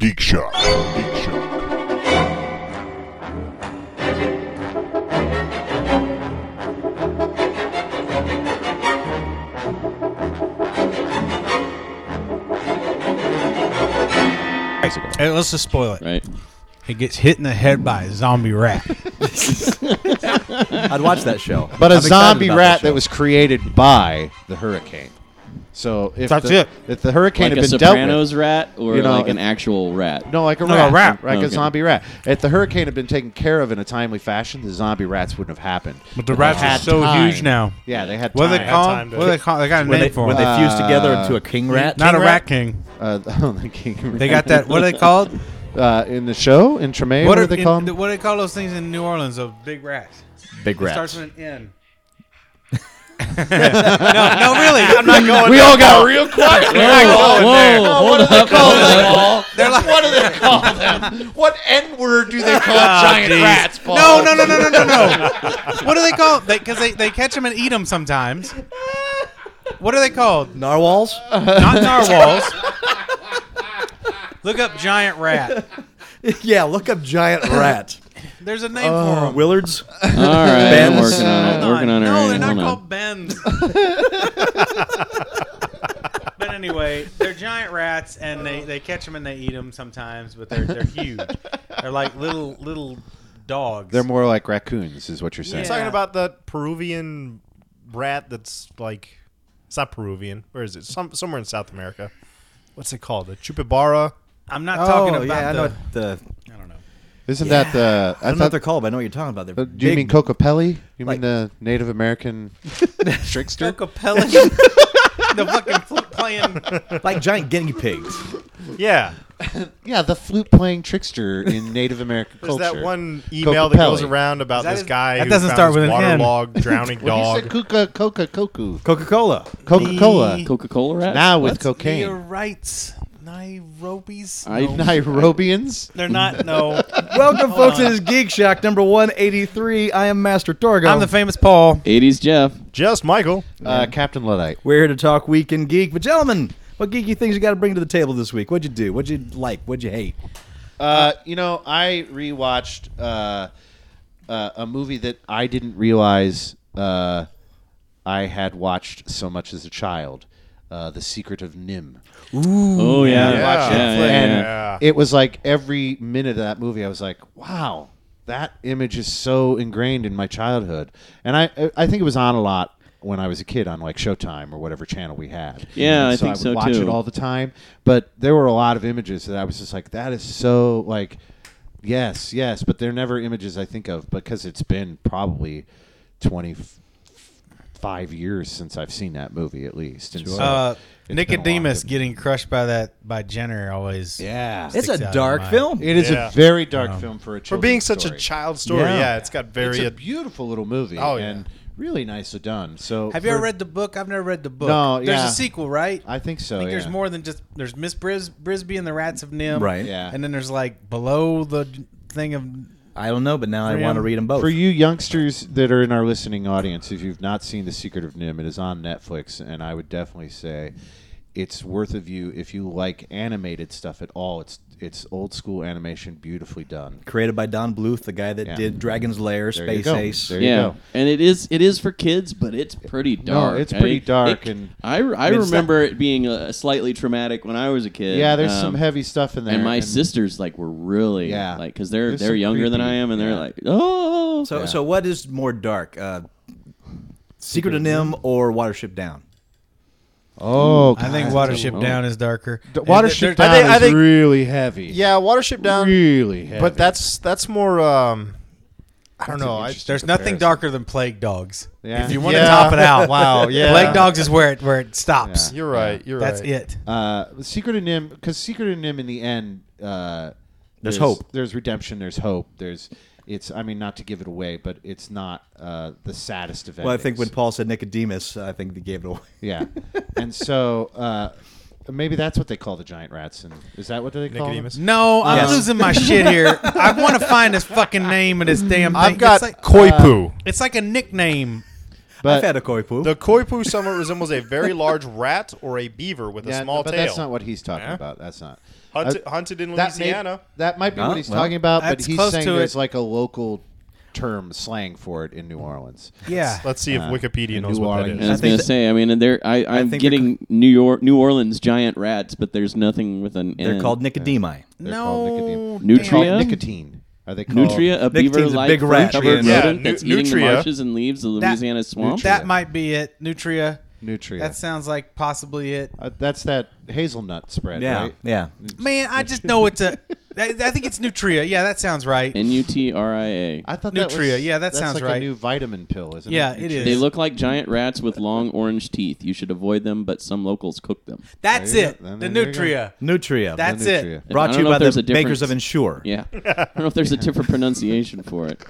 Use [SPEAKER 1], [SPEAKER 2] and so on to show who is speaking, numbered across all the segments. [SPEAKER 1] Geek Shock. Geek Shock.
[SPEAKER 2] Hey, let's just spoil it.
[SPEAKER 3] right?
[SPEAKER 2] He gets hit in the head by a zombie rat.
[SPEAKER 4] I'd watch that show.
[SPEAKER 5] But
[SPEAKER 4] a
[SPEAKER 5] a zombie rat that was created by the hurricane. So if
[SPEAKER 2] That's
[SPEAKER 5] the,
[SPEAKER 2] it.
[SPEAKER 5] if the hurricane
[SPEAKER 3] Like a
[SPEAKER 5] had been dealt with,
[SPEAKER 3] Sopranos rat or
[SPEAKER 5] You know,
[SPEAKER 3] like an
[SPEAKER 5] it-
[SPEAKER 3] actual rat?
[SPEAKER 5] No, like a
[SPEAKER 2] No, a
[SPEAKER 5] rat,
[SPEAKER 2] rat.
[SPEAKER 5] like a
[SPEAKER 3] Okay.
[SPEAKER 5] zombie rat. If the hurricane had been taken care of in a timely fashion, the zombie rats wouldn't have happened.
[SPEAKER 2] But the
[SPEAKER 5] They
[SPEAKER 2] rats are
[SPEAKER 5] had
[SPEAKER 2] so
[SPEAKER 5] time.
[SPEAKER 2] huge now.
[SPEAKER 5] Yeah, they had.
[SPEAKER 2] What do they
[SPEAKER 5] time.
[SPEAKER 2] call
[SPEAKER 6] time
[SPEAKER 2] him?
[SPEAKER 6] to-
[SPEAKER 2] What do they call? They got a
[SPEAKER 4] When they,
[SPEAKER 2] name for
[SPEAKER 4] when
[SPEAKER 2] him.
[SPEAKER 4] they fused together
[SPEAKER 5] Uh,
[SPEAKER 4] into a king rat.
[SPEAKER 2] Not a
[SPEAKER 5] King
[SPEAKER 2] rat
[SPEAKER 5] Rat?
[SPEAKER 2] king.
[SPEAKER 5] Uh, the king
[SPEAKER 2] They got that. What are they called?
[SPEAKER 5] uh, in the show in Tremere. What, do they
[SPEAKER 2] in-
[SPEAKER 5] call 'em?
[SPEAKER 2] What do they call those things in New Orleans? Of big rats.
[SPEAKER 4] big
[SPEAKER 2] It starts
[SPEAKER 4] rats.
[SPEAKER 2] with an N. no, no, really. I'm not going.
[SPEAKER 5] we all got real
[SPEAKER 4] Ah.
[SPEAKER 5] quiet. We're not
[SPEAKER 3] Whoa,
[SPEAKER 5] going there.
[SPEAKER 3] hold up.
[SPEAKER 2] They're like,
[SPEAKER 5] What do they call them? What N word do they call giant rats? Paul?
[SPEAKER 2] Oh, no, no, no, no, no, no, no. what do they call? Because they, they catch them and eat them sometimes. What are they called?
[SPEAKER 4] Narwhals?
[SPEAKER 2] Not narwhals. Look up giant rat.
[SPEAKER 4] yeah, look up giant rat.
[SPEAKER 2] There's a name for
[SPEAKER 4] Oh.
[SPEAKER 2] them.
[SPEAKER 4] Willards?
[SPEAKER 3] All right, I'm
[SPEAKER 4] Ben's-
[SPEAKER 3] working on it. Oh, Working on it.
[SPEAKER 2] no,
[SPEAKER 3] right
[SPEAKER 2] they're
[SPEAKER 3] now.
[SPEAKER 2] not
[SPEAKER 3] Hold on.
[SPEAKER 2] called bends. but anyway, they're giant rats, and they, they catch them and they eat them sometimes. But they're they're huge. They're like little little dogs.
[SPEAKER 5] They're more like raccoons, is what you're saying.
[SPEAKER 2] Yeah.
[SPEAKER 6] talking about that Peruvian rat that's like it's not Peruvian. Where is it? Some somewhere in South America. What's it called? The chupacabra.
[SPEAKER 2] I'm not talking about
[SPEAKER 4] yeah, I know
[SPEAKER 2] the.
[SPEAKER 4] what Oh, the.
[SPEAKER 2] I don't know.
[SPEAKER 5] Isn't that the?
[SPEAKER 4] I
[SPEAKER 5] I
[SPEAKER 4] don't know what
[SPEAKER 5] thought.
[SPEAKER 4] they're called, but I know what you're talking about. They're
[SPEAKER 5] uh, Do you
[SPEAKER 4] big-
[SPEAKER 5] mean Cocopelli? You
[SPEAKER 4] like-
[SPEAKER 5] mean the Native American trickster?
[SPEAKER 2] Cocapella. the fucking flute playing.
[SPEAKER 4] like giant guinea pigs?
[SPEAKER 6] Yeah,
[SPEAKER 5] Yeah, the flute playing trickster in Native American
[SPEAKER 6] there's
[SPEAKER 5] culture.
[SPEAKER 6] that one email that goes
[SPEAKER 5] Cocopelli.
[SPEAKER 6] around about
[SPEAKER 2] that
[SPEAKER 6] this
[SPEAKER 2] his-
[SPEAKER 6] guy
[SPEAKER 2] that
[SPEAKER 6] who
[SPEAKER 2] doesn't
[SPEAKER 6] found
[SPEAKER 2] start
[SPEAKER 6] his
[SPEAKER 2] with an N.
[SPEAKER 6] waterlogged, drowning
[SPEAKER 5] When you said
[SPEAKER 6] dog.
[SPEAKER 5] Coca Coca Cocu
[SPEAKER 4] Coca Cola.
[SPEAKER 5] Coca Cola.
[SPEAKER 2] The-
[SPEAKER 3] Coca-Cola rat.
[SPEAKER 5] Now with
[SPEAKER 3] What?
[SPEAKER 2] You're
[SPEAKER 5] cocaine.
[SPEAKER 2] right. Nairobi's.
[SPEAKER 3] I-
[SPEAKER 2] No.
[SPEAKER 5] Nairobians. Uh,
[SPEAKER 2] They're not. No.
[SPEAKER 4] Welcome,
[SPEAKER 2] Hold
[SPEAKER 4] folks, to
[SPEAKER 2] on.
[SPEAKER 4] this Geek Shock number 183. I am Master Torgo.
[SPEAKER 2] I'm the famous Paul.
[SPEAKER 3] 80s Jeff.
[SPEAKER 6] Just Michael.
[SPEAKER 5] Uh, Captain Luddite.
[SPEAKER 4] We're here to talk weekend geek. But, gentlemen, what geeky things you got to bring to the table this week? What'd you do? What'd you like? What'd you hate?
[SPEAKER 5] Uh, you know, I rewatched uh, uh, a movie that I didn't realize uh, I had watched so much as a child. Uh, the Secret of Nim.
[SPEAKER 3] Oh yeah.
[SPEAKER 6] Yeah. Watch
[SPEAKER 3] yeah,
[SPEAKER 6] Netflix.
[SPEAKER 3] yeah,
[SPEAKER 5] and
[SPEAKER 3] yeah.
[SPEAKER 6] yeah.
[SPEAKER 5] it was like every minute of that movie, I was like, "Wow, that image is so ingrained in my childhood." And I, I think it was on a lot when I was a kid on like Showtime or whatever channel we had.
[SPEAKER 3] Yeah,
[SPEAKER 5] And
[SPEAKER 3] I
[SPEAKER 5] so
[SPEAKER 3] think
[SPEAKER 5] I would
[SPEAKER 3] so,
[SPEAKER 5] watch
[SPEAKER 3] too.
[SPEAKER 5] it all the time, but there were a lot of images that I was just like, "That is so like, yes, yes," but they're never images I think of because it's been probably twenty five years since I've seen that movie, at least. And so
[SPEAKER 2] Uh,
[SPEAKER 5] it's been a long
[SPEAKER 2] Nicodemus
[SPEAKER 5] time.
[SPEAKER 2] getting crushed by that by Jenner always.
[SPEAKER 5] yeah,
[SPEAKER 4] It's
[SPEAKER 2] Sticks
[SPEAKER 4] a
[SPEAKER 2] out in
[SPEAKER 4] dark
[SPEAKER 2] my-
[SPEAKER 4] film.
[SPEAKER 5] It is
[SPEAKER 6] Yeah.
[SPEAKER 5] a very dark film for a
[SPEAKER 6] For
[SPEAKER 5] children's
[SPEAKER 6] being such a
[SPEAKER 5] story.
[SPEAKER 6] child story,
[SPEAKER 4] Yeah.
[SPEAKER 6] yeah, it's got very.
[SPEAKER 5] It's a beautiful little movie
[SPEAKER 6] Oh, yeah.
[SPEAKER 5] and really nicely done. So
[SPEAKER 2] Have you ever
[SPEAKER 5] for-
[SPEAKER 2] read the book? I've never read the book.
[SPEAKER 5] No,
[SPEAKER 2] There's
[SPEAKER 5] yeah.
[SPEAKER 2] a sequel, right?
[SPEAKER 5] I think so.
[SPEAKER 2] I think there's
[SPEAKER 5] yeah.
[SPEAKER 2] more than just there's Miss Bris, Brisby and the Rats of Nim,
[SPEAKER 4] Right.
[SPEAKER 5] Yeah.
[SPEAKER 2] And then there's like below the thing of
[SPEAKER 4] I don't know, but now I
[SPEAKER 2] Three
[SPEAKER 4] want to
[SPEAKER 2] M.
[SPEAKER 4] read them both.
[SPEAKER 5] For you youngsters that are in our listening audience, if you've not seen The Secret of Nim, it is on Netflix, and I would definitely say it's worth of you if you like animated stuff at all. It's it's old school animation, beautifully done.
[SPEAKER 4] Created by Don Bluth, the guy that
[SPEAKER 5] Yeah.
[SPEAKER 4] did Dragon's Lair,
[SPEAKER 5] There you
[SPEAKER 4] Space
[SPEAKER 5] go.
[SPEAKER 4] Ace.
[SPEAKER 5] There you
[SPEAKER 3] Yeah,
[SPEAKER 5] go.
[SPEAKER 3] and it is it is for kids, but it's pretty dark.
[SPEAKER 5] it's
[SPEAKER 3] I-
[SPEAKER 5] pretty dark,
[SPEAKER 3] it-
[SPEAKER 5] and-
[SPEAKER 3] I, I
[SPEAKER 4] mean, it's
[SPEAKER 3] remember it being uh, slightly traumatic when I was a kid.
[SPEAKER 5] Yeah, there's
[SPEAKER 3] um,
[SPEAKER 5] some heavy stuff in there.
[SPEAKER 3] And my sisters like were really
[SPEAKER 5] Yeah.
[SPEAKER 3] like because they're
[SPEAKER 5] There's
[SPEAKER 3] they're
[SPEAKER 5] some
[SPEAKER 3] younger than I
[SPEAKER 5] creepy-
[SPEAKER 3] am, and they're
[SPEAKER 5] yeah.
[SPEAKER 3] like oh
[SPEAKER 4] So, so what is more dark, uh, Secret of Nim or Watership Down?
[SPEAKER 5] Oh,
[SPEAKER 2] I think Watership Down is darker.
[SPEAKER 5] God. Watership Down
[SPEAKER 6] I think-
[SPEAKER 5] is
[SPEAKER 6] I think-
[SPEAKER 5] really heavy.
[SPEAKER 6] yeah, Watership Down.
[SPEAKER 5] really heavy.
[SPEAKER 6] But that's that's more. Um, I don't know. I,
[SPEAKER 2] There's nothing darker than Plague Dogs.
[SPEAKER 5] Yeah.
[SPEAKER 2] If you want to
[SPEAKER 6] Yeah.
[SPEAKER 2] top it out,
[SPEAKER 6] Wow, yeah.
[SPEAKER 2] Plague Dogs is where it where it stops.
[SPEAKER 6] You're right. You're
[SPEAKER 2] That's
[SPEAKER 6] right.
[SPEAKER 2] it.
[SPEAKER 5] Uh, Secret of Nim, because Secret of Nim in the end, uh,
[SPEAKER 4] There's hope.
[SPEAKER 5] There's redemption. There's hope. There's it's. I mean, not to give it away, but it's not uh, the saddest event.
[SPEAKER 4] Well, I think when Paul said Nicodemus, I think they gave it away.
[SPEAKER 5] yeah, and so uh, maybe that's what they call the giant rats. And is that what they call
[SPEAKER 6] Nicodemus.
[SPEAKER 5] them?
[SPEAKER 2] No, I'm
[SPEAKER 4] Yes.
[SPEAKER 2] losing my shit here. I want to find this fucking name of this damn thing.
[SPEAKER 6] I've got
[SPEAKER 2] it's like,
[SPEAKER 6] Koi Poo.
[SPEAKER 2] it's like a nickname.
[SPEAKER 5] But
[SPEAKER 4] I've had a koi poo.
[SPEAKER 6] The koipu somewhat resembles a very large rat or a beaver with
[SPEAKER 5] yeah,
[SPEAKER 6] a small
[SPEAKER 5] but
[SPEAKER 6] tail.
[SPEAKER 5] that's not what he's talking
[SPEAKER 6] Yeah.
[SPEAKER 5] about. That's not.
[SPEAKER 6] hunted,
[SPEAKER 5] Uh,
[SPEAKER 6] hunted in
[SPEAKER 5] that, may,
[SPEAKER 6] Louisiana.
[SPEAKER 5] that might be
[SPEAKER 4] No,
[SPEAKER 5] what he's
[SPEAKER 4] well,
[SPEAKER 5] talking about, but
[SPEAKER 2] that's
[SPEAKER 5] he's
[SPEAKER 2] close
[SPEAKER 5] saying
[SPEAKER 2] to
[SPEAKER 5] there's
[SPEAKER 2] it.
[SPEAKER 5] like a local term slang for it in New Orleans.
[SPEAKER 4] yeah.
[SPEAKER 6] Let's see if
[SPEAKER 5] Uh,
[SPEAKER 6] Wikipedia
[SPEAKER 5] in
[SPEAKER 6] knows
[SPEAKER 5] New
[SPEAKER 6] what
[SPEAKER 5] Orleans.
[SPEAKER 3] And I
[SPEAKER 6] that is.
[SPEAKER 3] was
[SPEAKER 4] think
[SPEAKER 3] gonna
[SPEAKER 4] that-
[SPEAKER 3] say, I mean, there I, I'm
[SPEAKER 4] think they're
[SPEAKER 3] getting New York, New Orleans giant rats, but there's nothing with an.
[SPEAKER 4] They're
[SPEAKER 3] N.
[SPEAKER 4] called Nicodemi.
[SPEAKER 5] They're called nicotine.
[SPEAKER 2] No,
[SPEAKER 5] They're called
[SPEAKER 3] Nutria?
[SPEAKER 5] nicotine. Are they called
[SPEAKER 3] Nutria, a
[SPEAKER 4] Nicotine's a
[SPEAKER 3] beaver-like
[SPEAKER 4] big rat
[SPEAKER 3] covered
[SPEAKER 4] tree,
[SPEAKER 6] isn't it?
[SPEAKER 3] rodent
[SPEAKER 6] Yeah,
[SPEAKER 3] that's
[SPEAKER 6] nu-
[SPEAKER 3] eating the
[SPEAKER 6] nutria.
[SPEAKER 3] marshes and leaves of
[SPEAKER 2] That-
[SPEAKER 3] Louisiana swamps.
[SPEAKER 5] Nutria.
[SPEAKER 2] That might be it. Nutria.
[SPEAKER 5] Nutria.
[SPEAKER 2] That sounds like possibly it.
[SPEAKER 5] Uh, that's that hazelnut spread,
[SPEAKER 4] Yeah.
[SPEAKER 5] right?
[SPEAKER 4] Yeah.
[SPEAKER 2] Man, I just know it's a. I, I think it's Nutria. Yeah, that sounds right.
[SPEAKER 3] N u t r i a.
[SPEAKER 5] I thought that
[SPEAKER 2] Nutria,
[SPEAKER 5] was,
[SPEAKER 2] yeah, that
[SPEAKER 5] that's
[SPEAKER 2] sounds
[SPEAKER 5] like a
[SPEAKER 2] right.
[SPEAKER 5] new vitamin pill, isn't
[SPEAKER 2] Yeah,
[SPEAKER 5] it?
[SPEAKER 2] it
[SPEAKER 5] Nutria.
[SPEAKER 2] is.
[SPEAKER 3] They look like giant rats with long orange teeth. You should avoid them, but some locals cook them.
[SPEAKER 2] That's
[SPEAKER 5] There you
[SPEAKER 2] it.
[SPEAKER 5] go. Then
[SPEAKER 2] The
[SPEAKER 5] there you go.
[SPEAKER 2] Nutria.
[SPEAKER 4] Nutria.
[SPEAKER 2] That's it.
[SPEAKER 5] Nutria.
[SPEAKER 3] I
[SPEAKER 4] Brought
[SPEAKER 3] don't
[SPEAKER 4] to you
[SPEAKER 3] know
[SPEAKER 4] by
[SPEAKER 3] if there's
[SPEAKER 4] the
[SPEAKER 3] a difference.
[SPEAKER 4] Bakers of Insure.
[SPEAKER 3] Yeah, I don't know if there's a different pronunciation for it.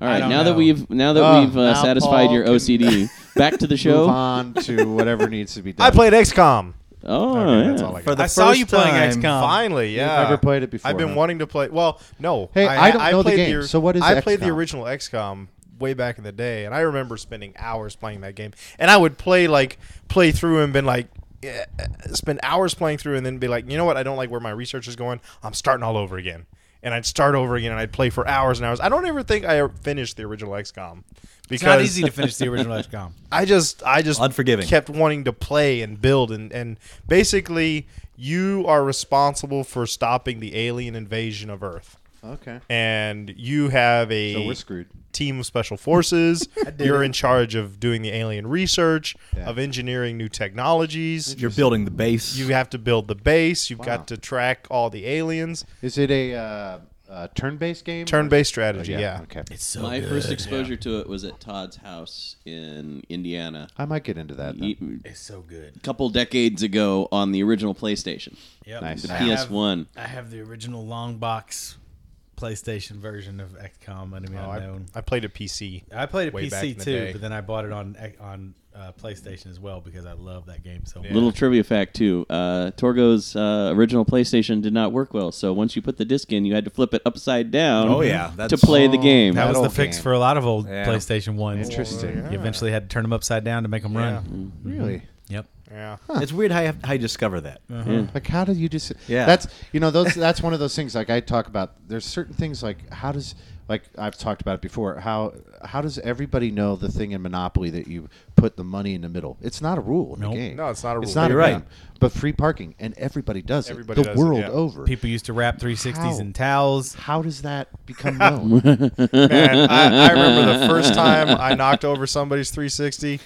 [SPEAKER 3] All
[SPEAKER 2] I
[SPEAKER 3] right,
[SPEAKER 2] don't
[SPEAKER 3] now that
[SPEAKER 2] know.
[SPEAKER 3] we've now that
[SPEAKER 5] Oh,
[SPEAKER 3] we've uh,
[SPEAKER 5] now
[SPEAKER 3] satisfied
[SPEAKER 5] Paul
[SPEAKER 3] your
[SPEAKER 5] can-
[SPEAKER 3] OCD, back to the
[SPEAKER 5] Move
[SPEAKER 3] show.
[SPEAKER 5] on to whatever needs to be done.
[SPEAKER 6] I played XCOM.
[SPEAKER 3] Oh,
[SPEAKER 6] Okay,
[SPEAKER 3] yeah.
[SPEAKER 6] that's all I
[SPEAKER 4] For
[SPEAKER 6] got.
[SPEAKER 4] the
[SPEAKER 2] I saw
[SPEAKER 4] first
[SPEAKER 2] you playing
[SPEAKER 4] time-
[SPEAKER 2] XCOM.
[SPEAKER 6] Finally, yeah.
[SPEAKER 5] never played it before,
[SPEAKER 6] I've been
[SPEAKER 5] huh?
[SPEAKER 6] wanting to play. Well, no.
[SPEAKER 5] Hey, I don't know the
[SPEAKER 6] played
[SPEAKER 5] game,
[SPEAKER 6] or-
[SPEAKER 5] so what is
[SPEAKER 6] I played the
[SPEAKER 5] XCOM?
[SPEAKER 6] original XCOM way back in the day, and I remember spending hours playing that game. And I would play like play through and been like. eh, Spend hours playing through and then be like, you know what? I don't like where my research is going. I'm starting all over again, and I'd start over again, and I'd play for hours and hours. I don't ever think I ever finished the original XCOM
[SPEAKER 2] It's not
[SPEAKER 6] because
[SPEAKER 2] easy to finish the original XCOM.
[SPEAKER 6] I just I just
[SPEAKER 4] Unforgiving.
[SPEAKER 6] kept wanting to play and build and and basically you are responsible for stopping the alien invasion of Earth.
[SPEAKER 5] Okay.
[SPEAKER 6] And you have a
[SPEAKER 5] So we're screwed.
[SPEAKER 6] team of special forces. You're in charge of doing the alien research,
[SPEAKER 5] Yeah.
[SPEAKER 6] of engineering new technologies.
[SPEAKER 4] You're building the base.
[SPEAKER 6] You have to build the base. You've
[SPEAKER 5] Wow. Oh,
[SPEAKER 6] got to track all the aliens.
[SPEAKER 5] Is it a uh, uh, turn-based game?
[SPEAKER 6] Turn-based strategy. yeah.
[SPEAKER 5] Oh, Okay.
[SPEAKER 2] so
[SPEAKER 3] My first exposure to it was at Todd's house in Indiana.
[SPEAKER 5] I might get into that. Then.
[SPEAKER 3] A
[SPEAKER 2] It's so good.
[SPEAKER 3] couple decades ago on the original PlayStation,
[SPEAKER 2] Yep.
[SPEAKER 5] Nice.
[SPEAKER 3] the
[SPEAKER 5] I
[SPEAKER 3] PS1.
[SPEAKER 2] I have the original long box PlayStation version of XCOM. I mean,
[SPEAKER 6] Oh, I,
[SPEAKER 2] unknown.
[SPEAKER 6] I played a PC.
[SPEAKER 2] I played a
[SPEAKER 6] way back in
[SPEAKER 2] PC
[SPEAKER 6] the
[SPEAKER 2] too,
[SPEAKER 6] day.
[SPEAKER 2] but then I bought it on on uh, PlayStation as well because I love that game so much.
[SPEAKER 3] Little trivia fact too: uh, Torgo's uh, original PlayStation did not work well, so once you put the disc in, you had to flip it upside down.
[SPEAKER 4] Oh, yeah,
[SPEAKER 3] to
[SPEAKER 4] that's-
[SPEAKER 3] play the
[SPEAKER 5] Oh,
[SPEAKER 3] game.
[SPEAKER 2] That
[SPEAKER 5] That
[SPEAKER 2] was the
[SPEAKER 5] old
[SPEAKER 2] fix
[SPEAKER 5] game.
[SPEAKER 2] for a lot of old
[SPEAKER 4] Yeah.
[SPEAKER 2] PlayStation ones.
[SPEAKER 5] Interesting.
[SPEAKER 2] You eventually had to turn them upside down to make them run. Mm-hmm.
[SPEAKER 5] Really?
[SPEAKER 2] Yep.
[SPEAKER 6] Yeah.
[SPEAKER 4] It's weird how you, how you discover that.
[SPEAKER 5] Mm. Like, how do you just?
[SPEAKER 4] Yeah.
[SPEAKER 5] That's you know those. That's one of those things. Like I talk about. There's certain things like how does like I've talked about it before. How how does everybody know the thing in Monopoly that you put the money in the middle? It's not a rule in
[SPEAKER 2] Nope.
[SPEAKER 5] the game.
[SPEAKER 6] No, it's not a
[SPEAKER 5] It's
[SPEAKER 6] rule.
[SPEAKER 5] not
[SPEAKER 4] You're
[SPEAKER 5] a
[SPEAKER 4] right.
[SPEAKER 5] game. But free parking and everybody does
[SPEAKER 6] Everybody
[SPEAKER 5] it. The
[SPEAKER 6] does it,
[SPEAKER 5] world
[SPEAKER 6] yeah.
[SPEAKER 5] over.
[SPEAKER 2] People used to wrap 360s
[SPEAKER 5] How?
[SPEAKER 2] in towels.
[SPEAKER 5] how does that become known?
[SPEAKER 6] Man, I, I remember the first time I knocked over somebody's 360.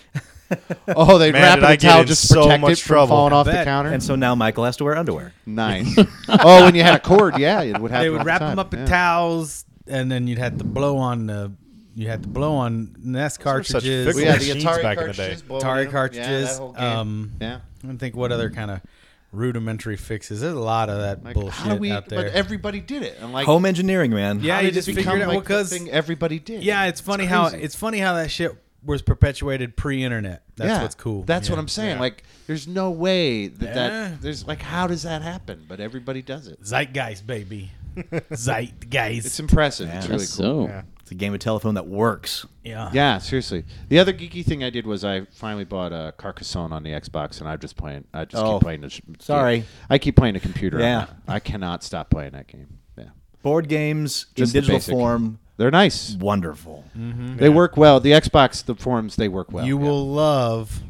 [SPEAKER 5] oh, they
[SPEAKER 6] Man,
[SPEAKER 5] wrap
[SPEAKER 6] did
[SPEAKER 5] it
[SPEAKER 6] I
[SPEAKER 5] in
[SPEAKER 6] get
[SPEAKER 5] towel
[SPEAKER 6] in
[SPEAKER 5] just to
[SPEAKER 6] so
[SPEAKER 5] protect
[SPEAKER 6] much
[SPEAKER 5] it from
[SPEAKER 6] trouble.
[SPEAKER 5] falling off the
[SPEAKER 2] bet.
[SPEAKER 5] counter.
[SPEAKER 4] And so now Michael has to wear underwear.
[SPEAKER 5] nice. oh, when you had a cord, yeah, it would happen.
[SPEAKER 2] They
[SPEAKER 5] all
[SPEAKER 2] would
[SPEAKER 5] the
[SPEAKER 2] wrap
[SPEAKER 5] time.
[SPEAKER 2] them up
[SPEAKER 5] yeah.
[SPEAKER 2] in towels, and then you'd have to blow on the you had to blow on NES
[SPEAKER 6] were such
[SPEAKER 2] cartridges,
[SPEAKER 5] We had the
[SPEAKER 6] Machines
[SPEAKER 5] Atari
[SPEAKER 6] back in the day.
[SPEAKER 5] cartridges. blowing in
[SPEAKER 2] Atari
[SPEAKER 5] 'em. Yeah, that
[SPEAKER 2] cartridges.
[SPEAKER 5] whole game.
[SPEAKER 2] um,
[SPEAKER 5] Yeah.
[SPEAKER 2] I don't think what other kind of rudimentary fixes. There's a lot of that
[SPEAKER 5] Like,
[SPEAKER 2] bullshit
[SPEAKER 5] how do we?
[SPEAKER 2] out there.
[SPEAKER 5] But everybody did it, and like
[SPEAKER 4] Home engineering, man.
[SPEAKER 2] Yeah,
[SPEAKER 5] how
[SPEAKER 2] you
[SPEAKER 5] did
[SPEAKER 2] just
[SPEAKER 5] it
[SPEAKER 2] figured
[SPEAKER 5] become
[SPEAKER 2] it out,
[SPEAKER 5] like
[SPEAKER 2] well, 'cause-
[SPEAKER 5] the thing everybody did.
[SPEAKER 2] yeah, it's funny how
[SPEAKER 5] crazy.
[SPEAKER 2] it's funny how that shit was perpetuated pre-internet. That's
[SPEAKER 5] Yeah,
[SPEAKER 2] what's cool.
[SPEAKER 5] That's
[SPEAKER 2] Yeah.
[SPEAKER 5] what I'm saying. Like, there's no way that
[SPEAKER 2] Yeah.
[SPEAKER 5] that there's like, how does that happen? But everybody does it.
[SPEAKER 2] Zeitgeist, baby. Zeitgeist.
[SPEAKER 5] It's impressive. It's really cool.
[SPEAKER 3] Guess so oh,
[SPEAKER 4] It's a game of telephone that works.
[SPEAKER 2] yeah.
[SPEAKER 5] Yeah, seriously. The other geeky thing I did was I finally bought a Carcassonne on the Xbox, and I just playing. I just
[SPEAKER 4] Oh,
[SPEAKER 5] keep playing. The sh-
[SPEAKER 4] sorry.
[SPEAKER 5] I keep playing the computer. on
[SPEAKER 4] Yeah.
[SPEAKER 5] that. I cannot stop playing that game. Yeah,
[SPEAKER 4] Board games
[SPEAKER 5] Just the
[SPEAKER 4] in digital
[SPEAKER 5] basic. Mm.
[SPEAKER 4] form,
[SPEAKER 5] they're nice.
[SPEAKER 4] wonderful.
[SPEAKER 5] They work well. The Xbox, the forums, they work well.
[SPEAKER 2] you
[SPEAKER 5] yeah.
[SPEAKER 2] will love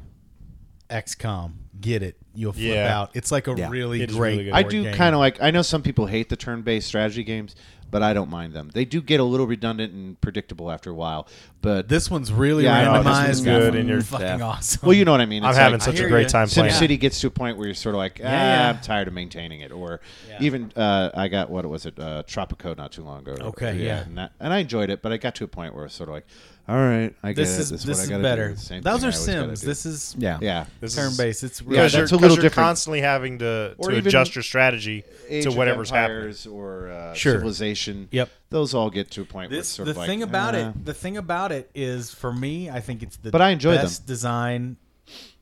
[SPEAKER 2] XCOM. Get it? You'll flip
[SPEAKER 6] Yeah.
[SPEAKER 2] out. It's like a
[SPEAKER 4] Yeah.
[SPEAKER 2] really
[SPEAKER 6] It is
[SPEAKER 2] great.
[SPEAKER 6] really good.
[SPEAKER 5] I
[SPEAKER 2] board
[SPEAKER 5] do
[SPEAKER 2] game.
[SPEAKER 5] kind of like. I know some people hate the turn-based strategy games, but I don't mind them. They do get a little redundant and predictable after a while. But
[SPEAKER 2] This one's really
[SPEAKER 5] Yeah, I know,
[SPEAKER 2] randomized.
[SPEAKER 5] this one's
[SPEAKER 6] good,
[SPEAKER 2] Mm,
[SPEAKER 6] and you're-
[SPEAKER 2] fucking
[SPEAKER 5] Yeah.
[SPEAKER 2] awesome.
[SPEAKER 5] well, you know what I mean.
[SPEAKER 6] I'm
[SPEAKER 5] It's
[SPEAKER 6] having
[SPEAKER 5] like-
[SPEAKER 6] such
[SPEAKER 2] hear
[SPEAKER 6] a
[SPEAKER 2] ya.
[SPEAKER 6] great time
[SPEAKER 5] Sim
[SPEAKER 6] playing.
[SPEAKER 5] City gets to a point where you're sort of like, ah,
[SPEAKER 2] yeah.
[SPEAKER 5] I'm tired of maintaining it. Or even uh, I got what was it, uh, Tropico, not too long ago.
[SPEAKER 2] Okay, yeah.
[SPEAKER 5] and, that, and I enjoyed it, but I got to a point where I was sort of like, all right, I
[SPEAKER 2] this
[SPEAKER 5] get
[SPEAKER 2] is
[SPEAKER 5] it.
[SPEAKER 2] this,
[SPEAKER 5] is what
[SPEAKER 2] is
[SPEAKER 5] I gotta
[SPEAKER 2] better.
[SPEAKER 5] Do.
[SPEAKER 2] Those
[SPEAKER 5] Same thing I
[SPEAKER 2] are
[SPEAKER 5] always gotta
[SPEAKER 2] Sims.
[SPEAKER 5] do.
[SPEAKER 2] This is
[SPEAKER 4] Yeah.
[SPEAKER 5] yeah.
[SPEAKER 6] This
[SPEAKER 2] turn
[SPEAKER 6] is-
[SPEAKER 2] based. It's really
[SPEAKER 5] Yeah,
[SPEAKER 6] Because you're,
[SPEAKER 5] that's a little
[SPEAKER 6] 'cause you're
[SPEAKER 5] different.
[SPEAKER 6] constantly having to,
[SPEAKER 5] Or
[SPEAKER 6] to
[SPEAKER 5] even
[SPEAKER 6] adjust your strategy
[SPEAKER 5] Age
[SPEAKER 6] to
[SPEAKER 5] of
[SPEAKER 6] whatever's happening.
[SPEAKER 5] Empires or uh,
[SPEAKER 2] Sure.
[SPEAKER 5] civilization.
[SPEAKER 2] Yep.
[SPEAKER 5] Those all get to a point where it's
[SPEAKER 2] This,
[SPEAKER 5] sort
[SPEAKER 2] the
[SPEAKER 5] of like,
[SPEAKER 2] thing about
[SPEAKER 5] ah.
[SPEAKER 2] it, the thing about it is, for me, I think it's the
[SPEAKER 5] But I enjoy them.
[SPEAKER 2] best design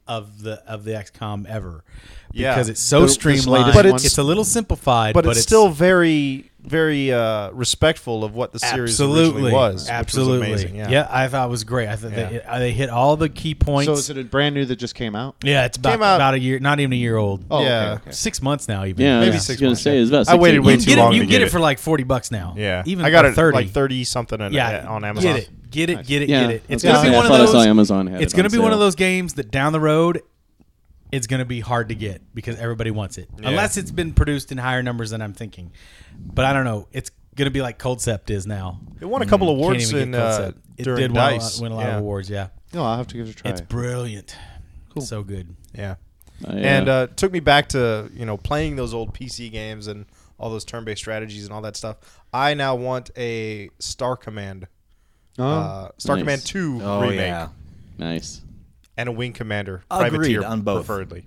[SPEAKER 2] of the of the XCOM ever
[SPEAKER 6] Yeah.
[SPEAKER 2] because it's so
[SPEAKER 5] The- this
[SPEAKER 2] streamlined.
[SPEAKER 5] latest
[SPEAKER 2] But
[SPEAKER 5] one-
[SPEAKER 2] it's, it's a little simplified,
[SPEAKER 6] But,
[SPEAKER 2] but,
[SPEAKER 6] it's, still very very uh, respectful of what the series
[SPEAKER 2] Absolutely
[SPEAKER 6] originally was. which was
[SPEAKER 2] Absolutely.
[SPEAKER 6] amazing, yeah.
[SPEAKER 2] I thought it was great. I thought they,
[SPEAKER 6] Yeah.
[SPEAKER 2] uh, they hit all the key points.
[SPEAKER 5] So is it a brand new that just came out?
[SPEAKER 2] yeah, it's about,
[SPEAKER 6] Came out-
[SPEAKER 2] about a year, not even a year old.
[SPEAKER 5] Oh, okay,
[SPEAKER 6] yeah.
[SPEAKER 5] okay.
[SPEAKER 2] Six months now, even.
[SPEAKER 3] Yeah,
[SPEAKER 6] Maybe
[SPEAKER 3] I was
[SPEAKER 6] six
[SPEAKER 3] gonna
[SPEAKER 6] months,
[SPEAKER 3] say
[SPEAKER 6] yeah.
[SPEAKER 3] it was about.
[SPEAKER 6] I
[SPEAKER 3] six,
[SPEAKER 6] waited
[SPEAKER 3] eight
[SPEAKER 6] way
[SPEAKER 2] You
[SPEAKER 3] months.
[SPEAKER 2] can
[SPEAKER 6] too
[SPEAKER 2] get
[SPEAKER 6] long
[SPEAKER 2] it, you
[SPEAKER 6] to
[SPEAKER 2] can get
[SPEAKER 6] get
[SPEAKER 2] it.
[SPEAKER 6] it.
[SPEAKER 2] for like forty bucks now.
[SPEAKER 6] Yeah.
[SPEAKER 2] even
[SPEAKER 6] I got
[SPEAKER 2] for
[SPEAKER 6] it
[SPEAKER 2] thirty.
[SPEAKER 6] like 30 something on,
[SPEAKER 2] Yeah,
[SPEAKER 6] on
[SPEAKER 2] get
[SPEAKER 6] Amazon.
[SPEAKER 2] Get it, get it, get it,
[SPEAKER 3] Yeah,
[SPEAKER 2] get it. It's
[SPEAKER 3] that's
[SPEAKER 2] gonna
[SPEAKER 3] what
[SPEAKER 2] be
[SPEAKER 3] I
[SPEAKER 2] one of
[SPEAKER 3] thought I
[SPEAKER 2] those.
[SPEAKER 3] saw Amazon had
[SPEAKER 2] it's
[SPEAKER 3] it
[SPEAKER 2] gonna
[SPEAKER 3] on
[SPEAKER 2] be one of
[SPEAKER 3] sale.
[SPEAKER 2] those games that down the road, it's gonna be hard to get because everybody wants it, unless it's been produced in higher numbers than I'm thinking. But I don't know. It's gonna be like Coldcept is now. Mm.
[SPEAKER 6] It won a couple
[SPEAKER 2] Can't
[SPEAKER 6] awards
[SPEAKER 2] even
[SPEAKER 6] in
[SPEAKER 2] get
[SPEAKER 6] uh,
[SPEAKER 2] Coldcept. it
[SPEAKER 6] during
[SPEAKER 2] did win a lot-
[SPEAKER 6] Dice.
[SPEAKER 2] win a lot
[SPEAKER 6] yeah.
[SPEAKER 2] of awards. Yeah,
[SPEAKER 5] No, I'll have to give it a try.
[SPEAKER 2] it's brilliant. So good.
[SPEAKER 6] Yeah.
[SPEAKER 3] I, uh,
[SPEAKER 6] and uh, took me back to you know playing those old PC games and all those turn-based strategies and all that stuff. I now want a Star Command,
[SPEAKER 5] Oh.
[SPEAKER 6] uh, Star
[SPEAKER 3] Nice.
[SPEAKER 6] Command Two
[SPEAKER 4] Oh
[SPEAKER 6] remake,
[SPEAKER 4] yeah,
[SPEAKER 3] nice.
[SPEAKER 6] and a Wing Commander
[SPEAKER 4] Agreed,
[SPEAKER 6] Privateer,
[SPEAKER 4] on both.
[SPEAKER 6] preferably.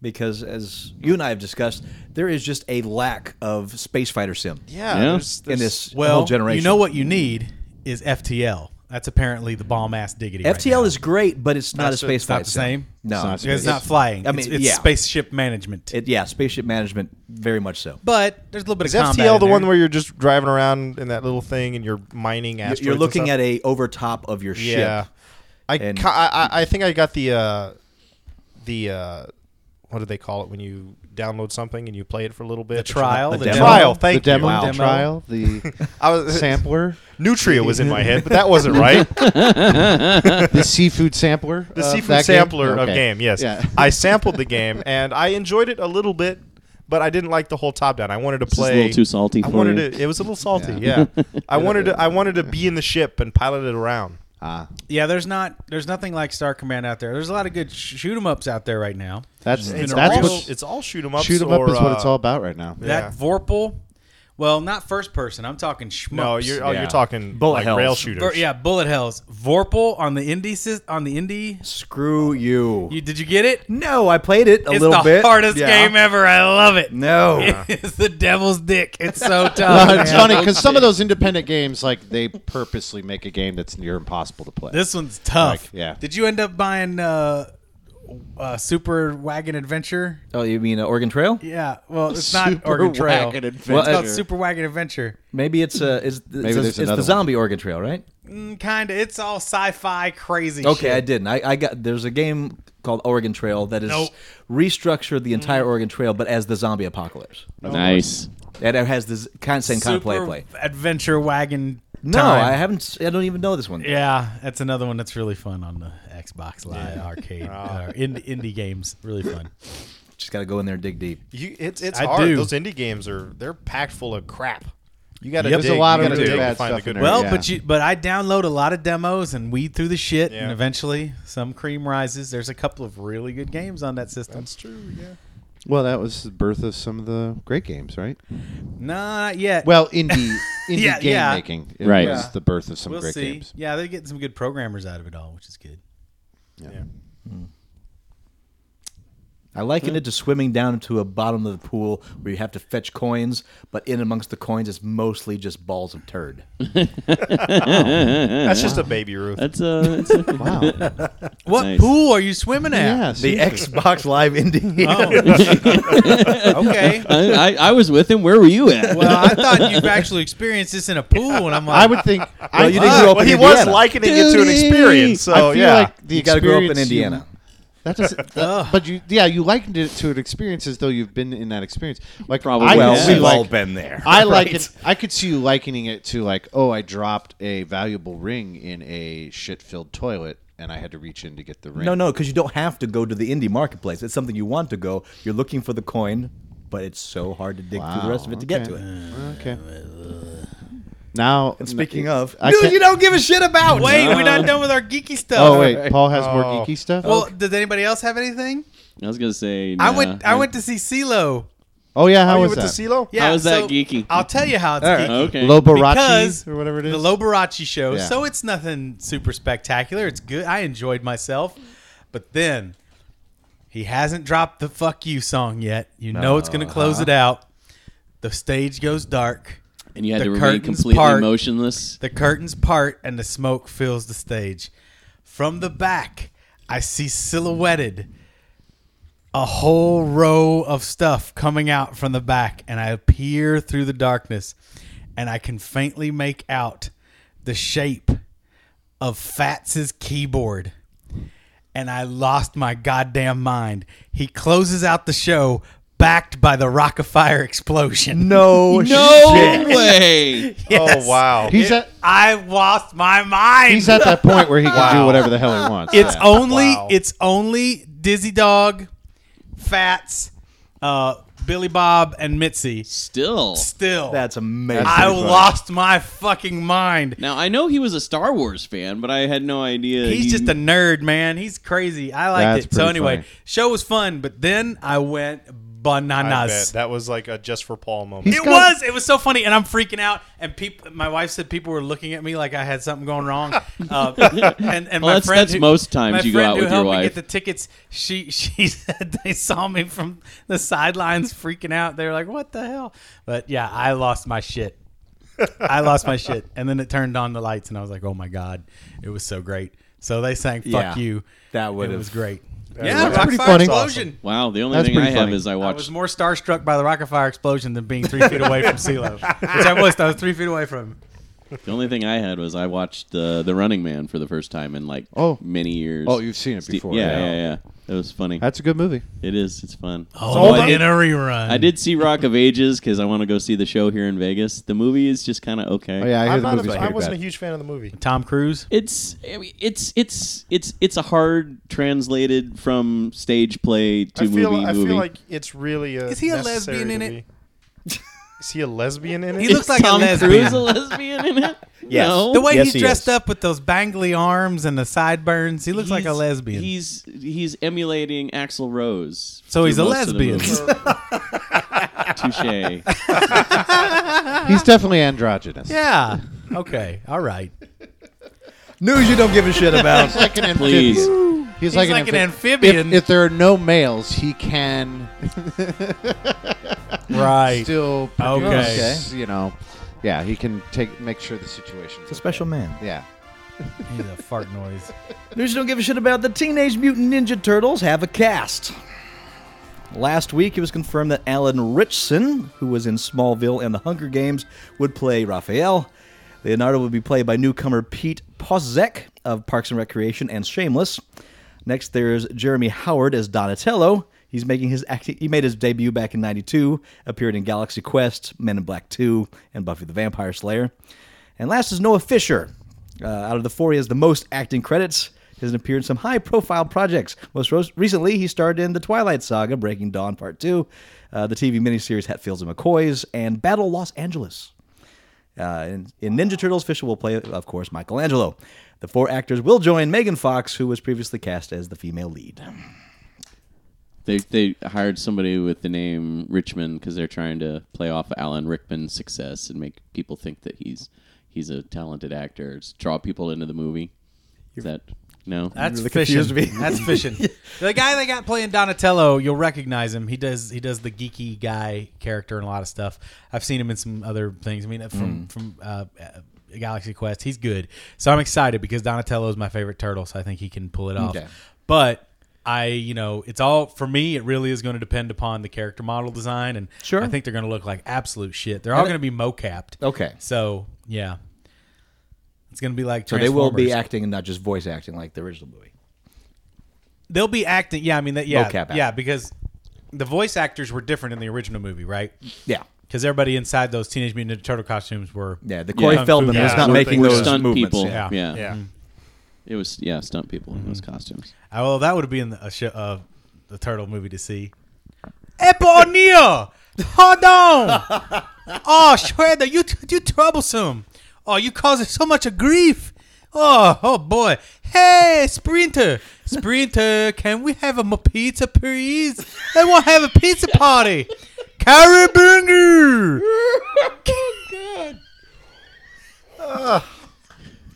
[SPEAKER 4] because as you and I have discussed, there is just a lack of space fighter sim
[SPEAKER 6] Yeah,
[SPEAKER 3] Yeah.
[SPEAKER 6] there's-
[SPEAKER 4] in
[SPEAKER 6] there's-
[SPEAKER 4] this
[SPEAKER 2] Well,
[SPEAKER 4] whole generation.
[SPEAKER 2] you know what you need is FTL. That's apparently the bomb ass diggity. right
[SPEAKER 4] FTL
[SPEAKER 2] now.
[SPEAKER 4] is great, but it's not
[SPEAKER 2] That's
[SPEAKER 4] a space
[SPEAKER 2] it's not
[SPEAKER 4] fight
[SPEAKER 2] the
[SPEAKER 4] sim.
[SPEAKER 2] same?
[SPEAKER 4] No,
[SPEAKER 5] It's not
[SPEAKER 2] It's,
[SPEAKER 5] space.
[SPEAKER 2] not flying.
[SPEAKER 4] I
[SPEAKER 2] I
[SPEAKER 4] mean,
[SPEAKER 2] mean, it's, it's
[SPEAKER 4] yeah.
[SPEAKER 2] spaceship management.
[SPEAKER 4] It, yeah, spaceship management very much so.
[SPEAKER 2] but there's a little bit
[SPEAKER 6] Is
[SPEAKER 2] of combat.
[SPEAKER 6] FTL
[SPEAKER 2] in
[SPEAKER 6] the one
[SPEAKER 2] there.
[SPEAKER 6] where you're just driving around in that little thing and you're mining
[SPEAKER 4] You're-
[SPEAKER 6] asteroids?
[SPEAKER 4] You're
[SPEAKER 6] and
[SPEAKER 4] looking
[SPEAKER 6] stuff?
[SPEAKER 4] at a over top of your ship.
[SPEAKER 6] Yeah, I,
[SPEAKER 4] And-
[SPEAKER 6] ca- I I- I think I got the uh, the uh, what do they call it when you download something and you play it for a little bit?
[SPEAKER 2] The trial,
[SPEAKER 4] The
[SPEAKER 2] the
[SPEAKER 4] demo.
[SPEAKER 2] demo.
[SPEAKER 6] trial. Thank
[SPEAKER 5] the demo,
[SPEAKER 6] you.
[SPEAKER 2] Demo.
[SPEAKER 5] the trial, the
[SPEAKER 6] I was
[SPEAKER 5] sampler,
[SPEAKER 6] Nutria was in my head, but that wasn't right.
[SPEAKER 5] the seafood sampler,
[SPEAKER 6] The
[SPEAKER 5] of Uh, that
[SPEAKER 6] seafood
[SPEAKER 5] game?
[SPEAKER 6] sampler of
[SPEAKER 5] Okay.
[SPEAKER 6] game, yes.
[SPEAKER 5] Yeah.
[SPEAKER 6] I sampled the game and I enjoyed it a little bit, but I didn't like the whole top down. I wanted to
[SPEAKER 3] just a
[SPEAKER 6] play
[SPEAKER 3] little too salty
[SPEAKER 6] I
[SPEAKER 3] for
[SPEAKER 6] wanted
[SPEAKER 3] you.
[SPEAKER 6] to it was a little salty, yeah. I wanted to I wanted to be in the ship and pilot it around.
[SPEAKER 5] ah,
[SPEAKER 2] Yeah, there's not. There's nothing like Star Command out there. There's a lot of good sh- shoot 'em ups out there right now.
[SPEAKER 5] that's
[SPEAKER 2] It's
[SPEAKER 5] that's
[SPEAKER 2] all-
[SPEAKER 5] what
[SPEAKER 6] it's all shoot 'em ups.
[SPEAKER 5] shoot 'em up
[SPEAKER 6] or,
[SPEAKER 5] is what
[SPEAKER 6] uh,
[SPEAKER 5] it's all about right now.
[SPEAKER 6] Yeah.
[SPEAKER 2] That Vorpal, well, not first person. I'm talking schmucks.
[SPEAKER 6] No, you're oh,
[SPEAKER 5] Yeah.
[SPEAKER 6] you're talking
[SPEAKER 4] Bullet
[SPEAKER 6] like
[SPEAKER 4] hells.
[SPEAKER 6] rail
[SPEAKER 2] Vor-
[SPEAKER 6] shooters.
[SPEAKER 2] yeah, bullet hells. Vorpal on the indie sys- on the indie.
[SPEAKER 4] Screw you.
[SPEAKER 2] You did you get it?
[SPEAKER 4] No, I played it a
[SPEAKER 2] it's the
[SPEAKER 4] little bit.
[SPEAKER 2] hardest
[SPEAKER 4] Yeah.
[SPEAKER 2] game ever. I love it.
[SPEAKER 4] No.
[SPEAKER 2] It's the devil's dick. It's so tough.
[SPEAKER 5] Well, it's
[SPEAKER 2] man.
[SPEAKER 5] funny because some of those independent games, like they purposely make a game that's near impossible to play.
[SPEAKER 2] This one's tough.
[SPEAKER 5] Like, yeah.
[SPEAKER 2] Did you end up buying uh, uh, Super Wagon Adventure?
[SPEAKER 4] Oh, you mean uh, Oregon Trail?
[SPEAKER 2] Yeah. Well, it's not
[SPEAKER 5] Super
[SPEAKER 2] Oregon Trail.
[SPEAKER 5] Wagon
[SPEAKER 2] Well, it's called
[SPEAKER 5] Adventure.
[SPEAKER 2] Super Wagon Adventure.
[SPEAKER 4] Maybe it's uh, is it's,
[SPEAKER 5] there's
[SPEAKER 4] it's the
[SPEAKER 5] another one.
[SPEAKER 4] zombie Oregon Trail, right?
[SPEAKER 2] Kind of. Mm, It's all sci-fi crazy.
[SPEAKER 4] Okay, I
[SPEAKER 2] shit.
[SPEAKER 4] didn't. I, I got there's a game called Oregon Trail that is
[SPEAKER 2] Nope. Mm.
[SPEAKER 4] restructured the entire Oregon Trail, but as the zombie apocalypse.
[SPEAKER 3] nice.
[SPEAKER 4] And it has this kind same kind of play
[SPEAKER 2] Super
[SPEAKER 4] play.
[SPEAKER 2] Adventure Wagon.
[SPEAKER 4] No,
[SPEAKER 2] Time.
[SPEAKER 4] I haven't. s- I don't even know this one.
[SPEAKER 2] Yeah, that's another one that's really fun on the Xbox Live arcade
[SPEAKER 5] Oh.
[SPEAKER 2] uh, indie, indie games. Really fun.
[SPEAKER 4] Just got to go in there and dig deep.
[SPEAKER 6] You, it's it's
[SPEAKER 2] I
[SPEAKER 6] hard.
[SPEAKER 2] do.
[SPEAKER 6] Those indie games are they're packed full of crap. You got to
[SPEAKER 5] Yep.
[SPEAKER 6] dig.
[SPEAKER 5] There's a lot
[SPEAKER 6] you
[SPEAKER 5] of
[SPEAKER 6] gotta
[SPEAKER 5] really
[SPEAKER 6] dig to
[SPEAKER 5] bad
[SPEAKER 6] find
[SPEAKER 5] stuff
[SPEAKER 6] the good
[SPEAKER 5] in there.
[SPEAKER 6] ones.
[SPEAKER 2] Well,
[SPEAKER 5] Yeah.
[SPEAKER 2] but you but I download a lot of demos and weed through the shit,
[SPEAKER 6] Yeah.
[SPEAKER 2] and eventually some cream rises. There's a couple of really good games on that system.
[SPEAKER 6] That's true. Yeah.
[SPEAKER 5] Well, that was the birth of some of the great games, right?
[SPEAKER 2] Not yet.
[SPEAKER 5] Well, indie indie
[SPEAKER 2] Yeah,
[SPEAKER 5] game
[SPEAKER 2] yeah.
[SPEAKER 5] making it
[SPEAKER 3] Right.
[SPEAKER 5] was
[SPEAKER 3] Yeah.
[SPEAKER 5] the birth of some
[SPEAKER 2] we'll
[SPEAKER 5] great
[SPEAKER 2] see.
[SPEAKER 5] games.
[SPEAKER 2] Yeah, they're getting some good programmers out of it all, which is good.
[SPEAKER 6] yeah.
[SPEAKER 4] I liken it to swimming down to a bottom of the pool where you have to fetch coins, but in amongst the coins is mostly just balls of turd.
[SPEAKER 6] That's just a baby Ruth.
[SPEAKER 3] That's uh, it's a
[SPEAKER 5] Wow.
[SPEAKER 2] What
[SPEAKER 3] Nice.
[SPEAKER 2] pool are you swimming at?
[SPEAKER 5] yeah.
[SPEAKER 4] The Xbox Live Indie.
[SPEAKER 2] Oh.
[SPEAKER 5] Oh.
[SPEAKER 2] Okay.
[SPEAKER 3] I, I, I was with him. Where were you at?
[SPEAKER 2] Well, I thought you've actually experienced this in a pool, and I'm like,
[SPEAKER 5] I would think. I,
[SPEAKER 4] you didn't grow up
[SPEAKER 6] well,
[SPEAKER 4] in
[SPEAKER 6] he
[SPEAKER 4] Indiana.
[SPEAKER 6] was likening it to an
[SPEAKER 3] Duty.
[SPEAKER 6] experience. So
[SPEAKER 5] I feel
[SPEAKER 6] yeah.
[SPEAKER 5] like the
[SPEAKER 4] you got to grow up in
[SPEAKER 5] experience you-
[SPEAKER 4] Indiana.
[SPEAKER 5] That doesn't. that- but you, yeah, you likened it to an experience as though you've been in that experience. Like
[SPEAKER 3] Probably.
[SPEAKER 5] I
[SPEAKER 3] Well,
[SPEAKER 5] could
[SPEAKER 3] we've
[SPEAKER 5] see, like,
[SPEAKER 4] been there.
[SPEAKER 5] I like it. I could see you likening it to like, oh, I dropped a valuable ring in a shit-filled toilet, and I had to reach in to get the ring.
[SPEAKER 4] No, no, because you don't have to go to the indie marketplace. It's something you want to go. You're looking for the coin, but it's so hard to dig through the
[SPEAKER 5] Wow,
[SPEAKER 4] rest of it to get to
[SPEAKER 5] okay.
[SPEAKER 4] it.
[SPEAKER 5] Oh, Okay. Now,
[SPEAKER 4] And speaking
[SPEAKER 5] n-
[SPEAKER 4] of,
[SPEAKER 5] I
[SPEAKER 4] news
[SPEAKER 5] can't-
[SPEAKER 4] you don't give a shit about.
[SPEAKER 2] wait, we're not done with our geeky stuff.
[SPEAKER 5] Oh wait, Paul has more
[SPEAKER 6] Oh.
[SPEAKER 5] geeky stuff.
[SPEAKER 2] Well, does anybody else have anything?
[SPEAKER 3] I was gonna say.
[SPEAKER 2] I
[SPEAKER 3] nah.
[SPEAKER 2] went. I went to see CeeLo.
[SPEAKER 5] oh yeah, how
[SPEAKER 6] Oh, you
[SPEAKER 5] was
[SPEAKER 6] went
[SPEAKER 5] that?
[SPEAKER 6] to CeeLo?
[SPEAKER 2] Yeah,
[SPEAKER 3] How is that
[SPEAKER 2] so
[SPEAKER 3] geeky?
[SPEAKER 2] I'll tell you how it's
[SPEAKER 4] All right.
[SPEAKER 2] geeky.
[SPEAKER 3] Okay.
[SPEAKER 5] Lobarachi
[SPEAKER 2] Because
[SPEAKER 5] or whatever it is.
[SPEAKER 2] The Lobarachi show.
[SPEAKER 5] Yeah.
[SPEAKER 2] So it's nothing super spectacular. It's good. I enjoyed myself. But then he hasn't dropped the fuck you song yet. You know it's going to close
[SPEAKER 3] Uh-huh.
[SPEAKER 2] it out. The stage goes dark.
[SPEAKER 3] and you had
[SPEAKER 2] the
[SPEAKER 3] to remain
[SPEAKER 2] curtains
[SPEAKER 3] completely
[SPEAKER 2] part.
[SPEAKER 3] motionless.
[SPEAKER 2] The curtains part and the smoke fills the stage. From the back, I see silhouetted a whole row of stuff coming out from the back, and I peer through the darkness, and I can faintly make out the shape of Fats's keyboard. And I lost my goddamn mind. He closes out the show backed by the Rock of Fire explosion. Oh,
[SPEAKER 4] No,
[SPEAKER 3] No way.
[SPEAKER 2] Yes.
[SPEAKER 6] Oh wow.
[SPEAKER 5] He's at
[SPEAKER 2] I lost my mind.
[SPEAKER 5] he's at that point where he can do whatever the hell he wants.
[SPEAKER 2] It's
[SPEAKER 5] yeah.
[SPEAKER 2] only
[SPEAKER 6] Wow.
[SPEAKER 2] it's only Dizzy Dog, Fats, uh, Billy Bob, and Mitzi.
[SPEAKER 3] Still.
[SPEAKER 2] Still,
[SPEAKER 4] That's amazing.
[SPEAKER 2] I
[SPEAKER 5] pretty funny.
[SPEAKER 2] lost my fucking mind.
[SPEAKER 3] Now I know he was a Star Wars fan, but I had no idea.
[SPEAKER 2] He's
[SPEAKER 3] he-
[SPEAKER 2] just a nerd, man. He's crazy. I liked
[SPEAKER 5] That's
[SPEAKER 2] it. So
[SPEAKER 5] pretty
[SPEAKER 2] anyway,
[SPEAKER 5] funny.
[SPEAKER 2] show was fun, but then I went
[SPEAKER 6] I
[SPEAKER 2] bananas.
[SPEAKER 6] bet. That was like a just for Paul moment.
[SPEAKER 5] He's
[SPEAKER 2] it
[SPEAKER 5] got-
[SPEAKER 2] was. It was so funny, and I'm freaking out. And people, my wife said people were looking at me like I had something going wrong. Uh, and and my
[SPEAKER 3] that's-
[SPEAKER 2] friend,
[SPEAKER 3] that's
[SPEAKER 2] who-
[SPEAKER 3] most times
[SPEAKER 2] my
[SPEAKER 3] you go
[SPEAKER 2] friend
[SPEAKER 3] out
[SPEAKER 2] who
[SPEAKER 3] with
[SPEAKER 2] helped
[SPEAKER 3] your
[SPEAKER 2] Me
[SPEAKER 3] wife.
[SPEAKER 2] get the tickets. She she said they saw me from the sidelines freaking out. They were like, "What the hell?" But yeah, I lost my shit. I lost my shit, and then it turned on the lights, and I was like, "Oh my god, it was so great." So they sang "Fuck
[SPEAKER 4] Yeah.
[SPEAKER 2] You."
[SPEAKER 4] That
[SPEAKER 2] It
[SPEAKER 4] would've-
[SPEAKER 2] was great.
[SPEAKER 6] Yeah,
[SPEAKER 2] Rock
[SPEAKER 6] that's
[SPEAKER 5] pretty
[SPEAKER 2] Fire
[SPEAKER 5] funny.
[SPEAKER 2] Explosion.
[SPEAKER 3] wow. The only
[SPEAKER 5] That's
[SPEAKER 3] thing I
[SPEAKER 5] pretty
[SPEAKER 3] have
[SPEAKER 5] funny.
[SPEAKER 3] is I
[SPEAKER 2] I was
[SPEAKER 3] watched.
[SPEAKER 2] more starstruck by the rocket fire explosion than being three feet away from CeeLo, which I was. I was three feet away from him.
[SPEAKER 3] the only thing I had was I watched uh, the the Running Man for the first time in like
[SPEAKER 5] Oh.
[SPEAKER 3] many years.
[SPEAKER 5] Oh, you've seen it
[SPEAKER 3] Ste-
[SPEAKER 5] before,
[SPEAKER 3] Yeah,
[SPEAKER 5] yeah.
[SPEAKER 3] yeah, yeah. It was funny.
[SPEAKER 5] That's a good movie.
[SPEAKER 3] it is. It's fun.
[SPEAKER 2] Oh,
[SPEAKER 3] I,
[SPEAKER 2] in a
[SPEAKER 3] did,
[SPEAKER 2] rerun.
[SPEAKER 3] I did see Rock of Ages because I want to go see the show here in Vegas. The movie is just kind of okay.
[SPEAKER 5] Oh yeah, I hear
[SPEAKER 6] I'm
[SPEAKER 5] the
[SPEAKER 6] not
[SPEAKER 5] movie's
[SPEAKER 6] a, I
[SPEAKER 5] pretty
[SPEAKER 6] wasn't
[SPEAKER 5] bad.
[SPEAKER 6] a huge fan of the movie.
[SPEAKER 2] Tom Cruise.
[SPEAKER 3] It's I mean, it's it's it's it's a hard translated from stage play to
[SPEAKER 6] I feel
[SPEAKER 3] movie
[SPEAKER 6] I
[SPEAKER 3] movie.
[SPEAKER 6] feel like it's really a
[SPEAKER 2] Is he a
[SPEAKER 6] necessary
[SPEAKER 2] lesbian in
[SPEAKER 6] to
[SPEAKER 2] it?
[SPEAKER 6] be- Is he a lesbian in it?
[SPEAKER 2] He
[SPEAKER 3] Is
[SPEAKER 2] looks like a
[SPEAKER 3] Tom
[SPEAKER 2] lesbian.
[SPEAKER 3] Cruise a lesbian in it?
[SPEAKER 4] Yes.
[SPEAKER 3] No.
[SPEAKER 2] The way
[SPEAKER 4] Yes,
[SPEAKER 2] he's
[SPEAKER 4] he
[SPEAKER 2] dressed
[SPEAKER 4] is.
[SPEAKER 2] up with those bangly arms and the sideburns, he looks like a
[SPEAKER 3] He's-
[SPEAKER 2] lesbian.
[SPEAKER 3] He's he's emulating Axl Rose.
[SPEAKER 2] So
[SPEAKER 3] through
[SPEAKER 2] he's a
[SPEAKER 3] most of the
[SPEAKER 2] lesbian.
[SPEAKER 3] movie. Touche.
[SPEAKER 5] He's definitely androgynous.
[SPEAKER 2] yeah. Okay. All right.
[SPEAKER 4] News you don't give a shit about.
[SPEAKER 5] like an
[SPEAKER 3] Please.
[SPEAKER 5] amphibian. He's,
[SPEAKER 2] He's like, an
[SPEAKER 5] amphi-
[SPEAKER 2] amphibian.
[SPEAKER 5] If there are no males, he can
[SPEAKER 2] right.
[SPEAKER 5] still
[SPEAKER 2] Okay.
[SPEAKER 5] produce, You know, yeah, he can take make sure the situation's
[SPEAKER 4] It's a special man.
[SPEAKER 5] Yeah.
[SPEAKER 2] He's a fart noise.
[SPEAKER 4] News you don't give a shit about. The Teenage Mutant Ninja Turtles have a cast. Last week, it was confirmed that Alan Richson, who was in Smallville and The Hunger Games, would play Raphael. Leonardo would be played by newcomer Pete Posek of Parks and Recreation and Shameless. Next, there's Jeremy Howard as Donatello. He's making his acting. He made his debut back in '92, appeared in Galaxy Quest, Men in Black 2, and Buffy the Vampire Slayer. And last is Noah Fisher. Uh, out of the four, he has the most acting credits. He has appeared in some high profile projects. Most ro- recently, he starred in The Twilight Saga, Breaking Dawn Part 2, uh, the TV miniseries Hatfields and McCoys, and Battle Los Angeles. Uh, in, in Ninja Turtles, Fisher will play, of course, Michelangelo. The four actors will join Megan Fox, who was previously cast as the female lead.
[SPEAKER 3] They they hired somebody with the name Richmond because they're trying to play off of Alan Rickman's success and make people think that he's he's a talented actor. Just draw people into the movie. Is that no?
[SPEAKER 2] That's
[SPEAKER 4] really confused
[SPEAKER 2] fishing.
[SPEAKER 4] me.
[SPEAKER 2] That's fishing. The guy they got playing Donatello, you'll recognize him. He does he does the geeky guy character and a lot of stuff. I've seen him in some other things. I mean, from
[SPEAKER 4] Mm.
[SPEAKER 2] from uh, uh, Galaxy Quest, he's good. So I'm excited because Donatello is my favorite turtle, so I think he can pull it off.
[SPEAKER 4] Okay.
[SPEAKER 2] But I, you know, it's all for me. It really is going to depend upon the character model design, and
[SPEAKER 4] Sure.
[SPEAKER 2] I think they're going to look like absolute shit. They're all
[SPEAKER 4] And it-
[SPEAKER 2] going to be mocapped.
[SPEAKER 4] Okay.
[SPEAKER 2] So yeah, it's going to be like
[SPEAKER 4] So they will be
[SPEAKER 2] Transformers.
[SPEAKER 4] acting and not just voice acting like the original movie.
[SPEAKER 2] They'll be acting. Yeah, I mean that. Yeah,
[SPEAKER 4] Mocap act.
[SPEAKER 2] yeah, because the voice actors were different in the original movie, right?
[SPEAKER 4] Yeah.
[SPEAKER 2] Because everybody inside those Teenage Mutant Ninja Turtle costumes were.
[SPEAKER 4] Yeah, the Corey
[SPEAKER 2] Kung Fu
[SPEAKER 4] Feldman
[SPEAKER 2] guys.
[SPEAKER 4] was not
[SPEAKER 6] We're-
[SPEAKER 4] making
[SPEAKER 6] we're
[SPEAKER 4] those
[SPEAKER 3] stunt
[SPEAKER 4] movements.
[SPEAKER 3] people.
[SPEAKER 4] Yeah.
[SPEAKER 3] Yeah.
[SPEAKER 2] Yeah.
[SPEAKER 6] yeah.
[SPEAKER 3] it was yeah stunt people in those
[SPEAKER 6] Mm-hmm.
[SPEAKER 3] costumes.
[SPEAKER 2] Oh, well, that would be in the, a show, uh, the turtle movie to see. Eponia, hold on. Oh, Shredder, you you troublesome. Oh, you causing so much of grief. Oh, oh boy. Hey, Sprinter, Sprinter, can we have a mo- pizza, please? They want to have a pizza party. Carabinger.
[SPEAKER 3] Wow.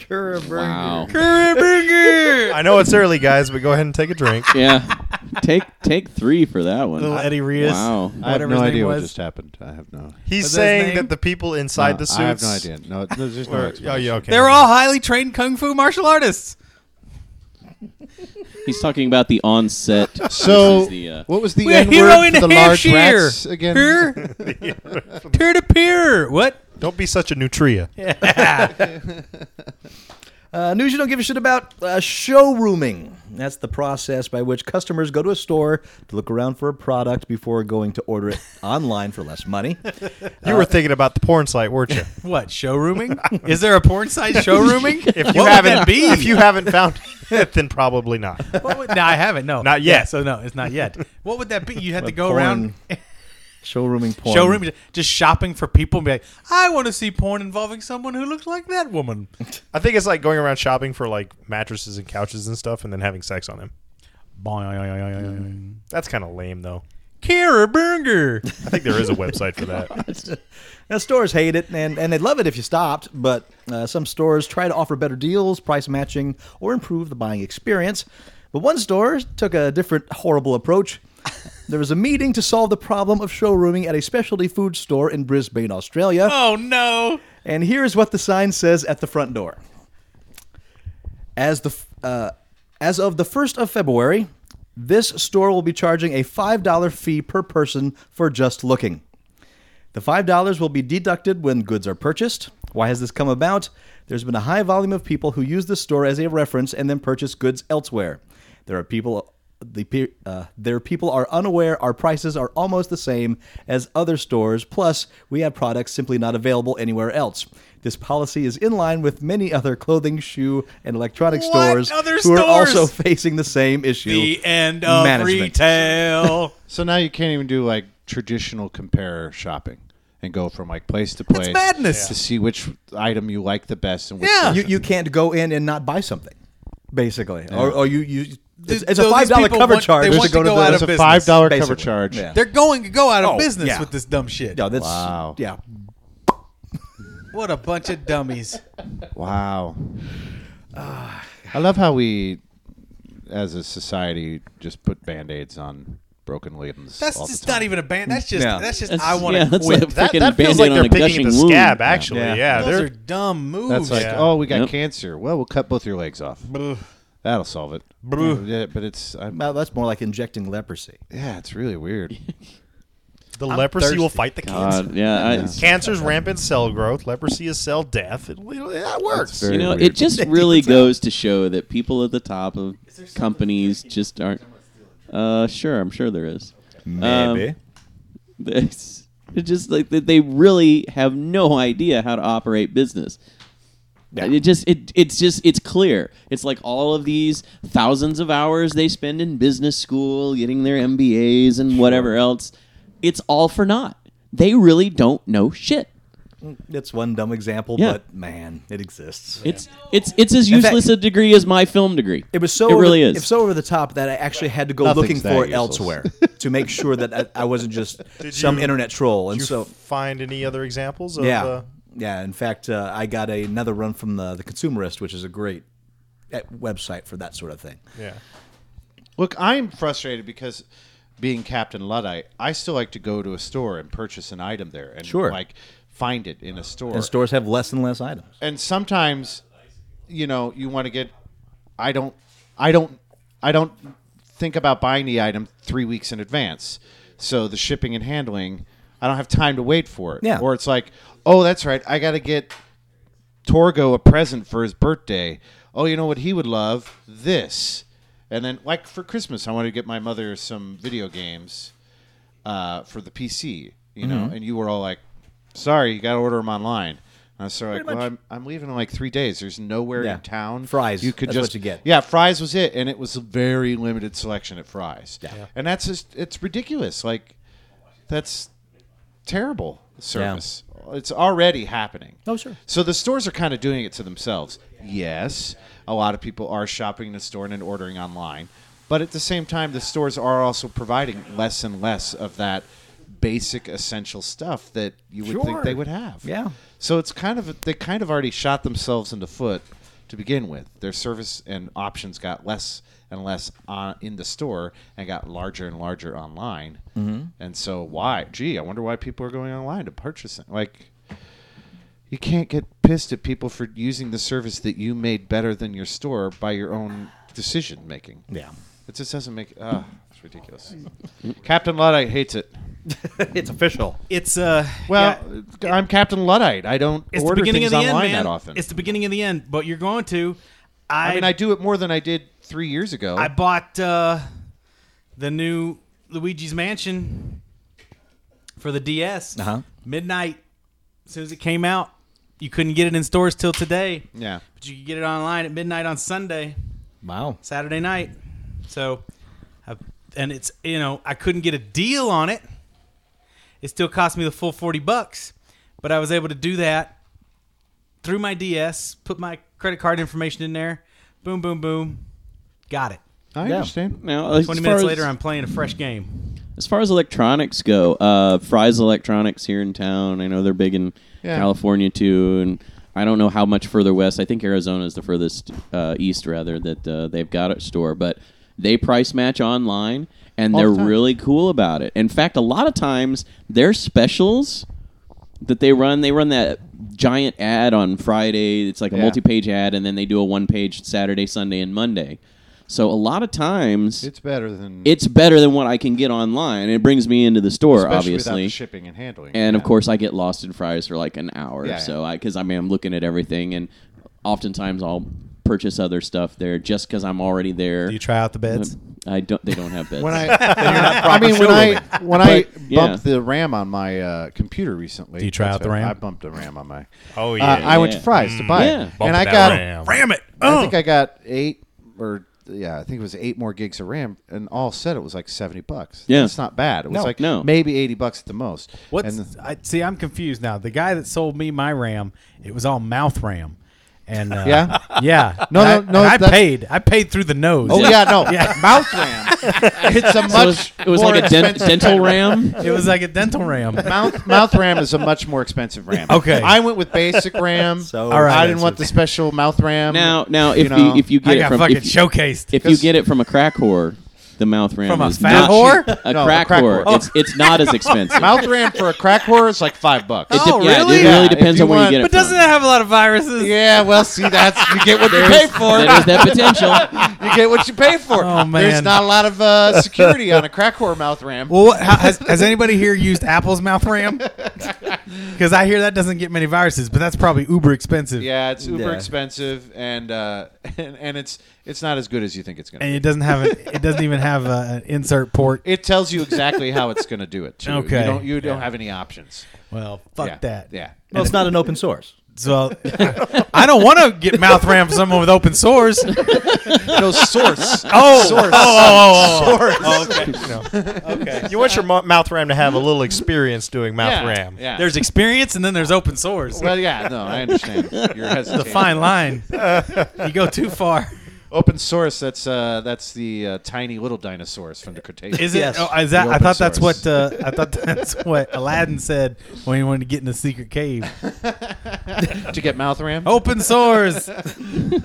[SPEAKER 6] I know it's early, guys, but go ahead and take a drink.
[SPEAKER 3] yeah. Take take three for that one.
[SPEAKER 2] Little Eddie Reyes.
[SPEAKER 3] Wow.
[SPEAKER 5] I have
[SPEAKER 2] Whatever his
[SPEAKER 5] no
[SPEAKER 2] name
[SPEAKER 5] idea
[SPEAKER 2] was.
[SPEAKER 5] what just happened. I have no.
[SPEAKER 6] He's
[SPEAKER 2] his
[SPEAKER 6] saying
[SPEAKER 2] name?
[SPEAKER 6] that the people inside
[SPEAKER 5] no,
[SPEAKER 6] the suits.
[SPEAKER 5] I have no idea. No, there's just no
[SPEAKER 6] Or, oh,
[SPEAKER 5] explanation.
[SPEAKER 6] yeah, okay.
[SPEAKER 2] They're all highly trained kung fu martial artists.
[SPEAKER 3] He's talking about the onset.
[SPEAKER 5] So,
[SPEAKER 3] This is the, uh,
[SPEAKER 5] what was the
[SPEAKER 2] We're a
[SPEAKER 5] N
[SPEAKER 2] hero
[SPEAKER 5] word
[SPEAKER 2] in
[SPEAKER 5] for the large
[SPEAKER 2] Hampshire.
[SPEAKER 5] rats again?
[SPEAKER 2] Peer, peer to peer. What?
[SPEAKER 6] Don't be such a nutria.
[SPEAKER 4] Uh, news you don't give a shit about uh, showrooming. That's the process by which customers go to a store to look around for a product before going to order it online for less money.
[SPEAKER 6] You were thinking about the porn site, weren't you?
[SPEAKER 2] What? Showrooming? Is there a porn site showrooming?
[SPEAKER 6] If you haven't, if you haven't found it, then probably not.
[SPEAKER 2] What would, no, I haven't. No,
[SPEAKER 6] Not yet.
[SPEAKER 2] Yeah, so no, it's not yet. What would that be? You had to
[SPEAKER 4] Like
[SPEAKER 2] go
[SPEAKER 4] porn.
[SPEAKER 2] around
[SPEAKER 4] Showrooming porn.
[SPEAKER 2] showroom, just shopping for people, and be like, I want to see porn involving someone who looks like that woman.
[SPEAKER 6] I think it's like going around shopping for like mattresses and couches and stuff, and then having sex on them.
[SPEAKER 2] Boing.
[SPEAKER 6] That's kind of lame, though.
[SPEAKER 2] Kara Berger.
[SPEAKER 6] I think there is a website for that.
[SPEAKER 4] Now, stores hate it, and, and they'd love it if you stopped, but uh, some stores try to offer better deals, price matching, or improve the buying experience. But one store took a different horrible approach. There was a meeting to solve the problem of showrooming at a specialty food store in Brisbane, Australia.
[SPEAKER 2] Oh no.
[SPEAKER 4] And here's what the sign says at the front door. As the f- uh, as of the first of February, this store will be charging a five dollar fee per person for just looking. The five dollars will be deducted when goods are purchased. Why has this come about? There's been a high volume of people who use this store as a reference and then purchase goods elsewhere. There are people. The pe- uh, their people are unaware our prices are almost the same as other stores. Plus, we have products simply not available anywhere else. This policy is in line with many other clothing, shoe, and electronic
[SPEAKER 2] What
[SPEAKER 4] stores
[SPEAKER 2] other
[SPEAKER 4] who are also
[SPEAKER 2] stores?
[SPEAKER 4] facing the same issue.
[SPEAKER 2] The end of
[SPEAKER 4] management.
[SPEAKER 2] retail.
[SPEAKER 5] So now you can't even do like traditional compare shopping and go from like place to place.
[SPEAKER 2] madness.
[SPEAKER 5] To see which item you like the best and which
[SPEAKER 2] Yeah.
[SPEAKER 5] doesn't.
[SPEAKER 4] you, you can't go in and not buy something, basically. Or, or you, you it's,
[SPEAKER 2] Th-
[SPEAKER 4] it's a
[SPEAKER 2] though these
[SPEAKER 4] five dollar
[SPEAKER 2] people
[SPEAKER 4] cover
[SPEAKER 2] want- they
[SPEAKER 4] charge
[SPEAKER 2] want
[SPEAKER 4] to go
[SPEAKER 2] to
[SPEAKER 4] to
[SPEAKER 2] go
[SPEAKER 4] the
[SPEAKER 2] out
[SPEAKER 5] It's
[SPEAKER 2] of
[SPEAKER 5] a
[SPEAKER 2] business,
[SPEAKER 5] five dollar cover
[SPEAKER 4] basically.
[SPEAKER 5] charge.
[SPEAKER 4] Yeah.
[SPEAKER 2] They're going to go out
[SPEAKER 6] Oh,
[SPEAKER 2] of business
[SPEAKER 4] yeah.
[SPEAKER 2] with this dumb shit.
[SPEAKER 4] No, that's
[SPEAKER 5] Wow.
[SPEAKER 4] yeah.
[SPEAKER 2] What a bunch of dummies.
[SPEAKER 5] Wow. I love how we, as a society, just put band aids on broken limbs.
[SPEAKER 2] That's
[SPEAKER 5] all the
[SPEAKER 2] just
[SPEAKER 5] time.
[SPEAKER 2] not even a band. That's just
[SPEAKER 4] Yeah.
[SPEAKER 2] that's just
[SPEAKER 3] That's-
[SPEAKER 2] I want
[SPEAKER 3] yeah,
[SPEAKER 2] to
[SPEAKER 3] that's
[SPEAKER 2] quit.
[SPEAKER 3] like-
[SPEAKER 6] That,
[SPEAKER 3] Freaking
[SPEAKER 6] that feels
[SPEAKER 3] Band-Aid
[SPEAKER 6] like
[SPEAKER 3] on
[SPEAKER 6] they're
[SPEAKER 3] a
[SPEAKER 6] picking
[SPEAKER 3] gushing
[SPEAKER 6] the
[SPEAKER 3] wound.
[SPEAKER 6] scab.
[SPEAKER 3] Yeah.
[SPEAKER 6] Actually,
[SPEAKER 4] Yeah.
[SPEAKER 6] yeah,
[SPEAKER 2] Those
[SPEAKER 6] they're
[SPEAKER 2] are dumb moves.
[SPEAKER 5] That's like,
[SPEAKER 6] Yeah.
[SPEAKER 5] oh, we got
[SPEAKER 3] Yep.
[SPEAKER 5] cancer. Well, we'll cut both your legs off. That'll solve it. Yeah, but it's I'm,
[SPEAKER 4] Well, that's more like injecting leprosy.
[SPEAKER 5] yeah, it's really weird.
[SPEAKER 6] the leprosy will fight the cancer.
[SPEAKER 3] God, yeah, I,
[SPEAKER 6] Cancer's rampant cell growth. Leprosy is cell death. It, it- that works.
[SPEAKER 5] very
[SPEAKER 3] you know,
[SPEAKER 5] weird.
[SPEAKER 3] it just really goes to show that people at the top of companies just aren't. Uh, sure, I'm sure there is. Um, Maybe. It's, it's just like that they really have no idea how to operate business. It just it it's just it's clear. It's like all of these thousands of hours they spend in business school, getting their MBAs and whatever else. It's all for naught. They really don't know shit.
[SPEAKER 4] That's one dumb example,
[SPEAKER 3] Yeah.
[SPEAKER 4] but man, it exists.
[SPEAKER 3] It's it's it's as useless a degree as my film degree.
[SPEAKER 4] It was so
[SPEAKER 3] It
[SPEAKER 4] over-
[SPEAKER 3] really is.
[SPEAKER 4] If so over the top that I actually had to go
[SPEAKER 5] Nothing's
[SPEAKER 4] looking
[SPEAKER 5] that
[SPEAKER 4] for it
[SPEAKER 5] useless.
[SPEAKER 4] elsewhere to make sure that I, I wasn't just
[SPEAKER 6] Did
[SPEAKER 4] some
[SPEAKER 6] you-
[SPEAKER 4] internet troll.
[SPEAKER 6] Did
[SPEAKER 4] And
[SPEAKER 6] you
[SPEAKER 4] so
[SPEAKER 6] find any other examples? Of,
[SPEAKER 4] yeah,
[SPEAKER 6] Uh,
[SPEAKER 4] yeah. In fact, uh, I got another run from the the Consumerist, which is a great uh, website for that sort of thing.
[SPEAKER 6] yeah.
[SPEAKER 5] Look, I'm frustrated because being Captain Luddite, I still like to go to a store and purchase an item there and
[SPEAKER 4] Sure.
[SPEAKER 5] like find it in a store.
[SPEAKER 4] And stores have less and less items.
[SPEAKER 5] and sometimes you know you want to get i don't i don't i don't think about buying the item three weeks in advance so the shipping and handling i don't have time to wait for it
[SPEAKER 4] Yeah.
[SPEAKER 5] or it's like oh that's right i gotta get torgo a present for his birthday oh you know what he would love this and then like for christmas i wanted to get my mother some video games uh, for the PC, you
[SPEAKER 4] Mm-hmm.
[SPEAKER 5] know, and you were all like, "Sorry, you got to order them online." And I was sort of like, "Well, I'm, I'm leaving in like three days. There's nowhere
[SPEAKER 4] Yeah.
[SPEAKER 5] in town.
[SPEAKER 4] Fries,
[SPEAKER 5] You could
[SPEAKER 4] that's what
[SPEAKER 5] just
[SPEAKER 4] you get.
[SPEAKER 5] Yeah, fries was it, and it was a very limited selection at fries. Yeah. and that's just it's ridiculous. Like, that's terrible service. It's already happening.
[SPEAKER 4] Oh, sure.
[SPEAKER 5] So the stores are kind of doing it to themselves. Yes, a lot of people are shopping in the store and then ordering online, but at the same time, the stores are also providing less and less of that basic essential stuff that you would think they would have.
[SPEAKER 4] Yeah.
[SPEAKER 5] So it's kind of they kind of already shot themselves in the foot to begin with. Their service and options got less and less on, in the store and got larger and larger online. Mm-hmm. And so why? Gee, I wonder why people are going online to purchase it. Like you can't get pissed at people for using the service that you made better than your store by your own decision making.
[SPEAKER 4] Yeah.
[SPEAKER 5] It just doesn't make. Ah, it's ridiculous. Captain Luddite hates it.
[SPEAKER 4] it's official.
[SPEAKER 2] It's uh
[SPEAKER 5] Well,
[SPEAKER 2] yeah,
[SPEAKER 5] I'm Captain Luddite. I don't
[SPEAKER 2] it's the
[SPEAKER 5] order
[SPEAKER 2] beginning of
[SPEAKER 5] things
[SPEAKER 2] the
[SPEAKER 5] online
[SPEAKER 2] end, man.
[SPEAKER 5] that often.
[SPEAKER 2] It's the beginning of the end, but you're going to I
[SPEAKER 5] I mean, I do it more than I did three years ago.
[SPEAKER 2] I bought uh, the new Luigi's Mansion for the DS.
[SPEAKER 4] Uh-huh.
[SPEAKER 2] Midnight. As soon as it came out, you couldn't get it in stores till today,
[SPEAKER 5] yeah.
[SPEAKER 2] but you could get it online at midnight on Sunday,
[SPEAKER 4] Wow.
[SPEAKER 2] Saturday night. So, I, and it's you know I couldn't get a deal on it. It still cost me the full forty bucks, but I was able to do that through my DS. Put my credit card information in there. Boom, boom, boom. Got it.
[SPEAKER 5] I
[SPEAKER 4] Yeah.
[SPEAKER 5] understand.
[SPEAKER 3] Now, as
[SPEAKER 2] 20
[SPEAKER 3] far
[SPEAKER 2] minutes
[SPEAKER 3] as-
[SPEAKER 2] later, I'm playing a fresh game.
[SPEAKER 3] As far as electronics go, uh, Fry's Electronics here in town. I know they're big in
[SPEAKER 5] Yeah.
[SPEAKER 3] California too, and I don't know how much further west. I think Arizona is the furthest uh, east, rather that uh, they've got a store. But they price match online, and
[SPEAKER 5] All the
[SPEAKER 3] they're
[SPEAKER 5] time.
[SPEAKER 3] really cool about it. In fact, a lot of times their specials that they run, they run that giant ad on Friday. It's like a
[SPEAKER 5] Yeah.
[SPEAKER 3] multi-page ad, and then they do a one-page Saturday, Sunday, and Monday. So a lot of times
[SPEAKER 5] It's better than
[SPEAKER 3] it's better than what I can get online. It brings me into the store,
[SPEAKER 5] especially without
[SPEAKER 3] obviously.
[SPEAKER 5] the shipping and handling.
[SPEAKER 3] and of
[SPEAKER 5] Yeah.
[SPEAKER 3] course, I get lost in fries for like an hour
[SPEAKER 5] Yeah,
[SPEAKER 3] or so because I, mean, I'm looking at everything, and oftentimes I'll purchase other stuff there just because I'm already there. Uh,
[SPEAKER 2] Do you try out the beds?
[SPEAKER 3] I don't. They don't have beds.
[SPEAKER 5] when I, I mean, when I when I
[SPEAKER 3] But,
[SPEAKER 5] bumped
[SPEAKER 3] yeah.
[SPEAKER 5] the RAM on my uh, computer recently.
[SPEAKER 2] you try
[SPEAKER 5] that's
[SPEAKER 2] out the
[SPEAKER 5] what-
[SPEAKER 2] RAM?
[SPEAKER 5] I bumped the RAM on my.
[SPEAKER 6] Oh,
[SPEAKER 5] uh,
[SPEAKER 6] yeah.
[SPEAKER 5] I went to
[SPEAKER 3] Yeah.
[SPEAKER 5] Fry's to buy
[SPEAKER 3] Yeah.
[SPEAKER 5] it, and I got
[SPEAKER 6] Ram it.
[SPEAKER 3] Oh.
[SPEAKER 5] I think I got eight or yeah, I think it was eight more gigs of RAM, and all said it was like seventy bucks.
[SPEAKER 3] Yeah.
[SPEAKER 5] it's not bad. It was
[SPEAKER 3] No.
[SPEAKER 5] like
[SPEAKER 3] No.
[SPEAKER 5] maybe eighty bucks at the most.
[SPEAKER 2] What's
[SPEAKER 5] And
[SPEAKER 2] I see? I'm confused now. The guy that sold me my RAM, it was all mouth RAM, and uh,
[SPEAKER 5] Yeah?
[SPEAKER 2] yeah.
[SPEAKER 5] No,
[SPEAKER 2] And I-
[SPEAKER 5] no, no,
[SPEAKER 2] and I
[SPEAKER 5] that's-
[SPEAKER 2] paid. I paid through the nose.
[SPEAKER 5] oh yeah, no, mouth RAM. It's a much.
[SPEAKER 3] it was, it was
[SPEAKER 5] more
[SPEAKER 3] like a dent,
[SPEAKER 5] expensive-
[SPEAKER 3] dental ram.
[SPEAKER 2] it was like a dental RAM.
[SPEAKER 5] Mouth, mouth RAM is a much more expensive RAM.
[SPEAKER 2] Okay.
[SPEAKER 5] I went with basic RAM.
[SPEAKER 4] So
[SPEAKER 5] All right. I didn't
[SPEAKER 4] expensive.
[SPEAKER 5] want the special mouth RAM.
[SPEAKER 3] Now, now, if you,
[SPEAKER 5] know.
[SPEAKER 3] if you
[SPEAKER 2] I
[SPEAKER 3] get it
[SPEAKER 2] got
[SPEAKER 3] from
[SPEAKER 2] fucking
[SPEAKER 3] if, you-
[SPEAKER 2] showcased.
[SPEAKER 3] if you get it from a crack whore, the mouth ram
[SPEAKER 2] From a
[SPEAKER 3] is
[SPEAKER 2] fat
[SPEAKER 3] not
[SPEAKER 2] whore?
[SPEAKER 3] a
[SPEAKER 5] No, a
[SPEAKER 3] crack,
[SPEAKER 5] crack
[SPEAKER 3] whore.
[SPEAKER 5] whore.
[SPEAKER 3] It's it's not as expensive.
[SPEAKER 5] mouth RAM for a crack whore is like five bucks.
[SPEAKER 3] It de-
[SPEAKER 2] Oh,
[SPEAKER 3] yeah,
[SPEAKER 2] really?
[SPEAKER 3] It really
[SPEAKER 5] Yeah, if
[SPEAKER 3] depends
[SPEAKER 5] you
[SPEAKER 3] on where
[SPEAKER 5] want-
[SPEAKER 3] you get it.
[SPEAKER 2] but doesn't
[SPEAKER 3] from.
[SPEAKER 2] it have a lot of viruses?
[SPEAKER 5] yeah, well, see, that's you get what you pay for.
[SPEAKER 3] There's that potential.
[SPEAKER 5] You get what you pay for.
[SPEAKER 2] Oh, man.
[SPEAKER 5] There's not a lot of uh, security on a crack whore mouth RAM.
[SPEAKER 2] Well, what, how, has, has anybody here used Apple's mouth RAM? Because I hear that doesn't get many viruses, but that's probably uber expensive.
[SPEAKER 5] yeah, it's uber
[SPEAKER 4] Yeah.
[SPEAKER 5] expensive, and, uh, and and it's it's not as good as you think it's gonna.
[SPEAKER 2] And
[SPEAKER 5] be.
[SPEAKER 2] it doesn't have a, it doesn't even have a, an insert port.
[SPEAKER 5] It tells you exactly how it's gonna do it. Too.
[SPEAKER 2] Okay.
[SPEAKER 5] you don't you don't have any options.
[SPEAKER 2] Well, fuck
[SPEAKER 5] yeah.
[SPEAKER 2] that.
[SPEAKER 5] Yeah,
[SPEAKER 4] Well, it's not an open source.
[SPEAKER 2] So I don't want to get mouth ram from someone with open source. Oh,
[SPEAKER 5] no source.
[SPEAKER 2] oh, oh, oh, oh.
[SPEAKER 6] You want your mu- mouth ram to have a little experience doing mouth
[SPEAKER 5] yeah,
[SPEAKER 6] ram.
[SPEAKER 5] Yeah.
[SPEAKER 2] oh. There's experience, and then there's open source.
[SPEAKER 5] well, yeah. No, I understand. You're hesitating.
[SPEAKER 2] Fine line. You go too far.
[SPEAKER 5] Open source. That's uh, that's the uh, tiny little dinosaurs from the Cretaceous.
[SPEAKER 2] Is it?
[SPEAKER 4] Yes.
[SPEAKER 2] oh, is that?
[SPEAKER 5] The
[SPEAKER 2] I
[SPEAKER 5] open
[SPEAKER 2] thought that's
[SPEAKER 5] source.
[SPEAKER 2] what. Uh, I thought that's what Aladdin said when he wanted to get in the secret cave.
[SPEAKER 5] to get mouth ram?
[SPEAKER 2] Open source.
[SPEAKER 5] in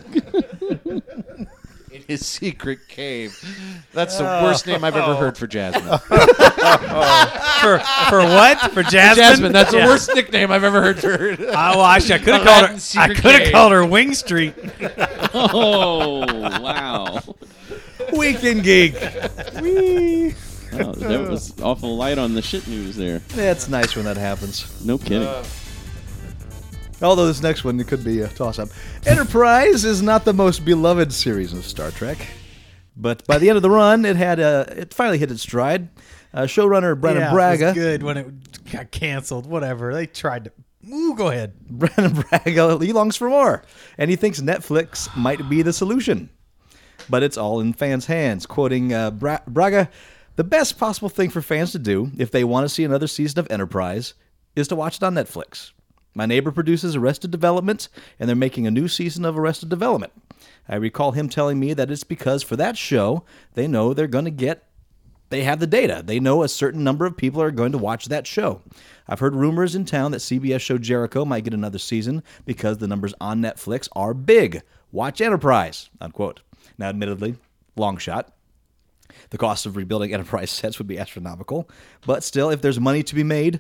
[SPEAKER 5] his secret cave. That's the
[SPEAKER 2] Oh.
[SPEAKER 5] worst name I've ever heard for Jasmine.
[SPEAKER 2] for for what? For Jasmine?
[SPEAKER 5] Jasmine, that's
[SPEAKER 2] Yeah.
[SPEAKER 5] the worst nickname I've ever heard for her.
[SPEAKER 2] I, well, actually, I could have called her.
[SPEAKER 5] Aladdin's
[SPEAKER 2] I
[SPEAKER 5] secret
[SPEAKER 2] could have
[SPEAKER 5] cave.
[SPEAKER 2] called her Wing Street.
[SPEAKER 3] Oh wow!
[SPEAKER 4] Weekend geek.
[SPEAKER 3] Oh, that was awful light on the shit news there.
[SPEAKER 4] That's nice when that happens.
[SPEAKER 3] No kidding.
[SPEAKER 4] Although this next one could be a toss-up. Enterprise is not the most beloved series of Star Trek, but by the end of the run, it had uh, it finally hit its stride. Uh, showrunner Brennan
[SPEAKER 2] Yeah, it was
[SPEAKER 4] Braga
[SPEAKER 2] good when it got canceled. Whatever they tried to. Ooh, go ahead.
[SPEAKER 4] Brandon Braga, he longs for more, and he thinks Netflix might be the solution. But it's all in fans' hands. Quoting uh, Bra- Braga, the best possible thing for fans to do if they want to see another season of Enterprise is to watch it on Netflix. My neighbor produces Arrested Development, and they're making a new season of Arrested Development. I recall him telling me that it's because for that show, they know they're going to get they have the data. They know a certain number of people are going to watch that show. I've heard rumors in town that CBS show Jericho might get another season because the numbers on Netflix are big. Watch Enterprise. Unquote. Now, admittedly, long shot. The cost of rebuilding Enterprise sets would be astronomical, but still, if there's money to be made,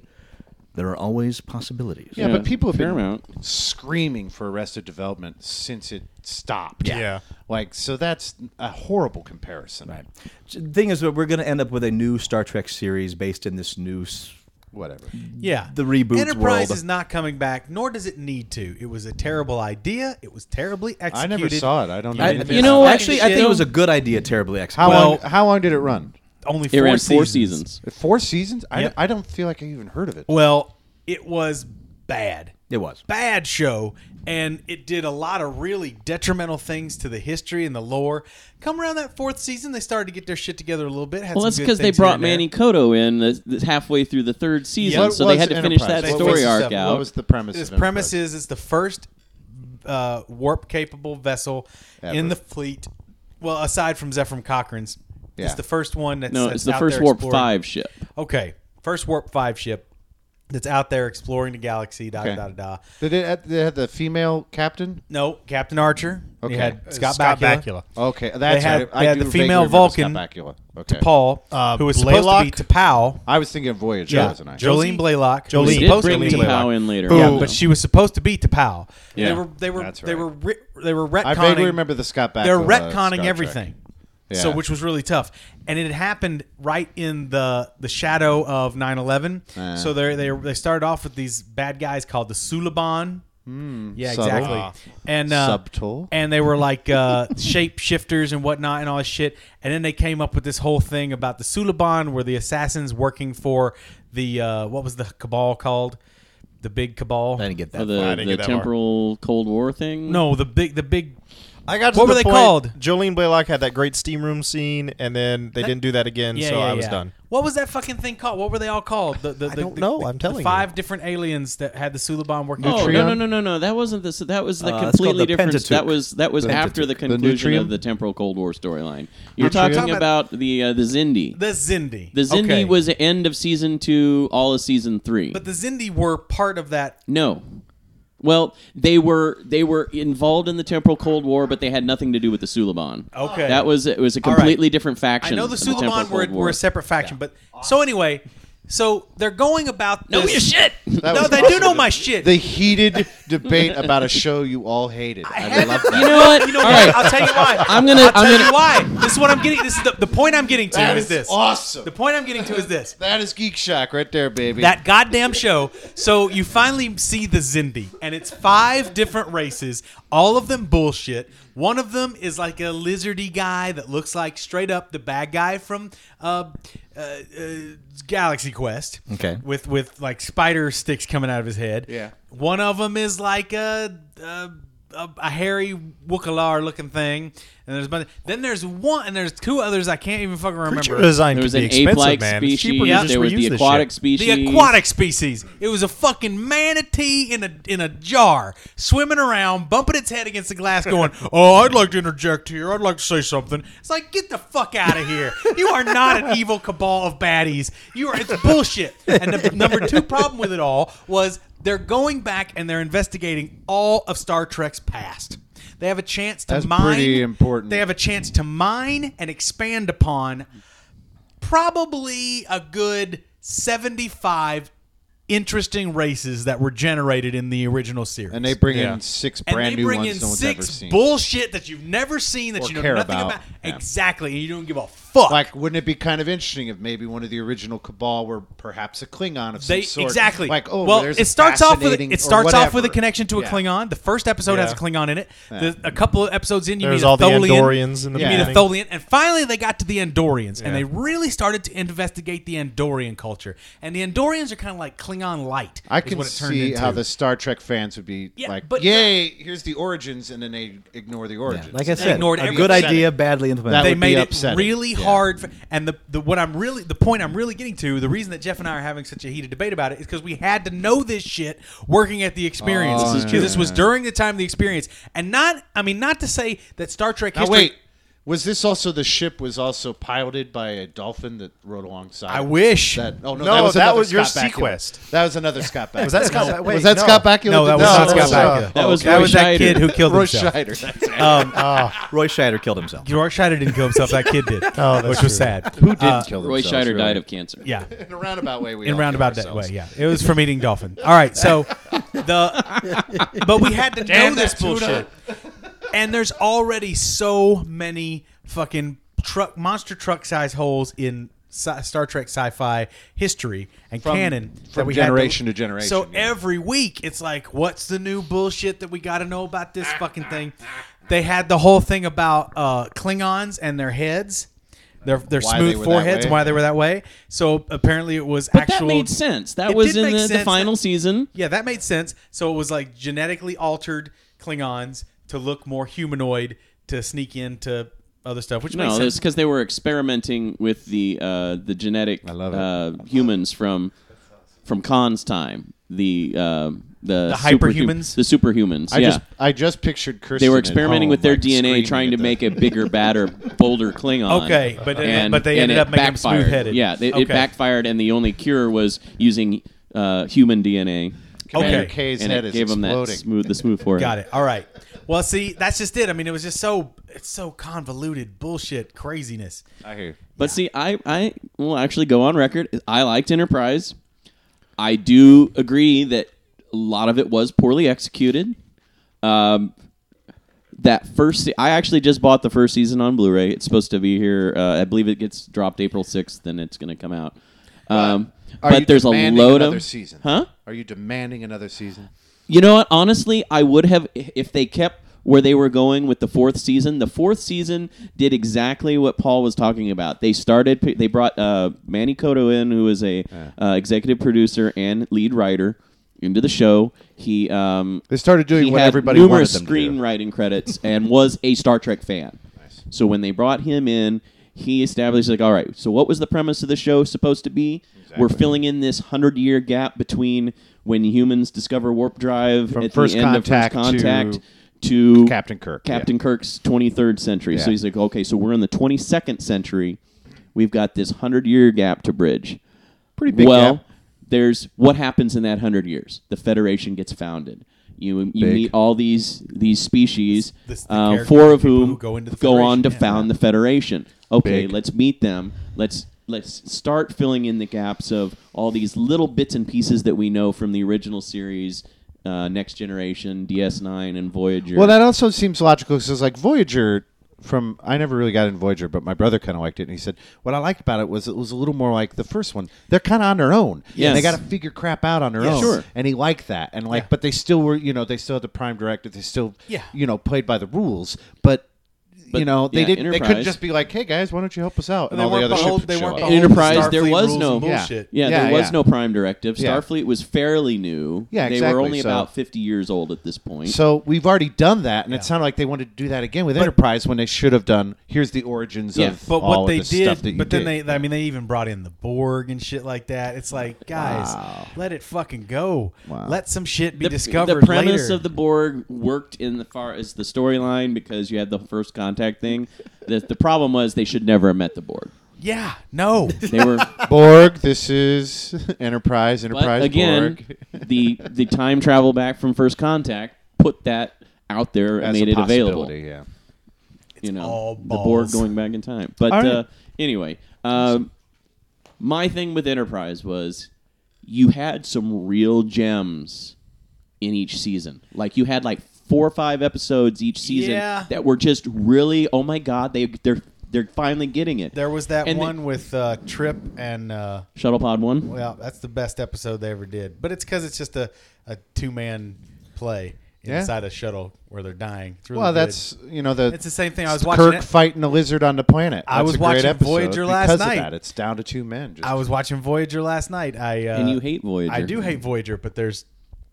[SPEAKER 4] There are always possibilities.
[SPEAKER 5] Yeah, but people have been
[SPEAKER 3] Paramount.
[SPEAKER 5] screaming for Arrested Development since it stopped.
[SPEAKER 6] Yeah. Yeah.
[SPEAKER 5] like so that's a horrible comparison.
[SPEAKER 4] Right. The thing is, that we're going to end up with a new Star Trek series based in this new. s-
[SPEAKER 5] Whatever.
[SPEAKER 2] Yeah.
[SPEAKER 4] The reboot
[SPEAKER 2] Enterprise
[SPEAKER 4] world.
[SPEAKER 2] is not coming back, nor does it need to. It was a terrible idea. It was terribly
[SPEAKER 5] I
[SPEAKER 2] executed.
[SPEAKER 5] never saw it. I don't know.
[SPEAKER 2] I-
[SPEAKER 3] you know what?
[SPEAKER 4] Actually, I think it was a good idea. Terribly
[SPEAKER 5] how
[SPEAKER 4] executed.
[SPEAKER 5] long? How long did it run?
[SPEAKER 2] Only four
[SPEAKER 3] It ran
[SPEAKER 2] seasons.
[SPEAKER 3] four seasons.
[SPEAKER 5] Four seasons? I,
[SPEAKER 2] Yep.
[SPEAKER 5] I don't feel like I even heard of it.
[SPEAKER 2] Well, it was bad.
[SPEAKER 4] It was.
[SPEAKER 2] Bad show, and it did a lot of really detrimental things to the history and the lore. Come around that fourth season, they started to get their shit together a little bit. Had
[SPEAKER 3] Well,
[SPEAKER 2] some
[SPEAKER 3] that's
[SPEAKER 2] good
[SPEAKER 3] because they
[SPEAKER 2] things here
[SPEAKER 3] brought
[SPEAKER 2] and there.
[SPEAKER 3] Manny Koto in the, the- halfway through the third season,
[SPEAKER 5] What
[SPEAKER 3] so they
[SPEAKER 5] was
[SPEAKER 3] had to finish
[SPEAKER 5] Enterprise?
[SPEAKER 3] that
[SPEAKER 5] What
[SPEAKER 3] story
[SPEAKER 5] was-
[SPEAKER 3] arc
[SPEAKER 2] seven-
[SPEAKER 3] out.
[SPEAKER 5] What was the premise?
[SPEAKER 2] This
[SPEAKER 5] of Enterprise?
[SPEAKER 2] premise is it's the first uh, warp capable vessel
[SPEAKER 5] Ever.
[SPEAKER 2] in the fleet. Well, aside from Zephram Cochrane's,
[SPEAKER 5] Yeah.
[SPEAKER 2] it's the first one that's
[SPEAKER 3] no,
[SPEAKER 2] that's
[SPEAKER 3] it's the
[SPEAKER 2] out
[SPEAKER 3] first
[SPEAKER 2] there
[SPEAKER 3] Warp
[SPEAKER 2] exploring-
[SPEAKER 3] Five ship.
[SPEAKER 2] Okay, first warp five ship that's out there exploring the galaxy. Da
[SPEAKER 5] Okay.
[SPEAKER 2] da da da.
[SPEAKER 5] Did it have- they had the female captain?
[SPEAKER 2] No, Captain Archer.
[SPEAKER 5] Okay.
[SPEAKER 2] You had
[SPEAKER 5] Uh,
[SPEAKER 2] Scott,
[SPEAKER 6] Scott
[SPEAKER 2] Bakula.
[SPEAKER 6] Bakula.
[SPEAKER 5] Okay, that's
[SPEAKER 2] had-
[SPEAKER 5] right.
[SPEAKER 2] they had
[SPEAKER 5] do
[SPEAKER 2] the female
[SPEAKER 5] vaguely remember Scott
[SPEAKER 2] Vulcan
[SPEAKER 5] Bakula. Okay.
[SPEAKER 2] Paul,
[SPEAKER 6] Uh,
[SPEAKER 2] who was supposed
[SPEAKER 6] Blaylock?
[SPEAKER 2] to be T'Pau.
[SPEAKER 5] I was thinking of Voyager,
[SPEAKER 2] Yeah,
[SPEAKER 5] wasn't I?
[SPEAKER 2] Jolene Blaylock. who was
[SPEAKER 6] Jolene.
[SPEAKER 3] They did
[SPEAKER 6] supposed to
[SPEAKER 3] bring
[SPEAKER 6] be
[SPEAKER 3] T'Pau
[SPEAKER 6] Leela.
[SPEAKER 3] in later.
[SPEAKER 2] Yeah,
[SPEAKER 3] on,
[SPEAKER 2] but
[SPEAKER 3] though.
[SPEAKER 2] she was supposed to be T'Pau.
[SPEAKER 3] Yeah.
[SPEAKER 2] They were they were
[SPEAKER 5] That's
[SPEAKER 2] they
[SPEAKER 5] right.
[SPEAKER 2] were re- they were retconning.
[SPEAKER 5] I vaguely remember the Scott Bakula. uh,
[SPEAKER 2] They're
[SPEAKER 5] Star
[SPEAKER 2] retconning
[SPEAKER 5] Trek.
[SPEAKER 2] everything.
[SPEAKER 5] Yeah.
[SPEAKER 2] So which was really tough. And it had happened right in the the shadow of 9/11.
[SPEAKER 5] Uh.
[SPEAKER 2] so they they they started off with these bad guys called the Suliban. yeah,
[SPEAKER 5] subtle.
[SPEAKER 2] exactly.
[SPEAKER 5] Ah.
[SPEAKER 2] And uh,
[SPEAKER 5] Subtle.
[SPEAKER 2] And they were like uh, shapeshifters and whatnot and all this shit. And then they came up with this whole thing about the Suliban were the assassins working for the uh, what was the cabal called? The big cabal.
[SPEAKER 4] I didn't get
[SPEAKER 3] Oh,
[SPEAKER 4] that.
[SPEAKER 3] the,
[SPEAKER 6] didn't
[SPEAKER 3] the
[SPEAKER 6] get that far.
[SPEAKER 3] temporal Cold War thing.
[SPEAKER 2] no, the big the big
[SPEAKER 6] I got to
[SPEAKER 2] What
[SPEAKER 6] the
[SPEAKER 2] were they
[SPEAKER 6] point-
[SPEAKER 2] called?
[SPEAKER 6] Jolene Blaylock had that great steam room scene, and then they didn't do that again, so I was done.
[SPEAKER 2] What was that fucking thing called? What were they all called? The, the,
[SPEAKER 6] I
[SPEAKER 2] the-
[SPEAKER 6] don't
[SPEAKER 2] the-
[SPEAKER 6] know.
[SPEAKER 2] the-
[SPEAKER 6] I'm telling
[SPEAKER 2] the
[SPEAKER 6] you.
[SPEAKER 2] five different aliens that had the Suliban working.
[SPEAKER 3] Oh,
[SPEAKER 2] for
[SPEAKER 5] Neutron?
[SPEAKER 3] no, no, no, no, no. That wasn't the. That was the
[SPEAKER 4] Uh, it's
[SPEAKER 3] completely
[SPEAKER 4] called the
[SPEAKER 3] different.
[SPEAKER 4] Pentateuch.
[SPEAKER 3] That was that was after the
[SPEAKER 5] Pentateuch. The
[SPEAKER 3] conclusion
[SPEAKER 5] Neutrium?
[SPEAKER 3] of the temporal Cold War storyline. You're
[SPEAKER 5] Neutrium?
[SPEAKER 3] talking about the uh, the Zindi.
[SPEAKER 2] Oh, the Zindi.
[SPEAKER 3] The Zindi
[SPEAKER 2] Okay.
[SPEAKER 3] was the end of season two, all of season three.
[SPEAKER 2] But the Zindi were part of that.
[SPEAKER 3] no. Well, they were they were involved in the temporal Cold War, but they had nothing to do with the Suliban.
[SPEAKER 2] Okay.
[SPEAKER 3] that was it was a
[SPEAKER 2] right.
[SPEAKER 3] completely different
[SPEAKER 2] I
[SPEAKER 3] faction.
[SPEAKER 2] know the
[SPEAKER 3] of temporal
[SPEAKER 2] Suliban were,
[SPEAKER 3] Cold War.
[SPEAKER 2] were a separate faction, but so anyway, so they're going about.
[SPEAKER 3] No,
[SPEAKER 2] this-
[SPEAKER 3] your shit.
[SPEAKER 5] That
[SPEAKER 2] No,
[SPEAKER 5] was
[SPEAKER 2] they
[SPEAKER 5] awesome.
[SPEAKER 2] do know my shit.
[SPEAKER 5] The heated debate about a show you all hated. I, love that.
[SPEAKER 3] You know what?
[SPEAKER 2] You know
[SPEAKER 3] all
[SPEAKER 2] what?
[SPEAKER 3] right.
[SPEAKER 2] I'll tell you why.
[SPEAKER 3] I'm gonna-
[SPEAKER 2] I'll
[SPEAKER 3] I'm
[SPEAKER 2] tell
[SPEAKER 3] gonna-
[SPEAKER 2] you why. This is what I'm getting. This is the, the point I'm getting to.
[SPEAKER 5] That
[SPEAKER 2] is
[SPEAKER 5] is
[SPEAKER 2] this
[SPEAKER 5] awesome.
[SPEAKER 2] The point I'm getting to is this.
[SPEAKER 5] that is Geek Shock right there, baby.
[SPEAKER 2] That goddamn show. So you finally see the Zindi, and it's five different races, all of them bullshit. One of them is like a lizardy guy that looks like straight up the bad guy from uh, uh, uh, Galaxy Quest.
[SPEAKER 4] Okay.
[SPEAKER 2] With with like spider sticks coming out of his head.
[SPEAKER 5] Yeah.
[SPEAKER 2] One of them is like a. a a, a hairy wukalar looking thing, and there's but then there's one and there's two others I can't even fucking remember.
[SPEAKER 6] Creature design
[SPEAKER 3] There
[SPEAKER 6] could
[SPEAKER 3] was
[SPEAKER 6] be
[SPEAKER 3] an
[SPEAKER 6] expensive,
[SPEAKER 3] ape-like
[SPEAKER 6] man. It's
[SPEAKER 3] species.
[SPEAKER 6] cheaper to just
[SPEAKER 3] there was
[SPEAKER 6] reuse
[SPEAKER 3] the
[SPEAKER 6] this
[SPEAKER 3] aquatic
[SPEAKER 6] shit.
[SPEAKER 3] species.
[SPEAKER 2] The aquatic species. It was a fucking manatee in a in a jar, swimming around, bumping its head against the glass, going, "Oh, I'd like to interject here. I'd like to say something." It's like, get the fuck out of here. You are not an evil cabal of baddies. You are. It's bullshit. And the number two problem with it all was they're going back and they're investigating all of Star Trek's past. They have a chance to
[SPEAKER 5] That's
[SPEAKER 2] mine.
[SPEAKER 5] pretty important.
[SPEAKER 2] They have a chance to mine and expand upon probably a good 75 interesting races that were generated in the original series.
[SPEAKER 5] and they bring
[SPEAKER 6] Yeah.
[SPEAKER 5] in six
[SPEAKER 2] And
[SPEAKER 5] brand
[SPEAKER 2] they
[SPEAKER 5] new
[SPEAKER 2] bring
[SPEAKER 5] ones
[SPEAKER 2] in
[SPEAKER 5] no one's ever
[SPEAKER 2] six
[SPEAKER 5] seen.
[SPEAKER 2] bullshit that you've never seen that
[SPEAKER 5] Or
[SPEAKER 2] you know
[SPEAKER 5] care
[SPEAKER 2] nothing
[SPEAKER 5] about.
[SPEAKER 2] about.
[SPEAKER 5] Yeah.
[SPEAKER 2] Exactly, and you don't give a fuck.
[SPEAKER 5] like, wouldn't it be kind of interesting if maybe one of the original Cabal were perhaps a Klingon of some
[SPEAKER 2] they
[SPEAKER 5] sort?
[SPEAKER 2] exactly
[SPEAKER 5] Like, oh,
[SPEAKER 2] well,
[SPEAKER 5] there's
[SPEAKER 2] it
[SPEAKER 5] a
[SPEAKER 2] starts off with
[SPEAKER 5] fascinating-
[SPEAKER 2] it
[SPEAKER 5] or
[SPEAKER 2] starts off with a
[SPEAKER 5] whatever.
[SPEAKER 2] connection to a
[SPEAKER 5] Yeah.
[SPEAKER 2] Klingon. The first episode has a
[SPEAKER 6] Yeah.
[SPEAKER 2] Klingon in it. The, a couple of episodes in, you
[SPEAKER 6] There's
[SPEAKER 2] meet a
[SPEAKER 6] all the
[SPEAKER 2] Tholian.
[SPEAKER 6] Andorians in the
[SPEAKER 2] you meet a
[SPEAKER 6] beginning.
[SPEAKER 2] Tholian, and finally they got to the Andorians, and
[SPEAKER 6] Yeah.
[SPEAKER 2] they really started to investigate the Andorian culture. And the Andorians are kind of like Klingon light.
[SPEAKER 5] I
[SPEAKER 2] is
[SPEAKER 5] can
[SPEAKER 2] what it turned
[SPEAKER 5] see
[SPEAKER 2] into.
[SPEAKER 5] how the Star Trek fans would be
[SPEAKER 2] Yeah,
[SPEAKER 5] like,
[SPEAKER 2] but-
[SPEAKER 5] "Yay, here's the origins," and then they ignore the
[SPEAKER 4] Yeah,
[SPEAKER 5] origins.
[SPEAKER 4] like I said,
[SPEAKER 2] ignored
[SPEAKER 4] a
[SPEAKER 2] every-
[SPEAKER 4] good
[SPEAKER 2] upsetting.
[SPEAKER 4] idea, badly implemented.
[SPEAKER 5] That
[SPEAKER 2] they
[SPEAKER 5] would be
[SPEAKER 2] made it
[SPEAKER 5] upsetting.
[SPEAKER 2] really
[SPEAKER 5] Yeah.
[SPEAKER 2] hard for, and the, the what i'm really the point i'm really getting to the reason that jeff and i are having such a heated debate about it is because we had to know this shit working at the experience
[SPEAKER 5] Oh,
[SPEAKER 2] this,
[SPEAKER 5] This is true.
[SPEAKER 2] was during the time of the experience and not i mean not to say that star trek
[SPEAKER 5] now
[SPEAKER 2] history
[SPEAKER 5] wait, Was this also the ship was also piloted by a dolphin that rode alongside?
[SPEAKER 6] I wish.
[SPEAKER 5] That, oh no,
[SPEAKER 6] No,
[SPEAKER 5] that was,
[SPEAKER 6] that
[SPEAKER 5] another
[SPEAKER 6] was your
[SPEAKER 5] Scott Bakula.
[SPEAKER 6] Sequest.
[SPEAKER 5] That was another Scott Bakula.
[SPEAKER 6] Was that Scott Bakula?
[SPEAKER 5] was
[SPEAKER 6] Wait,
[SPEAKER 5] that
[SPEAKER 6] no.
[SPEAKER 5] Scott Bakula?
[SPEAKER 2] No, that
[SPEAKER 5] did
[SPEAKER 2] was not
[SPEAKER 5] that
[SPEAKER 2] Scott
[SPEAKER 6] uh,
[SPEAKER 2] Bakula.
[SPEAKER 3] That was
[SPEAKER 2] that
[SPEAKER 3] Roy
[SPEAKER 2] was that kid
[SPEAKER 3] Scheider.
[SPEAKER 2] who killed
[SPEAKER 5] Roy
[SPEAKER 2] himself.
[SPEAKER 5] Scheider. That's it.
[SPEAKER 4] Roy Scheider killed himself.
[SPEAKER 2] Roy Scheider didn't kill himself. That kid did,
[SPEAKER 6] that's
[SPEAKER 2] which was
[SPEAKER 6] true.
[SPEAKER 2] sad.
[SPEAKER 5] Oh, Who didn't kill
[SPEAKER 3] Roy Scheider
[SPEAKER 5] themselves, really?
[SPEAKER 3] died of cancer.
[SPEAKER 2] Yeah,
[SPEAKER 5] In a roundabout way. We
[SPEAKER 2] in
[SPEAKER 5] all
[SPEAKER 2] roundabout
[SPEAKER 5] killed
[SPEAKER 2] that
[SPEAKER 5] ourselves.
[SPEAKER 2] way. Yeah, it was from eating dolphin. All right, so the but we had to
[SPEAKER 5] Damn
[SPEAKER 2] know this
[SPEAKER 5] that tuna.
[SPEAKER 2] bullshit. And there's already so many fucking truck monster truck size holes in sci- Star Trek sci-fi history and
[SPEAKER 5] From-
[SPEAKER 2] canon
[SPEAKER 5] from
[SPEAKER 2] that we had
[SPEAKER 5] generation to generation,
[SPEAKER 2] So
[SPEAKER 5] yeah.
[SPEAKER 2] every week it's like, what's the new bullshit that we got to know about this fucking thing? They had the whole thing about uh, Klingons and their heads. Their, their
[SPEAKER 5] Why they
[SPEAKER 2] smooth
[SPEAKER 5] were that
[SPEAKER 2] foreheads
[SPEAKER 5] way.
[SPEAKER 2] and why they were that way. So apparently it was
[SPEAKER 3] But
[SPEAKER 2] actual
[SPEAKER 3] that made sense. That
[SPEAKER 2] It
[SPEAKER 3] was
[SPEAKER 2] did
[SPEAKER 3] in
[SPEAKER 2] make
[SPEAKER 3] the, the
[SPEAKER 2] sense.
[SPEAKER 3] final season.
[SPEAKER 2] yeah, that made sense. So it was like genetically altered Klingons to look more humanoid to sneak into other stuff, which
[SPEAKER 3] No,
[SPEAKER 2] makes
[SPEAKER 3] that's
[SPEAKER 2] sense.
[SPEAKER 3] because they were experimenting with the uh, the genetic
[SPEAKER 5] love it.
[SPEAKER 3] uh, humans from from Khan's time. The uh, the,
[SPEAKER 2] The
[SPEAKER 3] super-
[SPEAKER 2] hyperhumans?
[SPEAKER 3] the superhumans.
[SPEAKER 5] I
[SPEAKER 3] yeah,
[SPEAKER 5] just I just pictured Kirsten.
[SPEAKER 3] they were
[SPEAKER 5] at
[SPEAKER 3] experimenting
[SPEAKER 5] home,
[SPEAKER 2] Oh,
[SPEAKER 3] with their
[SPEAKER 5] like,
[SPEAKER 3] DNA,
[SPEAKER 5] screaming
[SPEAKER 3] trying
[SPEAKER 5] at
[SPEAKER 3] to
[SPEAKER 5] the-
[SPEAKER 3] make a bigger, badder, bolder Klingon.
[SPEAKER 2] Okay, but it-
[SPEAKER 3] and,
[SPEAKER 2] but they
[SPEAKER 3] and
[SPEAKER 2] ended
[SPEAKER 3] it
[SPEAKER 2] up making them
[SPEAKER 3] backfired.
[SPEAKER 2] smooth-headed.
[SPEAKER 3] Yeah, they, it
[SPEAKER 2] Okay.
[SPEAKER 3] backfired, and the only cure was using uh, human DNA.
[SPEAKER 5] Commander
[SPEAKER 2] Okay.
[SPEAKER 5] K's
[SPEAKER 3] and
[SPEAKER 5] head
[SPEAKER 3] it
[SPEAKER 5] is
[SPEAKER 3] gave them that
[SPEAKER 5] exploding.
[SPEAKER 3] smooth, the smooth forehead.
[SPEAKER 2] Got it. All right. Well, see, that's just it. I mean, it was just so it's so convoluted, bullshit, craziness.
[SPEAKER 5] I hear. you.
[SPEAKER 3] But see, I, I will actually go on record. I liked Enterprise. I do agree that a lot of it was poorly executed. Um, that first, se- I actually just bought the first season on Blu-ray. It's supposed to be here. Uh, I believe it gets dropped April sixth, and it's going to come out. Um,
[SPEAKER 5] Are you
[SPEAKER 3] but there's a
[SPEAKER 5] demanding
[SPEAKER 3] load
[SPEAKER 5] another
[SPEAKER 3] of
[SPEAKER 5] season.
[SPEAKER 3] huh?
[SPEAKER 5] Are you demanding another season?
[SPEAKER 3] You know what? Honestly, I would have if they kept where they were going with the fourth season. The fourth season did exactly what Paul was talking about. They started. They brought uh, Manny Cotto in, who is a uh, executive producer and lead writer, into the show. He um,
[SPEAKER 5] They started doing
[SPEAKER 3] he
[SPEAKER 5] what
[SPEAKER 3] had
[SPEAKER 5] everybody
[SPEAKER 3] numerous
[SPEAKER 5] wanted them to do.
[SPEAKER 3] screenwriting credits and was a Star Trek fan. So when they brought him in, he established like, all right, so what was the premise of the show supposed to be? We're filling in this hundred year gap between when humans discover warp drive
[SPEAKER 5] From
[SPEAKER 3] at
[SPEAKER 5] First
[SPEAKER 3] the end
[SPEAKER 5] Contact
[SPEAKER 3] of first contact to,
[SPEAKER 5] Captain Kirk, yeah.
[SPEAKER 3] Captain Kirk's twenty third century. So
[SPEAKER 5] Yeah.
[SPEAKER 3] he's like, okay, so we're in the twenty second century. We've got this hundred year gap to bridge.
[SPEAKER 5] Pretty big
[SPEAKER 3] Well,
[SPEAKER 5] gap.
[SPEAKER 3] there's what happens in that hundred years. The Federation gets founded. You you
[SPEAKER 5] Big.
[SPEAKER 3] meet all these these species,
[SPEAKER 2] This- the
[SPEAKER 3] uh,
[SPEAKER 2] characters,
[SPEAKER 3] four of
[SPEAKER 2] people
[SPEAKER 3] whom
[SPEAKER 2] who go into the
[SPEAKER 3] on
[SPEAKER 2] Federation,
[SPEAKER 3] to
[SPEAKER 2] yeah.
[SPEAKER 3] found the Federation. Okay,
[SPEAKER 5] Big.
[SPEAKER 3] let's meet them. Let's let's start filling in the gaps of all these little bits and pieces that we know from the original series, uh, Next Generation, DS9, and Voyager.
[SPEAKER 5] Well, that also seems logical because it's like Voyager. From I never really got in Voyager, but my brother kind of liked it, and he said what I liked about it was it was a little more like the first one. They're kind of on their own.
[SPEAKER 3] Yes.
[SPEAKER 5] they got to figure crap out on their own.
[SPEAKER 3] Sure.
[SPEAKER 5] and he liked that, and like, but they still were, you know, they still had the prime directive. They still,
[SPEAKER 2] Yeah.
[SPEAKER 5] you know, played by the rules, but. you
[SPEAKER 3] But,
[SPEAKER 5] know they
[SPEAKER 3] yeah,
[SPEAKER 5] didn't. They couldn't
[SPEAKER 3] Enterprise-
[SPEAKER 5] just be like, "Hey guys, why don't you help us out?" And,
[SPEAKER 6] they
[SPEAKER 5] all the
[SPEAKER 6] weren't
[SPEAKER 5] other
[SPEAKER 6] behold-
[SPEAKER 5] ships
[SPEAKER 6] they
[SPEAKER 5] would show
[SPEAKER 6] weren't
[SPEAKER 5] up.
[SPEAKER 3] in Enterprise, there
[SPEAKER 2] Starfleet
[SPEAKER 3] was
[SPEAKER 2] rules
[SPEAKER 3] no
[SPEAKER 2] and bullshit.
[SPEAKER 3] Yeah,
[SPEAKER 5] Yeah,
[SPEAKER 3] there was
[SPEAKER 5] yeah.
[SPEAKER 3] no prime directive.
[SPEAKER 5] Yeah.
[SPEAKER 3] Starfleet was fairly new.
[SPEAKER 5] Yeah,
[SPEAKER 3] they were
[SPEAKER 5] exactly,
[SPEAKER 3] only
[SPEAKER 5] so-
[SPEAKER 3] about fifty years old at this point.
[SPEAKER 5] So we've already done that, and it sounded like they wanted to do that again with Enterprise when they should have done. Here's the origins
[SPEAKER 3] Yeah,
[SPEAKER 5] of
[SPEAKER 2] But
[SPEAKER 5] all
[SPEAKER 2] what
[SPEAKER 5] of
[SPEAKER 2] they
[SPEAKER 5] the stuff
[SPEAKER 2] did,
[SPEAKER 5] that you
[SPEAKER 2] but then
[SPEAKER 5] did.
[SPEAKER 2] they, I mean, they even brought in the Borg and shit like that. It's like, guys, let it fucking go. Let some shit be discovered
[SPEAKER 3] The premise
[SPEAKER 2] later.
[SPEAKER 3] of the Borg worked in the far as the storyline because you had the first contact thing. The, the problem was they should never have met the Borg.
[SPEAKER 2] yeah, no,
[SPEAKER 3] They were
[SPEAKER 5] Borg, this is Enterprise. Enterprise
[SPEAKER 3] but again
[SPEAKER 5] Borg.
[SPEAKER 3] the the time travel back from first contact put that out there and
[SPEAKER 5] As
[SPEAKER 3] made
[SPEAKER 5] a
[SPEAKER 3] it available.
[SPEAKER 5] possibility, Yeah.
[SPEAKER 3] you know,
[SPEAKER 2] all
[SPEAKER 3] the board
[SPEAKER 2] balls.
[SPEAKER 3] going back in time. But
[SPEAKER 5] right.
[SPEAKER 3] uh, anyway, um, my thing with Enterprise was you had some real gems in each season. Like you had like four or five episodes each season
[SPEAKER 2] Yeah.
[SPEAKER 3] that were just really, oh my god, they they're they're finally getting it.
[SPEAKER 2] there was that
[SPEAKER 3] And the-
[SPEAKER 2] one with uh, Trip and. Uh,
[SPEAKER 3] Shuttlepod one.
[SPEAKER 2] Well, that's the best episode they ever did. But it's because it's just a, a two man play
[SPEAKER 5] Yeah.
[SPEAKER 2] inside a shuttle where they're dying. It's really
[SPEAKER 5] Well,
[SPEAKER 2] good.
[SPEAKER 5] that's you know the.
[SPEAKER 2] It's the same thing. I was
[SPEAKER 5] Kirk
[SPEAKER 2] watching it-
[SPEAKER 5] fighting a lizard on the planet.
[SPEAKER 2] I
[SPEAKER 5] That's
[SPEAKER 2] was
[SPEAKER 5] a great
[SPEAKER 2] watching
[SPEAKER 5] episode
[SPEAKER 2] Voyager last
[SPEAKER 5] because
[SPEAKER 2] night.
[SPEAKER 5] Of that. It's down to two men. Just
[SPEAKER 2] I was watching Voyager last night. I uh,
[SPEAKER 3] And you hate Voyager.
[SPEAKER 2] I do hate Voyager, but there's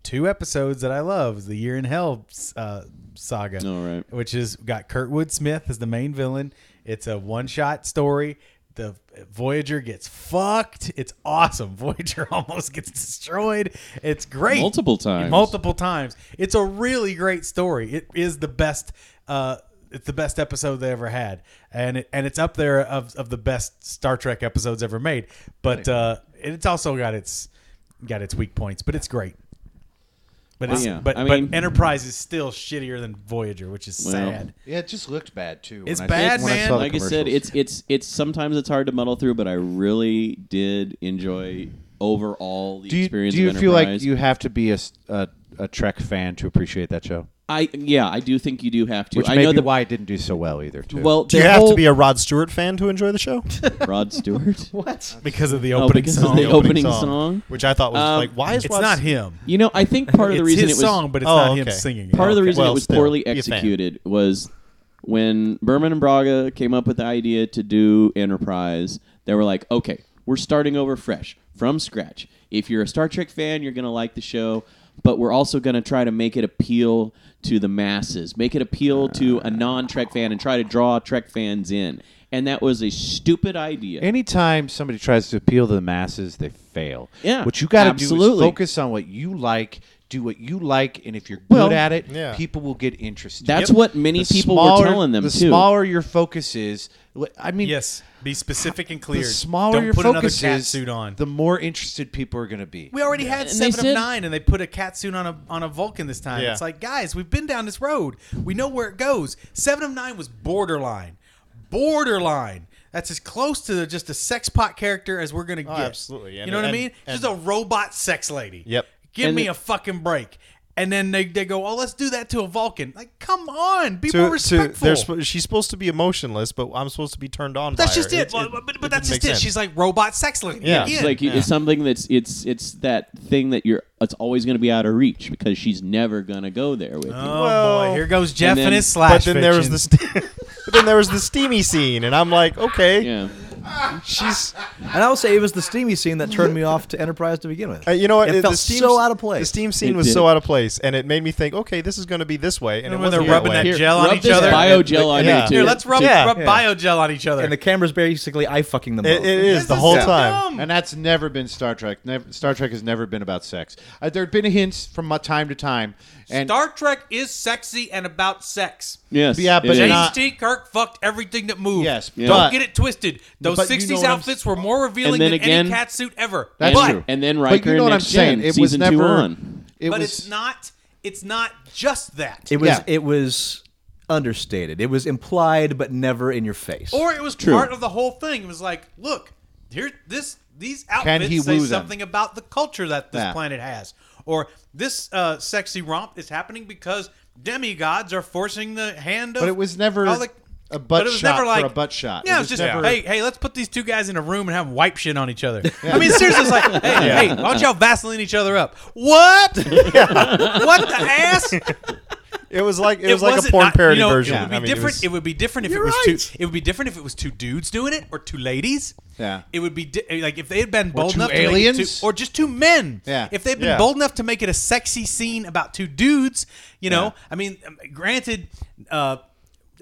[SPEAKER 2] two episodes that I love: the Year in Hell uh, saga,
[SPEAKER 3] All right.
[SPEAKER 2] which is got Kurtwood Smith as the main villain. It's a one shot story. The Voyager gets fucked. It's awesome. Voyager almost gets destroyed. It's great.
[SPEAKER 3] Multiple times.
[SPEAKER 2] Multiple times. It's a really great story. It is the best uh, it's the best episode they ever had, and it, and it's up there of, of the best Star Trek episodes ever made. But uh, it's also got its got its weak points, but it's great. But it's,
[SPEAKER 3] yeah.
[SPEAKER 2] but,
[SPEAKER 3] I mean-
[SPEAKER 2] but Enterprise is still shittier than Voyager, which is
[SPEAKER 3] Well,
[SPEAKER 2] sad.
[SPEAKER 5] Yeah, it just looked bad too.
[SPEAKER 2] It's
[SPEAKER 5] when I-
[SPEAKER 2] bad,
[SPEAKER 5] when
[SPEAKER 2] man.
[SPEAKER 5] saw the
[SPEAKER 3] like I said,
[SPEAKER 5] commercials.
[SPEAKER 3] it's it's it's sometimes it's hard to muddle through, but I really did enjoy overall the
[SPEAKER 5] Do you,
[SPEAKER 3] experience.
[SPEAKER 5] do you
[SPEAKER 3] of
[SPEAKER 5] feel like
[SPEAKER 3] Enterprise.
[SPEAKER 5] you have to be a, s- a- a Trek fan to appreciate that show?
[SPEAKER 3] I yeah, I do think you do have to.
[SPEAKER 5] Which
[SPEAKER 3] I
[SPEAKER 5] may
[SPEAKER 3] know
[SPEAKER 5] be
[SPEAKER 3] the
[SPEAKER 5] why it didn't do so well either. Too.
[SPEAKER 3] well,
[SPEAKER 6] Do you have to be a Rod Stewart fan to enjoy the show?
[SPEAKER 3] Rod Stewart.
[SPEAKER 4] What?
[SPEAKER 2] Because of the
[SPEAKER 3] Oh,
[SPEAKER 2] opening
[SPEAKER 3] because of
[SPEAKER 2] song.
[SPEAKER 3] the opening song.
[SPEAKER 6] which I thought was
[SPEAKER 3] Um,
[SPEAKER 6] like, why is
[SPEAKER 2] It's
[SPEAKER 6] Rod
[SPEAKER 2] not
[SPEAKER 6] Stewart-
[SPEAKER 2] him.
[SPEAKER 3] You know, I think part of the
[SPEAKER 2] it's
[SPEAKER 3] reason
[SPEAKER 2] his
[SPEAKER 3] it was
[SPEAKER 2] song, but it's
[SPEAKER 6] Oh,
[SPEAKER 2] not him
[SPEAKER 6] okay.
[SPEAKER 2] singing. it.
[SPEAKER 3] part of the reason
[SPEAKER 6] Well,
[SPEAKER 3] it was
[SPEAKER 6] still,
[SPEAKER 3] poorly
[SPEAKER 6] be a fan.
[SPEAKER 3] executed was when Berman and Braga came up with the idea to do Enterprise. They were like, "Okay, we're starting over fresh from scratch. If you're a Star Trek fan, you're gonna like the show." But we're also going to try to make it appeal to the masses, make it appeal to a non Trek fan, and try to draw Trek fans in. And that was a stupid idea.
[SPEAKER 5] Anytime somebody tries to appeal to the masses, they fail.
[SPEAKER 3] Yeah,
[SPEAKER 5] What you got to do is
[SPEAKER 3] absolutely.
[SPEAKER 5] focus on what you like, do what you like, and if you're good
[SPEAKER 3] Well-
[SPEAKER 5] at it,
[SPEAKER 6] Yeah.
[SPEAKER 5] people will get interested.
[SPEAKER 3] That's what many
[SPEAKER 5] The
[SPEAKER 3] people
[SPEAKER 5] smaller-
[SPEAKER 3] were telling them
[SPEAKER 5] the
[SPEAKER 3] too.
[SPEAKER 5] smaller your focus is, li- I mean,
[SPEAKER 2] Yes, be specific and
[SPEAKER 5] the
[SPEAKER 2] clear.
[SPEAKER 5] smaller
[SPEAKER 2] Don't
[SPEAKER 5] your
[SPEAKER 2] put another
[SPEAKER 5] focus
[SPEAKER 2] cat
[SPEAKER 5] is,
[SPEAKER 2] suit on.
[SPEAKER 5] the more interested people are going to be.
[SPEAKER 2] we already had
[SPEAKER 3] And they
[SPEAKER 2] seven
[SPEAKER 3] said-
[SPEAKER 2] of nine, and they put a cat suit on a on a Vulcan this time.
[SPEAKER 6] Yeah.
[SPEAKER 2] It's like, guys, we've been down this road. We know where it goes. Seven of nine was borderline, borderline. That's as close to just a sex pot character as we're gonna get.
[SPEAKER 6] Oh, absolutely.
[SPEAKER 2] you
[SPEAKER 6] And-
[SPEAKER 2] know what I
[SPEAKER 6] and-
[SPEAKER 2] mean? She's
[SPEAKER 6] and-
[SPEAKER 2] just a robot sex lady.
[SPEAKER 6] Yep.
[SPEAKER 2] Give
[SPEAKER 3] And
[SPEAKER 2] me
[SPEAKER 3] the-
[SPEAKER 2] a fucking break. And then they, they go, oh, let's do that to a Vulcan. Like, come on, be more
[SPEAKER 6] To, to,
[SPEAKER 2] respectful.
[SPEAKER 6] they're sp- she's supposed to be emotionless, but I'm supposed to be turned on.
[SPEAKER 2] that's
[SPEAKER 6] by
[SPEAKER 2] just
[SPEAKER 6] her.
[SPEAKER 2] it. Well, but, but that's
[SPEAKER 6] doesn't
[SPEAKER 2] just
[SPEAKER 6] make
[SPEAKER 2] it.
[SPEAKER 6] sense.
[SPEAKER 2] She's like robot sex lady.
[SPEAKER 6] Yeah.
[SPEAKER 2] Again.
[SPEAKER 3] It's like you- it's something that's it's it's that thing that you're it's always going to be out of reach because she's never going to go there with you.
[SPEAKER 2] Oh
[SPEAKER 6] Well-
[SPEAKER 2] boy, here goes Jeff
[SPEAKER 3] then-
[SPEAKER 2] and his
[SPEAKER 6] but
[SPEAKER 2] slash.
[SPEAKER 6] then there was
[SPEAKER 2] fiction.
[SPEAKER 6] the ste- but then there was the steamy scene, and I'm like, okay,
[SPEAKER 3] Yeah,
[SPEAKER 6] she's
[SPEAKER 4] And I will say it was the steamy scene that turned me off to Enterprise to begin with.
[SPEAKER 6] uh, you know what?
[SPEAKER 4] It felt so out of place.
[SPEAKER 6] The steam scene
[SPEAKER 3] It
[SPEAKER 6] was
[SPEAKER 3] did.
[SPEAKER 6] so out of place, and it made me think, okay, this is going to be this way, and, it
[SPEAKER 2] And when
[SPEAKER 6] wasn't
[SPEAKER 2] they're rubbing
[SPEAKER 6] that way.
[SPEAKER 2] that gel on
[SPEAKER 3] Rub
[SPEAKER 2] each
[SPEAKER 3] this
[SPEAKER 2] other.
[SPEAKER 3] bio gel on
[SPEAKER 6] Yeah.
[SPEAKER 3] you. Too.
[SPEAKER 2] Here, let's rub,
[SPEAKER 6] Yeah.
[SPEAKER 2] rub
[SPEAKER 4] Yeah.
[SPEAKER 2] bio gel on each other.
[SPEAKER 4] and the camera's basically eye fucking them
[SPEAKER 6] It,
[SPEAKER 4] both.
[SPEAKER 6] it is the
[SPEAKER 2] is
[SPEAKER 6] whole
[SPEAKER 2] so
[SPEAKER 6] time.
[SPEAKER 2] dumb.
[SPEAKER 5] And that's never been Star Trek. Never, Star Trek has never been about sex. Uh, there have been hints from my time to time. And
[SPEAKER 2] Star Trek is sexy and about sex.
[SPEAKER 3] Yes,
[SPEAKER 5] Yeah, but
[SPEAKER 3] it is.
[SPEAKER 5] not-
[SPEAKER 2] James T. Kirk fucked everything that moved.
[SPEAKER 5] Yes,
[SPEAKER 3] Yeah.
[SPEAKER 2] Don't
[SPEAKER 5] but-
[SPEAKER 2] get it twisted. Those
[SPEAKER 5] But you know
[SPEAKER 2] 60s
[SPEAKER 5] what I'm
[SPEAKER 2] outfits were more revealing
[SPEAKER 3] And then
[SPEAKER 2] than
[SPEAKER 3] again-
[SPEAKER 2] any cat suit ever.
[SPEAKER 5] That's
[SPEAKER 2] but,
[SPEAKER 5] true.
[SPEAKER 3] and then
[SPEAKER 5] But
[SPEAKER 3] Riker
[SPEAKER 5] you know
[SPEAKER 3] and
[SPEAKER 5] what
[SPEAKER 3] Next
[SPEAKER 5] I'm saying.
[SPEAKER 3] Gen,
[SPEAKER 5] It was
[SPEAKER 3] season
[SPEAKER 5] never.
[SPEAKER 3] two on.
[SPEAKER 5] It
[SPEAKER 2] but
[SPEAKER 5] was,
[SPEAKER 2] it's not it's not just that.
[SPEAKER 4] It was
[SPEAKER 5] Yeah.
[SPEAKER 4] it was understated. It was implied, but never in your face.
[SPEAKER 2] or it was
[SPEAKER 3] True.
[SPEAKER 2] part of the whole thing. It was like, look, here this these
[SPEAKER 5] he
[SPEAKER 2] outfits say
[SPEAKER 5] woo them?
[SPEAKER 2] something about the culture that this
[SPEAKER 5] Yeah.
[SPEAKER 2] planet has. Or this uh, sexy romp is happening because demigods are forcing the hand of
[SPEAKER 5] But it was never
[SPEAKER 2] all the-
[SPEAKER 5] a butt
[SPEAKER 2] but it was
[SPEAKER 5] shot
[SPEAKER 2] never
[SPEAKER 5] for
[SPEAKER 2] like,
[SPEAKER 5] a butt shot.
[SPEAKER 2] Yeah,
[SPEAKER 5] It
[SPEAKER 2] it
[SPEAKER 5] was
[SPEAKER 2] was, just
[SPEAKER 5] never-
[SPEAKER 2] hey, hey, let's put these two guys in a room and have them wipe shit on each other. I mean, seriously, it's like, hey, hey, why don't y'all Vaseline each other up? What? what the ass?
[SPEAKER 6] It was like it was like a
[SPEAKER 2] wasn't
[SPEAKER 6] porn
[SPEAKER 2] not-
[SPEAKER 6] parody
[SPEAKER 2] you know,
[SPEAKER 6] version.
[SPEAKER 2] It would be
[SPEAKER 6] I mean, it
[SPEAKER 2] different.
[SPEAKER 6] was-
[SPEAKER 2] would be different if it was two. It would be different if it was two dudes doing it or two ladies.
[SPEAKER 5] Yeah.
[SPEAKER 2] It would be di- eh, like if they had been bold
[SPEAKER 5] two
[SPEAKER 2] enough to make it
[SPEAKER 5] aliens?
[SPEAKER 2] two, or just two men.
[SPEAKER 5] Yeah.
[SPEAKER 2] If they'd been
[SPEAKER 6] Yeah.
[SPEAKER 2] bold enough to make it a sexy scene about two dudes, you know. I mean, um, granted. Uh,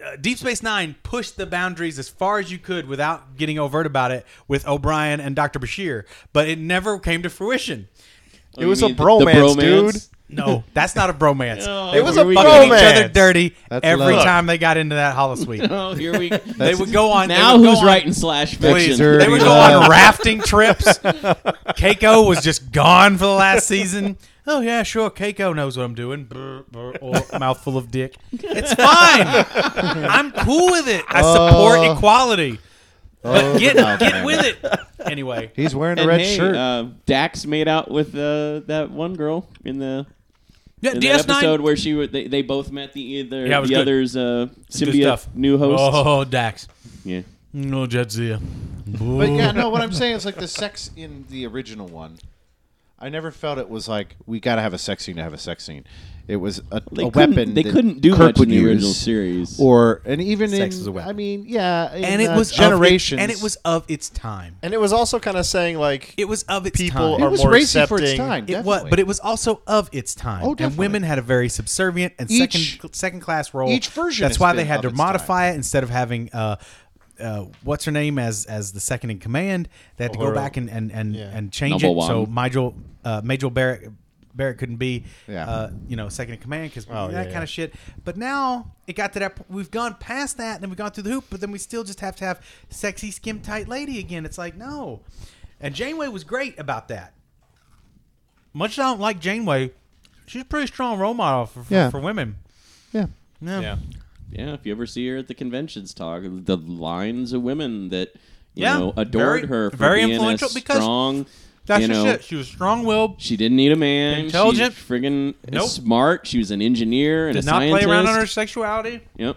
[SPEAKER 2] uh, Deep Space Nine pushed the boundaries as far as you could without getting overt about it with O'Brien and Dr. Bashir, but it never came to fruition.
[SPEAKER 3] Oh,
[SPEAKER 6] It
[SPEAKER 3] you
[SPEAKER 6] was a
[SPEAKER 3] mean the- the
[SPEAKER 6] bromance, dude.
[SPEAKER 2] No, that's not a bromance.
[SPEAKER 6] it was a
[SPEAKER 2] They fucking each other
[SPEAKER 6] romance.
[SPEAKER 2] dirty
[SPEAKER 5] That's
[SPEAKER 2] every
[SPEAKER 5] love.
[SPEAKER 2] time they got into that hollow suite.
[SPEAKER 3] Oh, here we.
[SPEAKER 2] they would go on.
[SPEAKER 3] now
[SPEAKER 2] they would
[SPEAKER 3] who's
[SPEAKER 2] go on,
[SPEAKER 3] writing slash
[SPEAKER 2] Please,
[SPEAKER 3] fiction?
[SPEAKER 2] they would go
[SPEAKER 5] love.
[SPEAKER 2] on rafting trips. Keiko was just gone for the last season. Oh yeah, sure. Keiko knows what I'm doing. Brr, brr, or mouthful of dick. It's fine. I'm cool with it. I support
[SPEAKER 5] Oh.
[SPEAKER 2] equality.
[SPEAKER 5] Oh,
[SPEAKER 2] Get
[SPEAKER 5] no,
[SPEAKER 2] get
[SPEAKER 5] man.
[SPEAKER 2] with it. Anyway,
[SPEAKER 5] He's wearing a
[SPEAKER 3] And
[SPEAKER 5] red
[SPEAKER 3] hey,
[SPEAKER 5] shirt.
[SPEAKER 3] Uh, Dax made out with uh, that one girl in the
[SPEAKER 2] yeah,
[SPEAKER 3] in the episode
[SPEAKER 2] DS9.
[SPEAKER 3] where she would they, they both met the either
[SPEAKER 2] Yeah, it
[SPEAKER 3] the
[SPEAKER 2] was good.
[SPEAKER 3] other's uh,
[SPEAKER 2] Good
[SPEAKER 3] symbiote
[SPEAKER 2] stuff.
[SPEAKER 3] new host.
[SPEAKER 2] Oh, Dax.
[SPEAKER 3] Yeah.
[SPEAKER 2] No, Jadzia.
[SPEAKER 5] But yeah, no, what I'm saying is like the sex in the original one. I never felt it was like we got to have a sex scene to have a sex scene. It was a,
[SPEAKER 3] They
[SPEAKER 5] a
[SPEAKER 3] couldn't-
[SPEAKER 5] weapon.
[SPEAKER 3] they
[SPEAKER 5] that
[SPEAKER 3] couldn't do
[SPEAKER 5] Kirk
[SPEAKER 3] much in
[SPEAKER 5] would
[SPEAKER 3] the original
[SPEAKER 5] use.
[SPEAKER 3] series.
[SPEAKER 5] or and even
[SPEAKER 4] Sex
[SPEAKER 5] in
[SPEAKER 4] is a weapon.
[SPEAKER 5] I mean, yeah, in,
[SPEAKER 2] And it
[SPEAKER 5] uh,
[SPEAKER 2] was of it-
[SPEAKER 5] generations,
[SPEAKER 2] and it was of its time.
[SPEAKER 6] and it was also kind of saying like
[SPEAKER 2] It was of its
[SPEAKER 6] people
[SPEAKER 2] time.
[SPEAKER 5] It
[SPEAKER 6] are
[SPEAKER 5] was
[SPEAKER 6] more
[SPEAKER 5] racy
[SPEAKER 6] accepting.
[SPEAKER 5] for its time.
[SPEAKER 2] It was,
[SPEAKER 5] definitely.
[SPEAKER 2] but it was also of its time.
[SPEAKER 5] Oh,
[SPEAKER 2] and
[SPEAKER 5] definitely.
[SPEAKER 2] women had a very subservient and
[SPEAKER 5] Each-
[SPEAKER 2] second second class role.
[SPEAKER 5] each version
[SPEAKER 2] That's
[SPEAKER 5] has
[SPEAKER 2] why
[SPEAKER 5] been
[SPEAKER 2] they
[SPEAKER 5] of
[SPEAKER 2] had to
[SPEAKER 5] its
[SPEAKER 2] modify it instead of having uh, uh, what's her name as as the second in command. They had to go
[SPEAKER 6] Uhura.
[SPEAKER 2] back and and and, and change
[SPEAKER 3] Number
[SPEAKER 2] it. So
[SPEAKER 3] one.
[SPEAKER 2] Majel uh, Majel Barrett Barrett couldn't be,
[SPEAKER 5] Yeah.
[SPEAKER 2] uh, you know, second in command because
[SPEAKER 6] Oh,
[SPEAKER 2] that
[SPEAKER 6] yeah,
[SPEAKER 2] kind
[SPEAKER 6] yeah.
[SPEAKER 2] of shit. But now it got to that. p- We've gone past that, and then we've gone through the hoop. But then we still just have to have sexy, skim tight lady again. It's like no. And Janeway was great about that. Much as I don't like Janeway, she's a pretty strong role model for, for,
[SPEAKER 5] Yeah.
[SPEAKER 2] for women.
[SPEAKER 5] Yeah.
[SPEAKER 6] Yeah.
[SPEAKER 3] Yeah, if you ever see her at the conventions talk, the lines of women that you
[SPEAKER 2] Yeah,
[SPEAKER 3] know adored
[SPEAKER 2] very-
[SPEAKER 3] her for
[SPEAKER 2] very
[SPEAKER 3] being
[SPEAKER 2] influential
[SPEAKER 3] a
[SPEAKER 2] because
[SPEAKER 3] strong.
[SPEAKER 2] That's
[SPEAKER 3] you
[SPEAKER 2] her
[SPEAKER 3] know,
[SPEAKER 2] shit. She was strong-willed.
[SPEAKER 3] She didn't need a man.
[SPEAKER 2] Intelligent.
[SPEAKER 3] She's friggin'
[SPEAKER 2] Nope.
[SPEAKER 3] smart. She was an engineer and
[SPEAKER 2] Did
[SPEAKER 3] a
[SPEAKER 2] not
[SPEAKER 3] scientist.
[SPEAKER 2] play around on her sexuality.
[SPEAKER 3] Yep.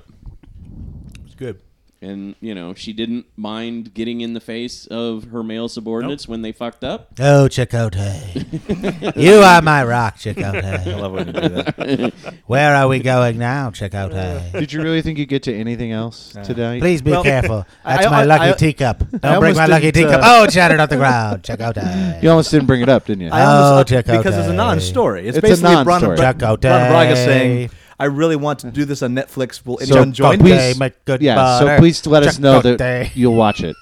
[SPEAKER 2] It's good.
[SPEAKER 3] And you know she didn't mind getting in the face of her male subordinates when they fucked up.
[SPEAKER 2] Oh, Chakotay. you are my rock, Chakotay.
[SPEAKER 4] love when you do that.
[SPEAKER 2] Where are we going now, Chakotay?
[SPEAKER 5] Did you really think you'd get to anything else today?
[SPEAKER 2] Please be
[SPEAKER 5] Well,
[SPEAKER 2] careful.
[SPEAKER 5] I-
[SPEAKER 2] That's my
[SPEAKER 5] I-
[SPEAKER 2] lucky
[SPEAKER 5] I-
[SPEAKER 2] teacup. Don't
[SPEAKER 5] I
[SPEAKER 2] break
[SPEAKER 5] almost
[SPEAKER 2] my lucky
[SPEAKER 5] didn't,
[SPEAKER 2] teacup.
[SPEAKER 5] uh,
[SPEAKER 2] oh, shattered off the ground, Chakotay.
[SPEAKER 5] You almost didn't bring it up, didn't you?
[SPEAKER 4] I almost
[SPEAKER 2] Oh,
[SPEAKER 4] up- because it's a
[SPEAKER 2] Chakotay.
[SPEAKER 4] non-story. It's,
[SPEAKER 5] It's a
[SPEAKER 4] basically Ron,
[SPEAKER 5] non-story.
[SPEAKER 4] Ron, Ron
[SPEAKER 2] Chakotay.
[SPEAKER 4] Braga saying, "I really want to do this on Netflix. Will anyone join?"
[SPEAKER 5] please,
[SPEAKER 2] Day, make good
[SPEAKER 5] yeah.
[SPEAKER 2] butter.
[SPEAKER 5] So please let us know that
[SPEAKER 2] Day.
[SPEAKER 5] you'll watch it.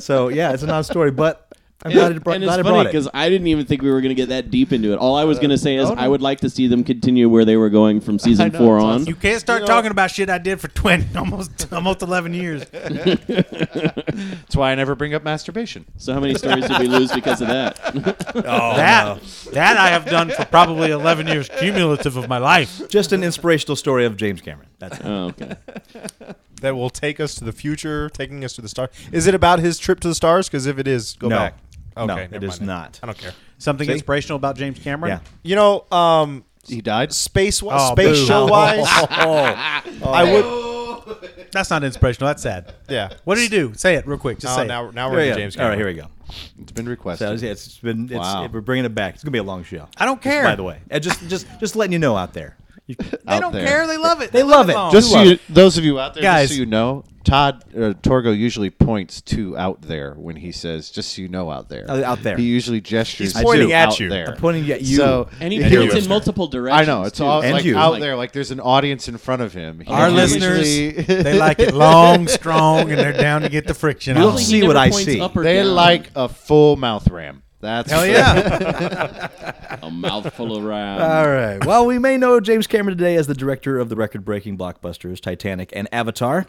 [SPEAKER 4] So yeah, it's a non-story, but I'm glad
[SPEAKER 3] And,
[SPEAKER 4] it brought,
[SPEAKER 3] and it's
[SPEAKER 4] glad it
[SPEAKER 3] funny
[SPEAKER 4] brought it.
[SPEAKER 3] because I didn't even think we were going to get that deep into it. All I was going to say is I would like to see them continue where they were going from season four on.
[SPEAKER 2] You can't start talking about shit I did for 20, almost almost 11 years.
[SPEAKER 5] That's why I never bring up masturbation.
[SPEAKER 3] So how many stories did we lose because of that?
[SPEAKER 5] Oh,
[SPEAKER 2] that, that I have done for probably 11 years cumulative of my life.
[SPEAKER 4] Just an inspirational story of James Cameron. That's it.
[SPEAKER 3] oh, okay.
[SPEAKER 6] That will take us to the future, taking us to the star. Is it about his trip to the stars? Because if it is, go
[SPEAKER 4] No.
[SPEAKER 6] back.
[SPEAKER 4] No,
[SPEAKER 6] Okay,
[SPEAKER 4] it
[SPEAKER 6] never
[SPEAKER 4] is
[SPEAKER 6] mind then.
[SPEAKER 4] not.
[SPEAKER 6] I don't care.
[SPEAKER 2] Something
[SPEAKER 4] See?
[SPEAKER 2] inspirational about James Cameron?
[SPEAKER 4] Yeah.
[SPEAKER 6] You know, um,
[SPEAKER 5] He died.
[SPEAKER 6] space
[SPEAKER 2] Oh,
[SPEAKER 6] space
[SPEAKER 2] boo.
[SPEAKER 6] show wise,
[SPEAKER 4] Oh.
[SPEAKER 6] I would.
[SPEAKER 2] That's not inspirational. That's sad.
[SPEAKER 6] Yeah.
[SPEAKER 2] What did he do? Say it real quick. Just
[SPEAKER 6] Now,
[SPEAKER 2] say
[SPEAKER 6] Oh, now,
[SPEAKER 2] it.
[SPEAKER 6] now
[SPEAKER 4] Here
[SPEAKER 6] we're
[SPEAKER 4] we
[SPEAKER 6] in
[SPEAKER 4] go.
[SPEAKER 6] James.
[SPEAKER 4] All right,
[SPEAKER 6] Cameron.
[SPEAKER 4] here we go.
[SPEAKER 5] It's been
[SPEAKER 4] So
[SPEAKER 5] requested.
[SPEAKER 4] it's, it's been it's,
[SPEAKER 5] Wow.
[SPEAKER 4] we're bringing it back. It's gonna be a long show.
[SPEAKER 2] I don't
[SPEAKER 4] Just
[SPEAKER 2] care.
[SPEAKER 4] by the way, and just just just letting you know out there. You-
[SPEAKER 2] They don't care. They love it.
[SPEAKER 4] They love it.
[SPEAKER 2] long.
[SPEAKER 5] Just so
[SPEAKER 4] Who
[SPEAKER 5] you, those of you out there,
[SPEAKER 2] Guys.
[SPEAKER 5] just so you know, Todd uh, Torgo usually points to out there when he says, "Just so you know, out there."
[SPEAKER 4] Uh, out there.
[SPEAKER 5] He usually gestures.
[SPEAKER 6] He's pointing
[SPEAKER 5] to
[SPEAKER 6] at
[SPEAKER 5] out
[SPEAKER 6] you.
[SPEAKER 5] There.
[SPEAKER 4] I'm pointing at you.
[SPEAKER 5] So
[SPEAKER 3] And he
[SPEAKER 5] if
[SPEAKER 6] you,
[SPEAKER 3] points in
[SPEAKER 6] listener.
[SPEAKER 3] multiple
[SPEAKER 5] I
[SPEAKER 3] directions.
[SPEAKER 5] know it's
[SPEAKER 3] too.
[SPEAKER 5] all
[SPEAKER 4] And
[SPEAKER 5] like
[SPEAKER 4] you.
[SPEAKER 5] out
[SPEAKER 3] Like-
[SPEAKER 5] there. Like there's an audience in front of him. He
[SPEAKER 2] Our listeners,
[SPEAKER 5] usually-
[SPEAKER 2] they like it long, strong, and they're down to get the friction.
[SPEAKER 4] You'll
[SPEAKER 2] on.
[SPEAKER 4] see
[SPEAKER 3] He never
[SPEAKER 4] what I
[SPEAKER 3] points
[SPEAKER 4] see.
[SPEAKER 3] up or
[SPEAKER 5] they
[SPEAKER 3] down.
[SPEAKER 5] like a full mouth ram. That's
[SPEAKER 2] Hell yeah.
[SPEAKER 3] a mouthful of rhyme.
[SPEAKER 4] All right. Well, we may know James Cameron today as the director of the record breaking blockbusters Titanic and Avatar.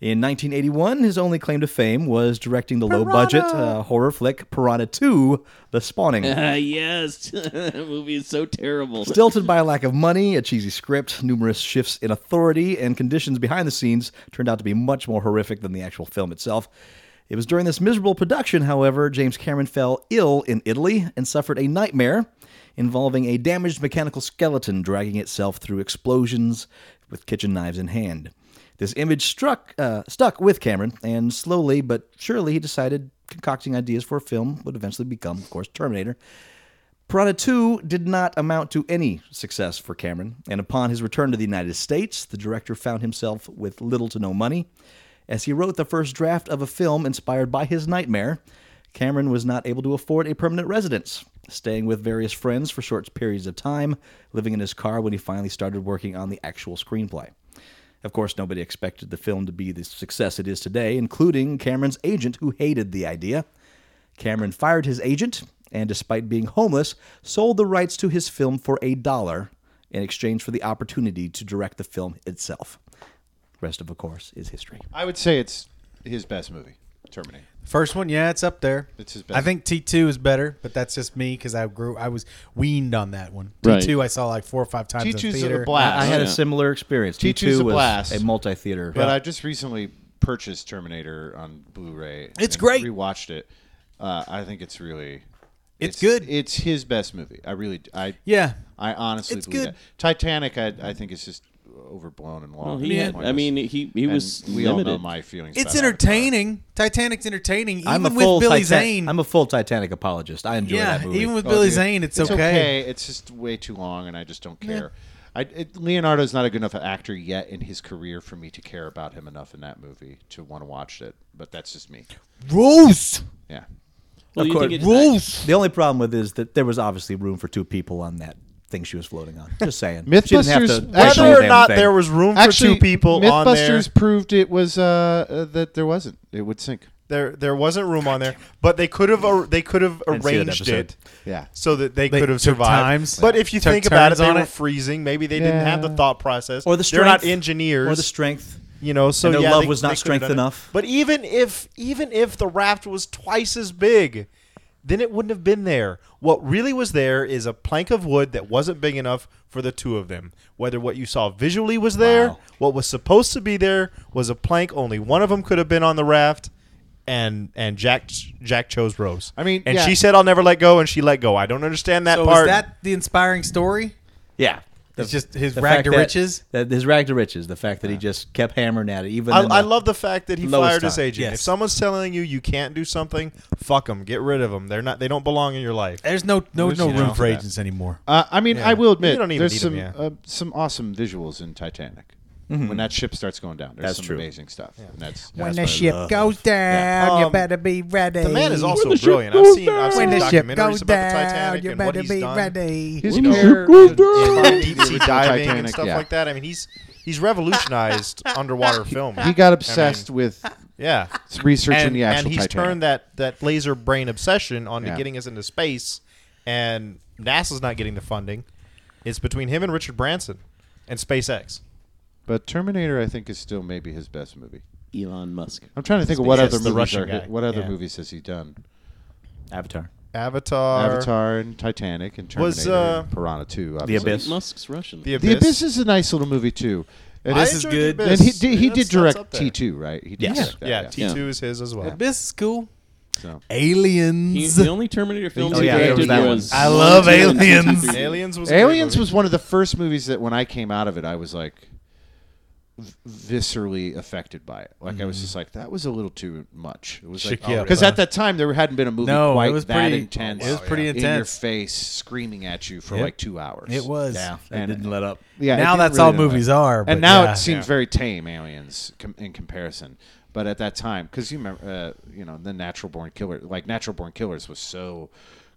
[SPEAKER 4] In 1981, his only claim to fame was directing the low budget uh, horror flick Piranha 2 The Spawning.
[SPEAKER 3] Ah, yes, that movie is so terrible.
[SPEAKER 4] Stilted by a lack of money, a cheesy script, numerous shifts in authority, and conditions behind the scenes turned out to be much more horrific than the actual film itself. It was during this miserable production, however, James Cameron fell ill in Italy and suffered a nightmare involving a damaged mechanical skeleton dragging itself through explosions with kitchen knives in hand. This image struck, uh, stuck with Cameron, and slowly but surely he decided concocting ideas for a film would eventually become, of course, Terminator. Piranha 2 did not amount to any success for Cameron, and upon his return to the United States, the director found himself with little to no money. As he wrote the first draft of a film inspired by his nightmare, Cameron was not able to afford a permanent residence, staying with various friends for short periods of time, living in his car when he finally started working on the actual screenplay. Of course, nobody expected the film to be the success it is today, including Cameron's agent, who hated the idea. Cameron fired his agent and, despite being homeless, sold the rights to his film for a dollar in exchange for the opportunity to direct the film itself. Rest of, of course, is history.
[SPEAKER 5] I would say it's his best movie, Terminator.
[SPEAKER 2] First one, yeah, it's up there.
[SPEAKER 5] It's his best.
[SPEAKER 2] I think T two is better, but that's just me because I grew. I was weaned on that one. T
[SPEAKER 3] Right.
[SPEAKER 2] two I saw like four or five times.
[SPEAKER 5] T2's
[SPEAKER 2] in
[SPEAKER 5] a
[SPEAKER 2] theater.
[SPEAKER 5] blast.
[SPEAKER 4] I had a
[SPEAKER 3] Yeah.
[SPEAKER 4] similar experience.
[SPEAKER 5] T2's
[SPEAKER 4] T2
[SPEAKER 5] a
[SPEAKER 4] was
[SPEAKER 5] blast.
[SPEAKER 4] a multi-theater.
[SPEAKER 5] But I just recently purchased Terminator on Blu-ray.
[SPEAKER 2] It's
[SPEAKER 5] and
[SPEAKER 2] great.
[SPEAKER 5] Rewatched it. Uh, I think it's really.
[SPEAKER 2] It's good.
[SPEAKER 5] It's his best movie. I really. d- I
[SPEAKER 2] Yeah.
[SPEAKER 5] I honestly
[SPEAKER 2] It's
[SPEAKER 5] believe
[SPEAKER 2] good.
[SPEAKER 5] that. Titanic. I, I think is just overblown and long.
[SPEAKER 3] Well,
[SPEAKER 5] and
[SPEAKER 3] he had-
[SPEAKER 5] pointless.
[SPEAKER 3] I mean, he he
[SPEAKER 5] And
[SPEAKER 3] was
[SPEAKER 5] We
[SPEAKER 3] limited.
[SPEAKER 5] all know my feelings.
[SPEAKER 2] It's
[SPEAKER 5] about
[SPEAKER 2] entertaining. Titanic's entertaining. Even
[SPEAKER 4] I'm a
[SPEAKER 2] with
[SPEAKER 4] full
[SPEAKER 2] Billy
[SPEAKER 4] Titan-
[SPEAKER 2] Zane.
[SPEAKER 4] I'm a full Titanic apologist. I enjoy
[SPEAKER 2] yeah,
[SPEAKER 4] that movie.
[SPEAKER 2] even with
[SPEAKER 5] Avatar. Oh,
[SPEAKER 2] Billy
[SPEAKER 5] dude,
[SPEAKER 2] Zane, it's,
[SPEAKER 5] it's
[SPEAKER 2] okay.
[SPEAKER 5] It's just way too long, and I just don't care. I, it, Leonardo's not a good enough actor yet in his career for me to care about him enough in that movie to want to watch it. But that's just me.
[SPEAKER 2] Rules.
[SPEAKER 5] Yeah.
[SPEAKER 3] Well,
[SPEAKER 4] Of
[SPEAKER 3] you
[SPEAKER 4] course.
[SPEAKER 3] think it's-
[SPEAKER 2] Rules.
[SPEAKER 4] the only problem with it is that there was obviously room for two people on that thing she was floating on. Just saying. She didn't have to
[SPEAKER 5] Mythbusters-
[SPEAKER 4] do the
[SPEAKER 5] Actually,
[SPEAKER 6] Whether or
[SPEAKER 4] damn
[SPEAKER 6] not
[SPEAKER 4] thing.
[SPEAKER 6] there was room for two people on there,
[SPEAKER 5] Mythbusters proved it was uh, uh, that there wasn't. It would sink.
[SPEAKER 6] There, there wasn't room on there, but they could have ar- they could have
[SPEAKER 4] see that
[SPEAKER 6] arranged
[SPEAKER 4] episode.
[SPEAKER 6] it
[SPEAKER 5] Yeah.
[SPEAKER 6] so that they,
[SPEAKER 2] They
[SPEAKER 6] could have
[SPEAKER 2] took
[SPEAKER 6] survived.
[SPEAKER 2] times,
[SPEAKER 6] but if you
[SPEAKER 2] took
[SPEAKER 6] think about it,
[SPEAKER 2] turns
[SPEAKER 6] they
[SPEAKER 2] on
[SPEAKER 6] were
[SPEAKER 2] it.
[SPEAKER 6] freezing. Maybe they didn't have the
[SPEAKER 5] Yeah.
[SPEAKER 6] thought process,
[SPEAKER 4] Or the
[SPEAKER 6] They're not
[SPEAKER 4] strength.
[SPEAKER 6] engineers,
[SPEAKER 4] or the strength.
[SPEAKER 6] You know, so
[SPEAKER 4] And their
[SPEAKER 6] yeah,
[SPEAKER 4] love
[SPEAKER 6] they-
[SPEAKER 4] was not
[SPEAKER 6] they could've
[SPEAKER 4] strength
[SPEAKER 6] done it.
[SPEAKER 4] enough.
[SPEAKER 6] But even if even if the raft was twice as big, then it wouldn't have been there. What really was there is a plank of wood that wasn't big enough for the two of them. Whether what you saw visually was there,
[SPEAKER 4] Wow.
[SPEAKER 6] what was supposed to be there was a plank. Only one of them could have been on the raft, and and Jack Jack chose Rose.
[SPEAKER 5] I mean,
[SPEAKER 6] and
[SPEAKER 5] yeah.
[SPEAKER 6] she said, "I'll never let go," and she let go. I don't understand that
[SPEAKER 2] So
[SPEAKER 6] part.
[SPEAKER 2] is that the inspiring story?
[SPEAKER 4] Yeah.
[SPEAKER 2] It's just his
[SPEAKER 4] The
[SPEAKER 2] rag
[SPEAKER 4] fact
[SPEAKER 2] to
[SPEAKER 4] that-
[SPEAKER 2] riches.
[SPEAKER 4] That his rag to riches. The fact that he just kept hammering at it, even.
[SPEAKER 6] I,
[SPEAKER 4] in
[SPEAKER 6] I
[SPEAKER 4] the-
[SPEAKER 6] love the fact that he
[SPEAKER 4] lowest
[SPEAKER 6] fired his
[SPEAKER 4] time.
[SPEAKER 6] agent.
[SPEAKER 2] Yes.
[SPEAKER 6] If someone's telling you you can't do something, fuck them. Get rid of them. They're not. They don't belong in your life.
[SPEAKER 2] There's no no
[SPEAKER 6] There's
[SPEAKER 2] no
[SPEAKER 6] no-
[SPEAKER 2] room for
[SPEAKER 6] Yeah.
[SPEAKER 2] agents anymore.
[SPEAKER 5] Uh, I mean, I will admit,
[SPEAKER 6] You don't even
[SPEAKER 5] there's
[SPEAKER 6] need
[SPEAKER 5] some
[SPEAKER 6] 'em, yeah.
[SPEAKER 5] uh, some awesome visuals in Titanic.
[SPEAKER 6] Mm-hmm.
[SPEAKER 5] When that ship starts going down, there's
[SPEAKER 4] That's
[SPEAKER 5] some
[SPEAKER 4] true.
[SPEAKER 5] amazing stuff. And that's,
[SPEAKER 1] When
[SPEAKER 5] that's
[SPEAKER 1] the
[SPEAKER 5] what I
[SPEAKER 1] ship
[SPEAKER 5] love.
[SPEAKER 1] goes down, you
[SPEAKER 6] Um,
[SPEAKER 1] better be ready.
[SPEAKER 6] The man is also
[SPEAKER 3] the ship
[SPEAKER 6] brilliant. I've
[SPEAKER 3] goes
[SPEAKER 6] seen, I've
[SPEAKER 1] when
[SPEAKER 6] seen
[SPEAKER 1] the ship
[SPEAKER 6] documentaries
[SPEAKER 1] goes
[SPEAKER 6] about the
[SPEAKER 1] down,
[SPEAKER 6] Titanic
[SPEAKER 1] you
[SPEAKER 6] and what
[SPEAKER 1] better
[SPEAKER 6] he's
[SPEAKER 1] be
[SPEAKER 6] done.
[SPEAKER 1] ready.
[SPEAKER 5] His
[SPEAKER 3] When the
[SPEAKER 5] hair
[SPEAKER 3] ship goes
[SPEAKER 5] in-
[SPEAKER 3] down.
[SPEAKER 5] in
[SPEAKER 6] Deep
[SPEAKER 5] the
[SPEAKER 6] sea
[SPEAKER 5] original
[SPEAKER 6] diving and
[SPEAKER 5] Titanic,
[SPEAKER 6] stuff
[SPEAKER 5] yeah.
[SPEAKER 6] like that. I mean, he's he's revolutionized underwater film.
[SPEAKER 5] He got obsessed with
[SPEAKER 6] yeah,
[SPEAKER 5] researching
[SPEAKER 6] and,
[SPEAKER 5] the actual
[SPEAKER 6] and he's
[SPEAKER 5] Titanic.
[SPEAKER 6] turned that that laser brain obsession onto
[SPEAKER 5] Yeah.
[SPEAKER 6] getting us into space, and NASA's not getting the funding. It's between him and Richard Branson and SpaceX.
[SPEAKER 5] but Terminator, I think, is still maybe his best movie.
[SPEAKER 3] Elon Musk.
[SPEAKER 5] I'm trying to think of what
[SPEAKER 6] Yes,
[SPEAKER 5] other
[SPEAKER 6] the
[SPEAKER 5] movies
[SPEAKER 6] Russian
[SPEAKER 5] are,
[SPEAKER 6] guy.
[SPEAKER 5] what other
[SPEAKER 6] Yeah.
[SPEAKER 5] movies has he done?
[SPEAKER 4] Avatar.
[SPEAKER 6] Avatar,
[SPEAKER 5] Avatar and Titanic and Terminator,
[SPEAKER 6] Was, uh,
[SPEAKER 5] and Piranha Two, obviously.
[SPEAKER 4] Abyss.
[SPEAKER 3] Musk's Russian.
[SPEAKER 6] The Abyss.
[SPEAKER 5] The Abyss is a nice little movie too. And,
[SPEAKER 6] I
[SPEAKER 5] it's-
[SPEAKER 6] enjoyed
[SPEAKER 2] good.
[SPEAKER 6] The
[SPEAKER 5] and
[SPEAKER 6] Abyss.
[SPEAKER 5] he did, he
[SPEAKER 6] That's-
[SPEAKER 5] did
[SPEAKER 6] that's
[SPEAKER 5] direct
[SPEAKER 6] up there.
[SPEAKER 5] T two, right? He did
[SPEAKER 4] Yeah.
[SPEAKER 5] direct that,
[SPEAKER 6] Yeah,
[SPEAKER 5] yeah.
[SPEAKER 6] T two is his as well.
[SPEAKER 2] Abyss is cool.
[SPEAKER 5] So-
[SPEAKER 3] He-
[SPEAKER 2] Aliens.
[SPEAKER 3] the only Terminator film
[SPEAKER 4] Oh,
[SPEAKER 3] he
[SPEAKER 4] yeah, there was
[SPEAKER 3] directed
[SPEAKER 4] that one.
[SPEAKER 3] was.
[SPEAKER 2] I love aliens.
[SPEAKER 6] Aliens was a great
[SPEAKER 5] Aliens
[SPEAKER 6] movie.
[SPEAKER 5] was one of the first movies that when I came out of it, I was like v- viscerally affected by it. Like I was just like, that was a little too much. It was
[SPEAKER 2] Mm-hmm. Shook
[SPEAKER 5] like
[SPEAKER 2] you up,
[SPEAKER 5] because
[SPEAKER 2] huh?
[SPEAKER 5] at that time there hadn't been a movie
[SPEAKER 2] No, it
[SPEAKER 5] quite
[SPEAKER 2] was
[SPEAKER 5] that
[SPEAKER 2] pretty-
[SPEAKER 5] intense.
[SPEAKER 2] it was pretty
[SPEAKER 5] in your
[SPEAKER 2] intense.
[SPEAKER 5] face, screaming at you for
[SPEAKER 2] Yep.
[SPEAKER 5] like two hours.
[SPEAKER 2] It was.
[SPEAKER 5] Yeah,
[SPEAKER 4] They
[SPEAKER 5] and-
[SPEAKER 4] didn't let up.
[SPEAKER 5] yeah, it
[SPEAKER 2] Now
[SPEAKER 5] didn't
[SPEAKER 2] that's
[SPEAKER 5] really
[SPEAKER 2] all
[SPEAKER 5] know that.
[SPEAKER 2] movies are, but
[SPEAKER 5] and now
[SPEAKER 2] yeah.
[SPEAKER 5] it seems very tame, Aliens, com- in comparison. But at that time, because you remember, uh, you know, the Natural Born Killer, like Natural Born Killers, was so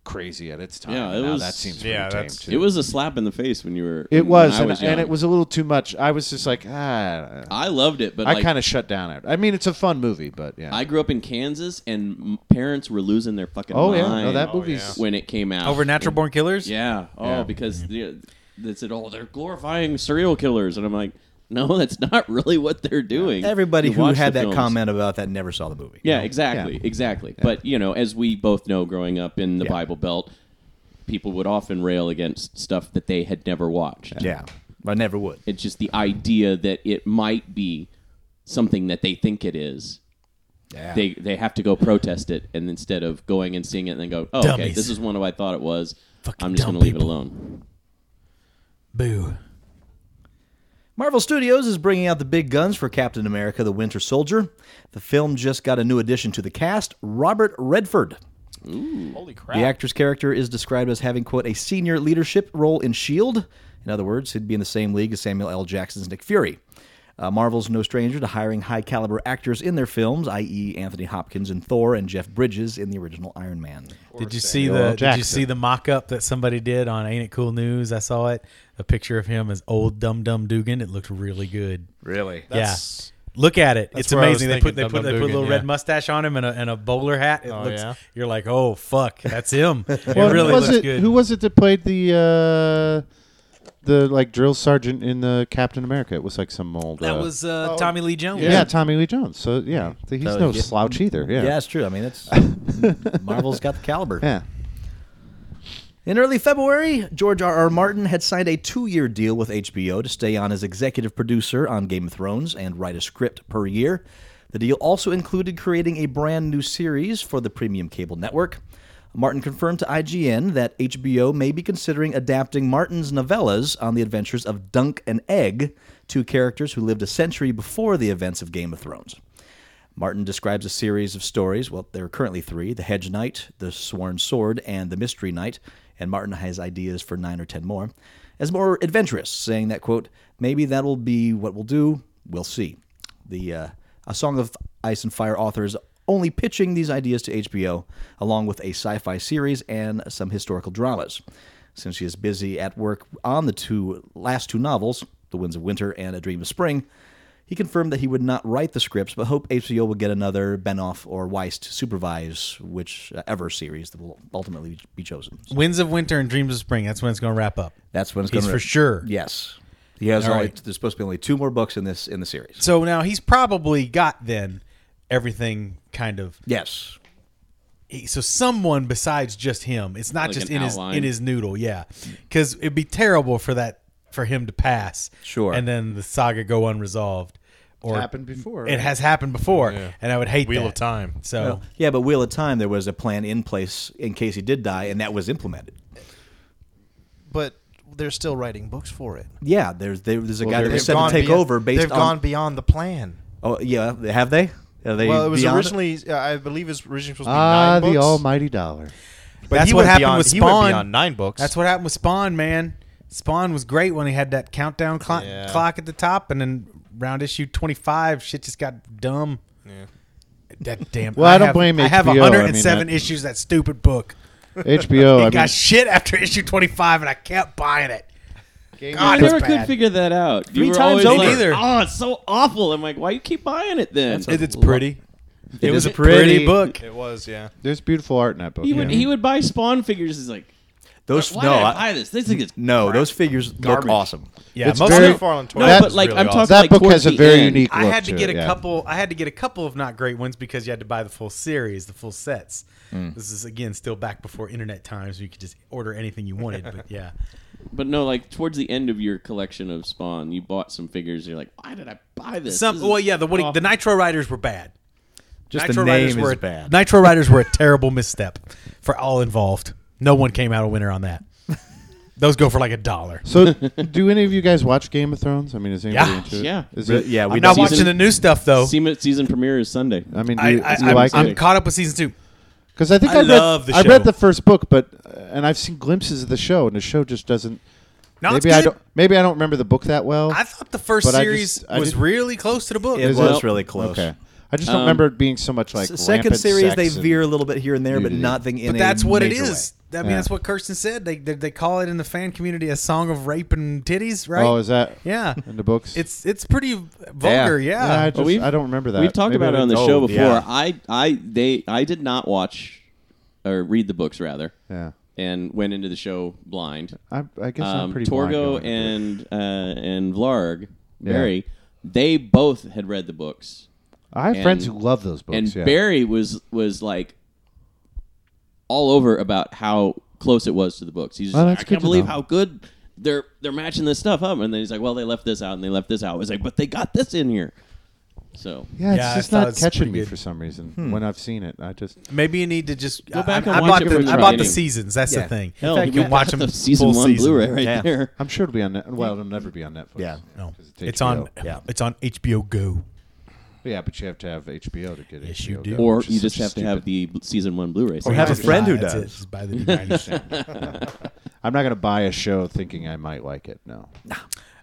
[SPEAKER 5] crazy at its time.
[SPEAKER 3] Yeah, it
[SPEAKER 5] now
[SPEAKER 3] was-
[SPEAKER 5] that seems
[SPEAKER 6] Yeah,
[SPEAKER 5] pretty tame
[SPEAKER 6] that's-
[SPEAKER 5] too.
[SPEAKER 3] It was a slap in the face when you were.
[SPEAKER 5] It
[SPEAKER 3] when
[SPEAKER 5] was,
[SPEAKER 3] I
[SPEAKER 5] and,
[SPEAKER 3] was
[SPEAKER 5] and
[SPEAKER 3] young.
[SPEAKER 5] it was a little too much. I was just like, ah.
[SPEAKER 3] I loved it, but
[SPEAKER 5] I
[SPEAKER 3] like,
[SPEAKER 5] kind of shut down it. I mean, it's a fun movie, but yeah.
[SPEAKER 3] I grew up in Kansas, and m- parents were losing their fucking
[SPEAKER 5] oh yeah,
[SPEAKER 3] mind
[SPEAKER 5] no, that movie's.
[SPEAKER 3] when it came out
[SPEAKER 2] Over natural born killers.
[SPEAKER 3] Yeah. Oh,
[SPEAKER 5] Yeah. Mm-hmm.
[SPEAKER 3] because the, they said, "Oh, they're glorifying serial killers," and I'm like, "No, that's not really what they're doing."
[SPEAKER 4] Everybody
[SPEAKER 3] You
[SPEAKER 4] who
[SPEAKER 3] watch
[SPEAKER 4] had
[SPEAKER 3] the
[SPEAKER 4] that
[SPEAKER 3] films.
[SPEAKER 4] comment about that never saw the movie.
[SPEAKER 3] Yeah, exactly, exactly. But you know, as we both know, growing up in the Bible Belt, people would often rail against stuff that they had never watched.
[SPEAKER 4] Yeah. I never would.
[SPEAKER 3] It's just the idea that it might be something that they think it is. They they have to go protest it, and instead of going and seeing it, and then go, "Oh, okay,
[SPEAKER 2] Dummies.
[SPEAKER 3] this is one of I thought it was."
[SPEAKER 2] Fucking
[SPEAKER 3] I'm just
[SPEAKER 2] dumb
[SPEAKER 3] going to leave it
[SPEAKER 2] people.
[SPEAKER 3] alone.
[SPEAKER 2] Boo.
[SPEAKER 4] Marvel Studios is bringing out the big guns for Captain America the Winter Soldier. The film just got a new addition to the cast, Robert Redford.
[SPEAKER 6] Holy crap!
[SPEAKER 4] The actor's character is described as having, quote, a senior leadership role in S.H.I.E.L.D. E In other words, he'd be in the same league as Samuel L. Jackson's Nick Fury. Uh, Marvel's no stranger to hiring high caliber actors in their films, i.e., Anthony Hopkins in Thor and Jeff Bridges in the original Iron Man.
[SPEAKER 2] Did you see the Did you see the mock up that somebody did on Ain't It Cool News? I saw it. A picture of him as old Dum Dum Dugan. It looked really good.
[SPEAKER 4] Really?
[SPEAKER 6] That's-
[SPEAKER 2] yeah. Look at it. It's
[SPEAKER 6] where I was
[SPEAKER 2] amazing. They put
[SPEAKER 6] thinking
[SPEAKER 2] they
[SPEAKER 6] Dum
[SPEAKER 2] put
[SPEAKER 6] Dum
[SPEAKER 2] they put a little
[SPEAKER 6] Dugan,
[SPEAKER 2] red
[SPEAKER 6] yeah.
[SPEAKER 2] mustache on him and a, and a bowler hat. It
[SPEAKER 6] Oh,
[SPEAKER 2] looks
[SPEAKER 6] yeah?
[SPEAKER 2] you're like, "Oh fuck, that's him." it
[SPEAKER 5] Well,
[SPEAKER 2] really
[SPEAKER 5] was
[SPEAKER 2] looks
[SPEAKER 5] it,
[SPEAKER 2] good.
[SPEAKER 5] Who was it that played the uh, the like drill sergeant in the Captain America? It was like some old.
[SPEAKER 2] that
[SPEAKER 5] uh,
[SPEAKER 2] was uh,
[SPEAKER 6] Oh.
[SPEAKER 2] Tommy Lee Jones.
[SPEAKER 5] yeah, Tommy Lee Jones. So yeah, th- he's
[SPEAKER 4] So,
[SPEAKER 5] no
[SPEAKER 4] yeah.
[SPEAKER 5] slouch either. Yeah,
[SPEAKER 4] Yeah, it's true. I mean, that's Marvel's got the caliber.
[SPEAKER 5] yeah.
[SPEAKER 4] In early February, George R. R. Martin had signed a two-year deal with HBO to stay on as executive producer on Game of Thrones and write a script per year. The deal also included creating a brand new series for the premium cable network. Martin confirmed to IGN that HBO may be considering adapting Martin's novellas on the adventures of Dunk and Egg, two characters who lived a century before the events of Game of Thrones. Martin describes a series of stories. Well, there are currently three The Hedge Knight, The Sworn Sword, and The Mystery Knight. And Martin has ideas for nine or ten more, as more adventurous, saying that, quote, maybe that'll be what we'll do. We'll see. The uh, A Song of Ice and Fire author is only pitching these ideas to HBO, along with a sci fi series and some historical dramas. Since she is busy at work on the two last two novels, The Winds of Winter and A Dream of Spring, He confirmed that he would not write the scripts, but hoped HBO would get another Benoff or Weiss to supervise whichever series that will ultimately be chosen. So
[SPEAKER 2] Winds of Winter and Dreams of Spring. That's when it's going to wrap up.
[SPEAKER 4] that's when it's
[SPEAKER 2] He's
[SPEAKER 4] going to
[SPEAKER 2] for sure.
[SPEAKER 4] Yes, he has
[SPEAKER 2] All
[SPEAKER 4] only,
[SPEAKER 2] right.
[SPEAKER 4] there's supposed to be only two more books in this in the series.
[SPEAKER 2] So now he's probably got then everything kind of.
[SPEAKER 4] Yes,
[SPEAKER 2] he- So someone besides just him. It's not
[SPEAKER 3] Like
[SPEAKER 2] just
[SPEAKER 3] an
[SPEAKER 2] in
[SPEAKER 3] outline.
[SPEAKER 2] his in his noodle. Yeah, because it'd be terrible for that for him to pass.
[SPEAKER 4] Sure.
[SPEAKER 2] And then the saga go unresolved. Or
[SPEAKER 5] happened before,
[SPEAKER 2] It
[SPEAKER 5] right?
[SPEAKER 2] has happened before, and I would hate
[SPEAKER 6] Wheel of
[SPEAKER 2] that.
[SPEAKER 6] Time.
[SPEAKER 2] So
[SPEAKER 4] yeah, but Wheel of Time there was a plan in place in case he did die, and that was implemented.
[SPEAKER 6] But they're still writing books for it.
[SPEAKER 4] Yeah, there's there, there's a guy that
[SPEAKER 5] they're-
[SPEAKER 4] was set to take over based
[SPEAKER 6] They've
[SPEAKER 4] on.
[SPEAKER 6] gone beyond the plan.
[SPEAKER 4] oh yeah, have they? Are they
[SPEAKER 6] Well, it was
[SPEAKER 4] beyond
[SPEAKER 6] originally, uh, I believe, it was originally supposed to be
[SPEAKER 5] Ah,
[SPEAKER 6] nine
[SPEAKER 5] the
[SPEAKER 6] books.
[SPEAKER 5] almighty dollar.
[SPEAKER 6] but
[SPEAKER 2] That's
[SPEAKER 6] he
[SPEAKER 2] what
[SPEAKER 6] went
[SPEAKER 2] happened
[SPEAKER 6] beyond,
[SPEAKER 2] with
[SPEAKER 6] He went
[SPEAKER 2] Spawn.
[SPEAKER 6] beyond nine books.
[SPEAKER 2] That's what happened with Spawn, man. Spawn was great when he had that countdown clock,
[SPEAKER 6] Yeah.
[SPEAKER 2] clock at the top, and then round issue twenty five, shit just got dumb.
[SPEAKER 6] Yeah.
[SPEAKER 2] That damn.
[SPEAKER 5] Well, I don't
[SPEAKER 2] have-
[SPEAKER 5] blame
[SPEAKER 2] I have
[SPEAKER 5] HBO. I mean,
[SPEAKER 2] 107
[SPEAKER 5] that-
[SPEAKER 2] issues. That stupid book.
[SPEAKER 5] HBO. I
[SPEAKER 2] Got
[SPEAKER 5] mean,
[SPEAKER 2] shit after issue 25, and I kept buying it. God,
[SPEAKER 3] I
[SPEAKER 2] it's
[SPEAKER 3] never could
[SPEAKER 2] bad.
[SPEAKER 3] figure that out. Three you were
[SPEAKER 2] times
[SPEAKER 3] always
[SPEAKER 2] over.
[SPEAKER 3] like,
[SPEAKER 2] Neither.
[SPEAKER 3] Oh, it's so awful. I'm like, why you keep buying it then?
[SPEAKER 2] It- it's pretty. It, was
[SPEAKER 3] is
[SPEAKER 2] a pretty,
[SPEAKER 5] pretty.
[SPEAKER 2] book.
[SPEAKER 6] It was, yeah.
[SPEAKER 5] there's beautiful art in that book.
[SPEAKER 3] he would
[SPEAKER 5] yeah.
[SPEAKER 3] he would buy Spawn figures. He's like,
[SPEAKER 4] those?
[SPEAKER 3] why
[SPEAKER 4] no,
[SPEAKER 3] did I
[SPEAKER 4] I-
[SPEAKER 3] buy this? This thing is
[SPEAKER 4] no, those figures
[SPEAKER 3] Garbage.
[SPEAKER 4] look awesome.
[SPEAKER 2] Yeah,
[SPEAKER 5] It's
[SPEAKER 2] most
[SPEAKER 5] very-
[SPEAKER 2] of-
[SPEAKER 6] McFarlane
[SPEAKER 3] No,
[SPEAKER 6] toys.
[SPEAKER 5] That's
[SPEAKER 3] but like
[SPEAKER 6] really
[SPEAKER 3] I'm
[SPEAKER 6] awesome.
[SPEAKER 3] talking
[SPEAKER 5] that
[SPEAKER 3] like
[SPEAKER 5] book
[SPEAKER 3] towards
[SPEAKER 5] has a
[SPEAKER 3] the
[SPEAKER 5] very
[SPEAKER 3] end.
[SPEAKER 5] unique.
[SPEAKER 2] I
[SPEAKER 5] look
[SPEAKER 2] had to
[SPEAKER 5] it,
[SPEAKER 2] get a
[SPEAKER 5] yeah.
[SPEAKER 2] couple. I had to get a couple of not great ones because you had to buy the full series, the full sets. This is again still back before internet times. where You could just order anything you wanted. But yeah,
[SPEAKER 3] But no, like towards the end of your collection of Spawn, you bought some figures. You're like, why did I buy this?
[SPEAKER 2] some.
[SPEAKER 3] This is
[SPEAKER 2] Well, yeah, the what, he- the
[SPEAKER 3] awful."
[SPEAKER 2] Nitro Riders were bad.
[SPEAKER 4] Just
[SPEAKER 2] Nitro
[SPEAKER 4] the
[SPEAKER 2] Riders
[SPEAKER 4] name
[SPEAKER 2] were
[SPEAKER 4] is
[SPEAKER 2] a-
[SPEAKER 4] bad.
[SPEAKER 2] Nitro Riders were a terrible misstep for all involved. No one came out a winner on that. Those go for like a dollar.
[SPEAKER 5] So, do any of you guys watch Game of Thrones? I mean, is anybody
[SPEAKER 2] Yeah.
[SPEAKER 5] into it?
[SPEAKER 3] Yeah.
[SPEAKER 5] Is
[SPEAKER 4] Re-
[SPEAKER 5] it?
[SPEAKER 4] yeah, we
[SPEAKER 2] I'm not
[SPEAKER 4] don't-
[SPEAKER 2] watching the new stuff though.
[SPEAKER 3] Season, season premiere is Sunday.
[SPEAKER 5] I mean, do
[SPEAKER 2] I,
[SPEAKER 5] you,
[SPEAKER 2] I,
[SPEAKER 5] do you
[SPEAKER 2] I'm,
[SPEAKER 5] like
[SPEAKER 2] I'm
[SPEAKER 5] it?
[SPEAKER 2] caught up with season two.
[SPEAKER 5] Because I think
[SPEAKER 2] I
[SPEAKER 5] I, read,
[SPEAKER 2] love the
[SPEAKER 5] I
[SPEAKER 2] show.
[SPEAKER 5] read the first book, but uh, and I've seen glimpses of the show, and the show just doesn't.
[SPEAKER 2] No, it's
[SPEAKER 5] maybe I
[SPEAKER 2] good.
[SPEAKER 5] don't. Maybe I don't remember the book that well.
[SPEAKER 2] I thought the first
[SPEAKER 5] But I
[SPEAKER 2] series
[SPEAKER 5] just- I
[SPEAKER 2] was
[SPEAKER 5] didn't-
[SPEAKER 2] really close to the book.
[SPEAKER 4] It was
[SPEAKER 5] Is it?
[SPEAKER 4] really close.
[SPEAKER 5] okay. I just don't remember it being so much like
[SPEAKER 4] S- second
[SPEAKER 5] rampant
[SPEAKER 4] series,
[SPEAKER 5] sex
[SPEAKER 4] they
[SPEAKER 5] and-
[SPEAKER 4] veer a little bit here and there, but
[SPEAKER 5] nudity.
[SPEAKER 4] nothing in.
[SPEAKER 2] but
[SPEAKER 4] a
[SPEAKER 2] that's what it
[SPEAKER 4] major
[SPEAKER 2] is.
[SPEAKER 4] way.
[SPEAKER 2] I mean,
[SPEAKER 5] Yeah.
[SPEAKER 2] that's what Kirsten said. They, they they call it in the fan community a song of rape and titties, right?
[SPEAKER 5] Oh, is that
[SPEAKER 2] yeah.
[SPEAKER 5] in the books?
[SPEAKER 2] It's it's pretty vulgar, yeah.
[SPEAKER 5] Yeah, I,
[SPEAKER 3] Well,
[SPEAKER 5] just,
[SPEAKER 3] we've-
[SPEAKER 5] I don't remember that.
[SPEAKER 3] We've talked
[SPEAKER 5] uh, Maybe
[SPEAKER 3] about
[SPEAKER 5] I
[SPEAKER 3] it on the
[SPEAKER 5] didn't-
[SPEAKER 3] show
[SPEAKER 4] Oh,
[SPEAKER 3] before.
[SPEAKER 4] yeah.
[SPEAKER 3] I I they I did not watch or read the books rather,
[SPEAKER 5] Yeah,
[SPEAKER 3] and went into the show blind.
[SPEAKER 5] I, I guess I'm
[SPEAKER 3] Um,
[SPEAKER 5] pretty.
[SPEAKER 3] Torgo
[SPEAKER 5] blind going into it.
[SPEAKER 3] and uh, and Vlarg Barry, they both had read the books,
[SPEAKER 5] I have friends who
[SPEAKER 3] and-
[SPEAKER 5] love those books.
[SPEAKER 3] and
[SPEAKER 5] yeah.
[SPEAKER 3] Barry was was like all over about how close it was to the books. He's just
[SPEAKER 5] Oh,
[SPEAKER 3] like,
[SPEAKER 5] that's
[SPEAKER 3] I
[SPEAKER 5] good
[SPEAKER 3] can't
[SPEAKER 5] to
[SPEAKER 3] believe
[SPEAKER 5] know."
[SPEAKER 3] how good they're they're matching this stuff up. And then he's like, well, they left this out and they left this out. I was like, but they got this in here. So
[SPEAKER 5] Yeah, it's
[SPEAKER 2] Yeah, I
[SPEAKER 5] just
[SPEAKER 2] thought
[SPEAKER 5] not
[SPEAKER 2] it's
[SPEAKER 5] catching
[SPEAKER 2] pretty
[SPEAKER 5] me
[SPEAKER 2] good.
[SPEAKER 5] for some reason when I've seen it. I just
[SPEAKER 2] Maybe you need to just go
[SPEAKER 3] back
[SPEAKER 2] I,
[SPEAKER 3] and
[SPEAKER 2] I
[SPEAKER 3] watch
[SPEAKER 2] bought
[SPEAKER 3] it
[SPEAKER 2] the
[SPEAKER 3] for
[SPEAKER 2] I bought the
[SPEAKER 3] training.
[SPEAKER 2] seasons. That's the thing.
[SPEAKER 3] Hell,
[SPEAKER 2] you can
[SPEAKER 3] we
[SPEAKER 2] watch them
[SPEAKER 3] got the season
[SPEAKER 2] full
[SPEAKER 3] one
[SPEAKER 2] season.
[SPEAKER 3] Blu-ray right
[SPEAKER 4] Yeah.
[SPEAKER 3] there.
[SPEAKER 5] I'm sure it'll be on. Net, well, it'll never be on Netflix.
[SPEAKER 4] Yeah.
[SPEAKER 2] No,
[SPEAKER 5] 'cause
[SPEAKER 2] it's on.
[SPEAKER 5] HBO.
[SPEAKER 4] Yeah.
[SPEAKER 2] It's on HBO Go.
[SPEAKER 5] Yeah, but you have to have HBO to get it.
[SPEAKER 2] Yes, you do.
[SPEAKER 3] Or you just have to have the bl- season one Blu-ray.
[SPEAKER 4] Or have a
[SPEAKER 2] Just
[SPEAKER 4] friend
[SPEAKER 2] buy-
[SPEAKER 4] who
[SPEAKER 2] that's it.
[SPEAKER 4] does.
[SPEAKER 2] Just buy the D90.
[SPEAKER 5] I'm not going to buy a show thinking I might like it. No.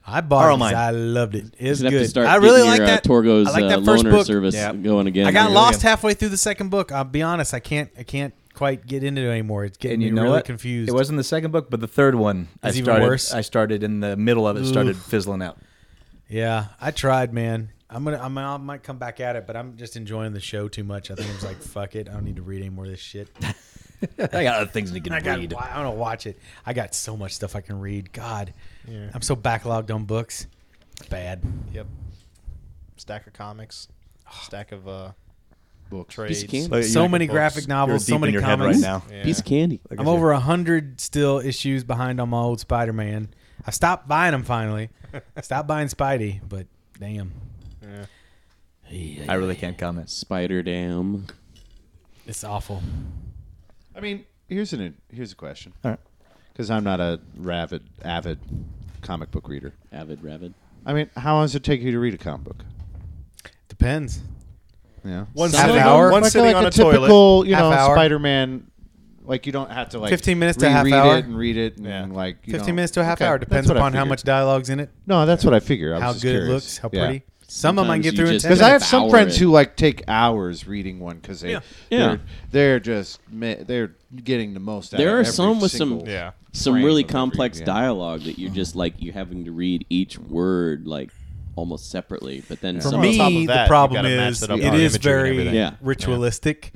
[SPEAKER 2] I
[SPEAKER 4] Borrow
[SPEAKER 2] bought it. 'cause
[SPEAKER 4] mine.
[SPEAKER 2] I loved it. It's
[SPEAKER 3] You'd have to
[SPEAKER 2] good.
[SPEAKER 3] start
[SPEAKER 2] I really
[SPEAKER 3] getting
[SPEAKER 2] like
[SPEAKER 3] your,
[SPEAKER 2] that.
[SPEAKER 3] Uh, Torgo's
[SPEAKER 2] I like
[SPEAKER 3] uh,
[SPEAKER 2] that first
[SPEAKER 3] loaner
[SPEAKER 2] book.
[SPEAKER 3] service
[SPEAKER 4] Yeah.
[SPEAKER 3] going again.
[SPEAKER 2] I got
[SPEAKER 4] Yeah.
[SPEAKER 2] lost halfway through the second book. I'll be honest. I can't. I can't quite get into it anymore. It's getting
[SPEAKER 4] And you
[SPEAKER 2] me
[SPEAKER 4] know
[SPEAKER 2] really
[SPEAKER 4] what?
[SPEAKER 2] confused.
[SPEAKER 4] It wasn't the second book, but the third one. I
[SPEAKER 2] Is even
[SPEAKER 4] started,
[SPEAKER 2] worse?
[SPEAKER 4] I started in the middle of it. Started fizzling out.
[SPEAKER 2] Yeah, I tried, man. I'm gonna. I'm, I might come back at it, but I'm just enjoying the show too much. I think I'm just like, fuck it. I don't need to read any more of this shit.
[SPEAKER 4] I got other things to get
[SPEAKER 2] I got.
[SPEAKER 4] read.
[SPEAKER 2] I don't watch it. I got so much stuff I can read. God, I'm so backlogged on books. It's bad.
[SPEAKER 6] Yep. Stack of comics. Stack of uh, book
[SPEAKER 3] Piece
[SPEAKER 6] trades.
[SPEAKER 3] of candy.
[SPEAKER 4] But
[SPEAKER 2] so
[SPEAKER 4] you're-
[SPEAKER 2] many
[SPEAKER 6] books.
[SPEAKER 2] graphic
[SPEAKER 4] you're
[SPEAKER 2] novels.
[SPEAKER 4] deep
[SPEAKER 2] So many
[SPEAKER 4] in your head
[SPEAKER 2] comics.
[SPEAKER 4] right now.
[SPEAKER 6] Yeah.
[SPEAKER 3] piece of candy.
[SPEAKER 2] I'm over a hundred still issues behind on my old Spider Man. I stopped buying them finally. stopped buying Spidey, but damn,
[SPEAKER 4] I really can't comment.
[SPEAKER 3] Spider Dam.
[SPEAKER 2] it's awful.
[SPEAKER 5] I mean, here's an here's a question.
[SPEAKER 4] All right.
[SPEAKER 5] Because I'm not a ravid avid comic book reader.
[SPEAKER 3] Avid Ravid.
[SPEAKER 5] I mean, how long does it take you to read a comic book?
[SPEAKER 2] Depends.
[SPEAKER 5] Yeah.
[SPEAKER 6] One
[SPEAKER 2] Half
[SPEAKER 6] sitting,
[SPEAKER 2] hour?
[SPEAKER 6] One
[SPEAKER 5] like,
[SPEAKER 6] sitting
[SPEAKER 5] like
[SPEAKER 6] on
[SPEAKER 5] a,
[SPEAKER 6] a,
[SPEAKER 5] typical,
[SPEAKER 6] toilet.
[SPEAKER 5] you know,
[SPEAKER 6] half hour.
[SPEAKER 5] Spider-Man. Like you don't have to like
[SPEAKER 2] 15 minutes to half
[SPEAKER 5] reread
[SPEAKER 2] hour?
[SPEAKER 5] it and read it and
[SPEAKER 6] Yeah.
[SPEAKER 5] like you
[SPEAKER 2] 15
[SPEAKER 5] know.
[SPEAKER 2] minutes to a half
[SPEAKER 5] Okay,
[SPEAKER 2] hour
[SPEAKER 5] that's
[SPEAKER 2] depends
[SPEAKER 5] what I
[SPEAKER 2] upon how
[SPEAKER 5] figured.
[SPEAKER 2] much dialogue's in it,
[SPEAKER 5] No, that's what I figure. I
[SPEAKER 2] how
[SPEAKER 5] was
[SPEAKER 2] good
[SPEAKER 5] just
[SPEAKER 2] it
[SPEAKER 5] curious.
[SPEAKER 2] looks, how
[SPEAKER 5] Yeah.
[SPEAKER 2] pretty. Some of them I can
[SPEAKER 3] Sometimes
[SPEAKER 2] get
[SPEAKER 3] you
[SPEAKER 2] through in
[SPEAKER 3] just-
[SPEAKER 2] ten.
[SPEAKER 5] Because I have some
[SPEAKER 3] devour
[SPEAKER 5] friends
[SPEAKER 3] it.
[SPEAKER 5] who like take hours reading one because they,
[SPEAKER 2] Yeah.
[SPEAKER 3] Yeah.
[SPEAKER 5] they're, they're just ma- they're getting the most. Out
[SPEAKER 3] There
[SPEAKER 5] of
[SPEAKER 3] are
[SPEAKER 5] every
[SPEAKER 3] some with some-
[SPEAKER 5] single
[SPEAKER 6] Yeah.
[SPEAKER 3] Some
[SPEAKER 5] frame
[SPEAKER 3] really
[SPEAKER 5] of every-
[SPEAKER 3] complex
[SPEAKER 5] yeah.
[SPEAKER 2] Mm-hmm.
[SPEAKER 3] dialogue that you're just like you're having to read each word like almost separately. But then
[SPEAKER 2] For
[SPEAKER 3] some
[SPEAKER 6] on
[SPEAKER 2] me,
[SPEAKER 6] top of that,
[SPEAKER 2] the
[SPEAKER 6] you
[SPEAKER 2] problem
[SPEAKER 6] gotta match
[SPEAKER 2] is
[SPEAKER 6] it up
[SPEAKER 2] it
[SPEAKER 6] on
[SPEAKER 2] is
[SPEAKER 6] imagery and
[SPEAKER 2] very
[SPEAKER 6] everything.
[SPEAKER 3] Yeah.
[SPEAKER 2] ritualistic.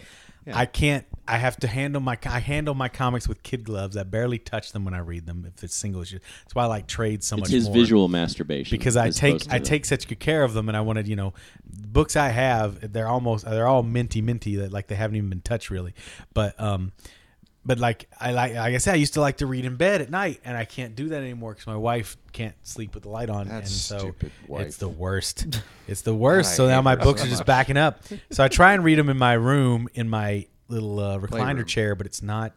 [SPEAKER 2] I can't. I have to handle my. I handle my comics with kid gloves. I barely touch them when I read them. If it's single issue, that's why I like trade so
[SPEAKER 3] it's
[SPEAKER 2] much.
[SPEAKER 3] his
[SPEAKER 2] more.
[SPEAKER 3] visual masturbation
[SPEAKER 2] because I
[SPEAKER 3] as opposed
[SPEAKER 2] take
[SPEAKER 3] to
[SPEAKER 2] I
[SPEAKER 3] the-
[SPEAKER 2] take such good care of them, and I wanted you know, books I have they're almost they're all minty minty that like they haven't even been touched really, but um, but like I like like I said I used to like to read in bed at night, and I can't do that anymore because my wife can't sleep with the light on,
[SPEAKER 5] That
[SPEAKER 2] and so
[SPEAKER 5] stupid wife.
[SPEAKER 2] it's the worst. It's the worst. so
[SPEAKER 5] I
[SPEAKER 2] now
[SPEAKER 5] hate
[SPEAKER 2] my
[SPEAKER 5] her
[SPEAKER 2] books
[SPEAKER 5] so
[SPEAKER 2] are
[SPEAKER 5] much.
[SPEAKER 2] just backing up. So I try and read them in my room in my little uh, recliner
[SPEAKER 5] Playroom.
[SPEAKER 2] chair, but it's not.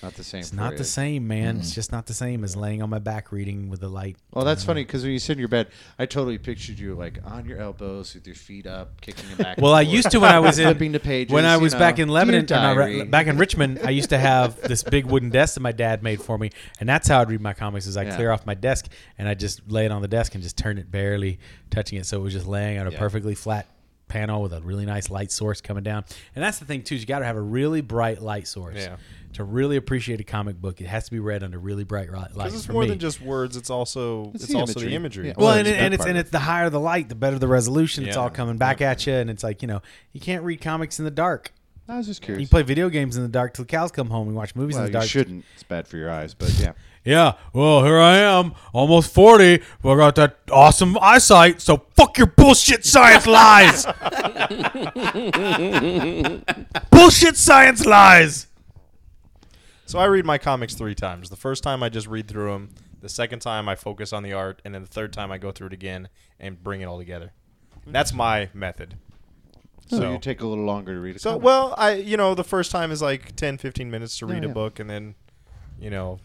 [SPEAKER 5] Not the same.
[SPEAKER 2] It's not the same, man.
[SPEAKER 5] Mm.
[SPEAKER 2] It's just not the same as laying on my back reading with the light.
[SPEAKER 5] Well, that's funny because when you sit in your bed, I totally pictured you like on your elbows with your feet up, kicking them back.
[SPEAKER 2] Well, I
[SPEAKER 5] and forth,
[SPEAKER 2] used to when I was in
[SPEAKER 5] flipping to pages.
[SPEAKER 2] when I
[SPEAKER 5] you
[SPEAKER 2] was
[SPEAKER 5] know,
[SPEAKER 2] back in Lebanon,
[SPEAKER 5] Dear
[SPEAKER 2] and I
[SPEAKER 5] diary.
[SPEAKER 2] re- back in Richmond. I used to have this big wooden desk that my dad made for me, and that's how I'd read my comics. Is I
[SPEAKER 5] Yeah.
[SPEAKER 2] clear off my desk and I just lay it on the desk and just turn it barely touching it, so it was just laying on a perfectly flat panel with a really nice light source coming down. And that's the thing too; is you got to have a really bright light source
[SPEAKER 6] Yeah.
[SPEAKER 2] to really appreciate a comic book. It has to be read under really bright ri- light.
[SPEAKER 6] Because it's
[SPEAKER 2] for
[SPEAKER 6] more
[SPEAKER 2] me.
[SPEAKER 6] than just words. It's also it's,
[SPEAKER 5] It's the
[SPEAKER 6] also the
[SPEAKER 5] imagery.
[SPEAKER 6] imagery.
[SPEAKER 5] Yeah.
[SPEAKER 2] Well,
[SPEAKER 5] Well,
[SPEAKER 2] and,
[SPEAKER 5] that's
[SPEAKER 2] it-
[SPEAKER 5] the
[SPEAKER 2] and
[SPEAKER 5] best
[SPEAKER 2] it's
[SPEAKER 5] part
[SPEAKER 2] and
[SPEAKER 5] of
[SPEAKER 2] it's the higher the light, the better the resolution. It's
[SPEAKER 6] Yeah.
[SPEAKER 2] all coming back at you, and it's like you know you can't read comics in the dark.
[SPEAKER 5] I was just curious.
[SPEAKER 2] You play video games in the dark till the cows come home. We watch movies in
[SPEAKER 5] well,
[SPEAKER 2] the dark.
[SPEAKER 5] you shouldn't. It's bad for your eyes, but yeah.
[SPEAKER 2] Yeah. Well, here I am, almost forty, but I got that awesome eyesight. So fuck your bullshit science lies. bullshit science lies.
[SPEAKER 6] So I read my comics three times. The first time I just read through them. The second time I focus on the art, and then the third time I go through it again and bring it all together. That's my method.
[SPEAKER 5] So, you take a little longer to read. A
[SPEAKER 6] So
[SPEAKER 5] comic.
[SPEAKER 6] well, I you know the first time is like 10, 15 minutes to read
[SPEAKER 5] yeah.
[SPEAKER 6] a book, and then you know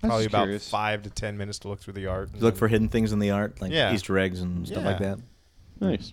[SPEAKER 5] I was
[SPEAKER 6] probably
[SPEAKER 5] just
[SPEAKER 6] about
[SPEAKER 5] curious.
[SPEAKER 6] five to ten minutes to look through the art. And
[SPEAKER 4] look
[SPEAKER 6] then-
[SPEAKER 4] for hidden things in the art, like
[SPEAKER 6] Yeah.
[SPEAKER 4] Easter eggs and stuff like
[SPEAKER 6] Yeah.
[SPEAKER 4] that.
[SPEAKER 3] nice.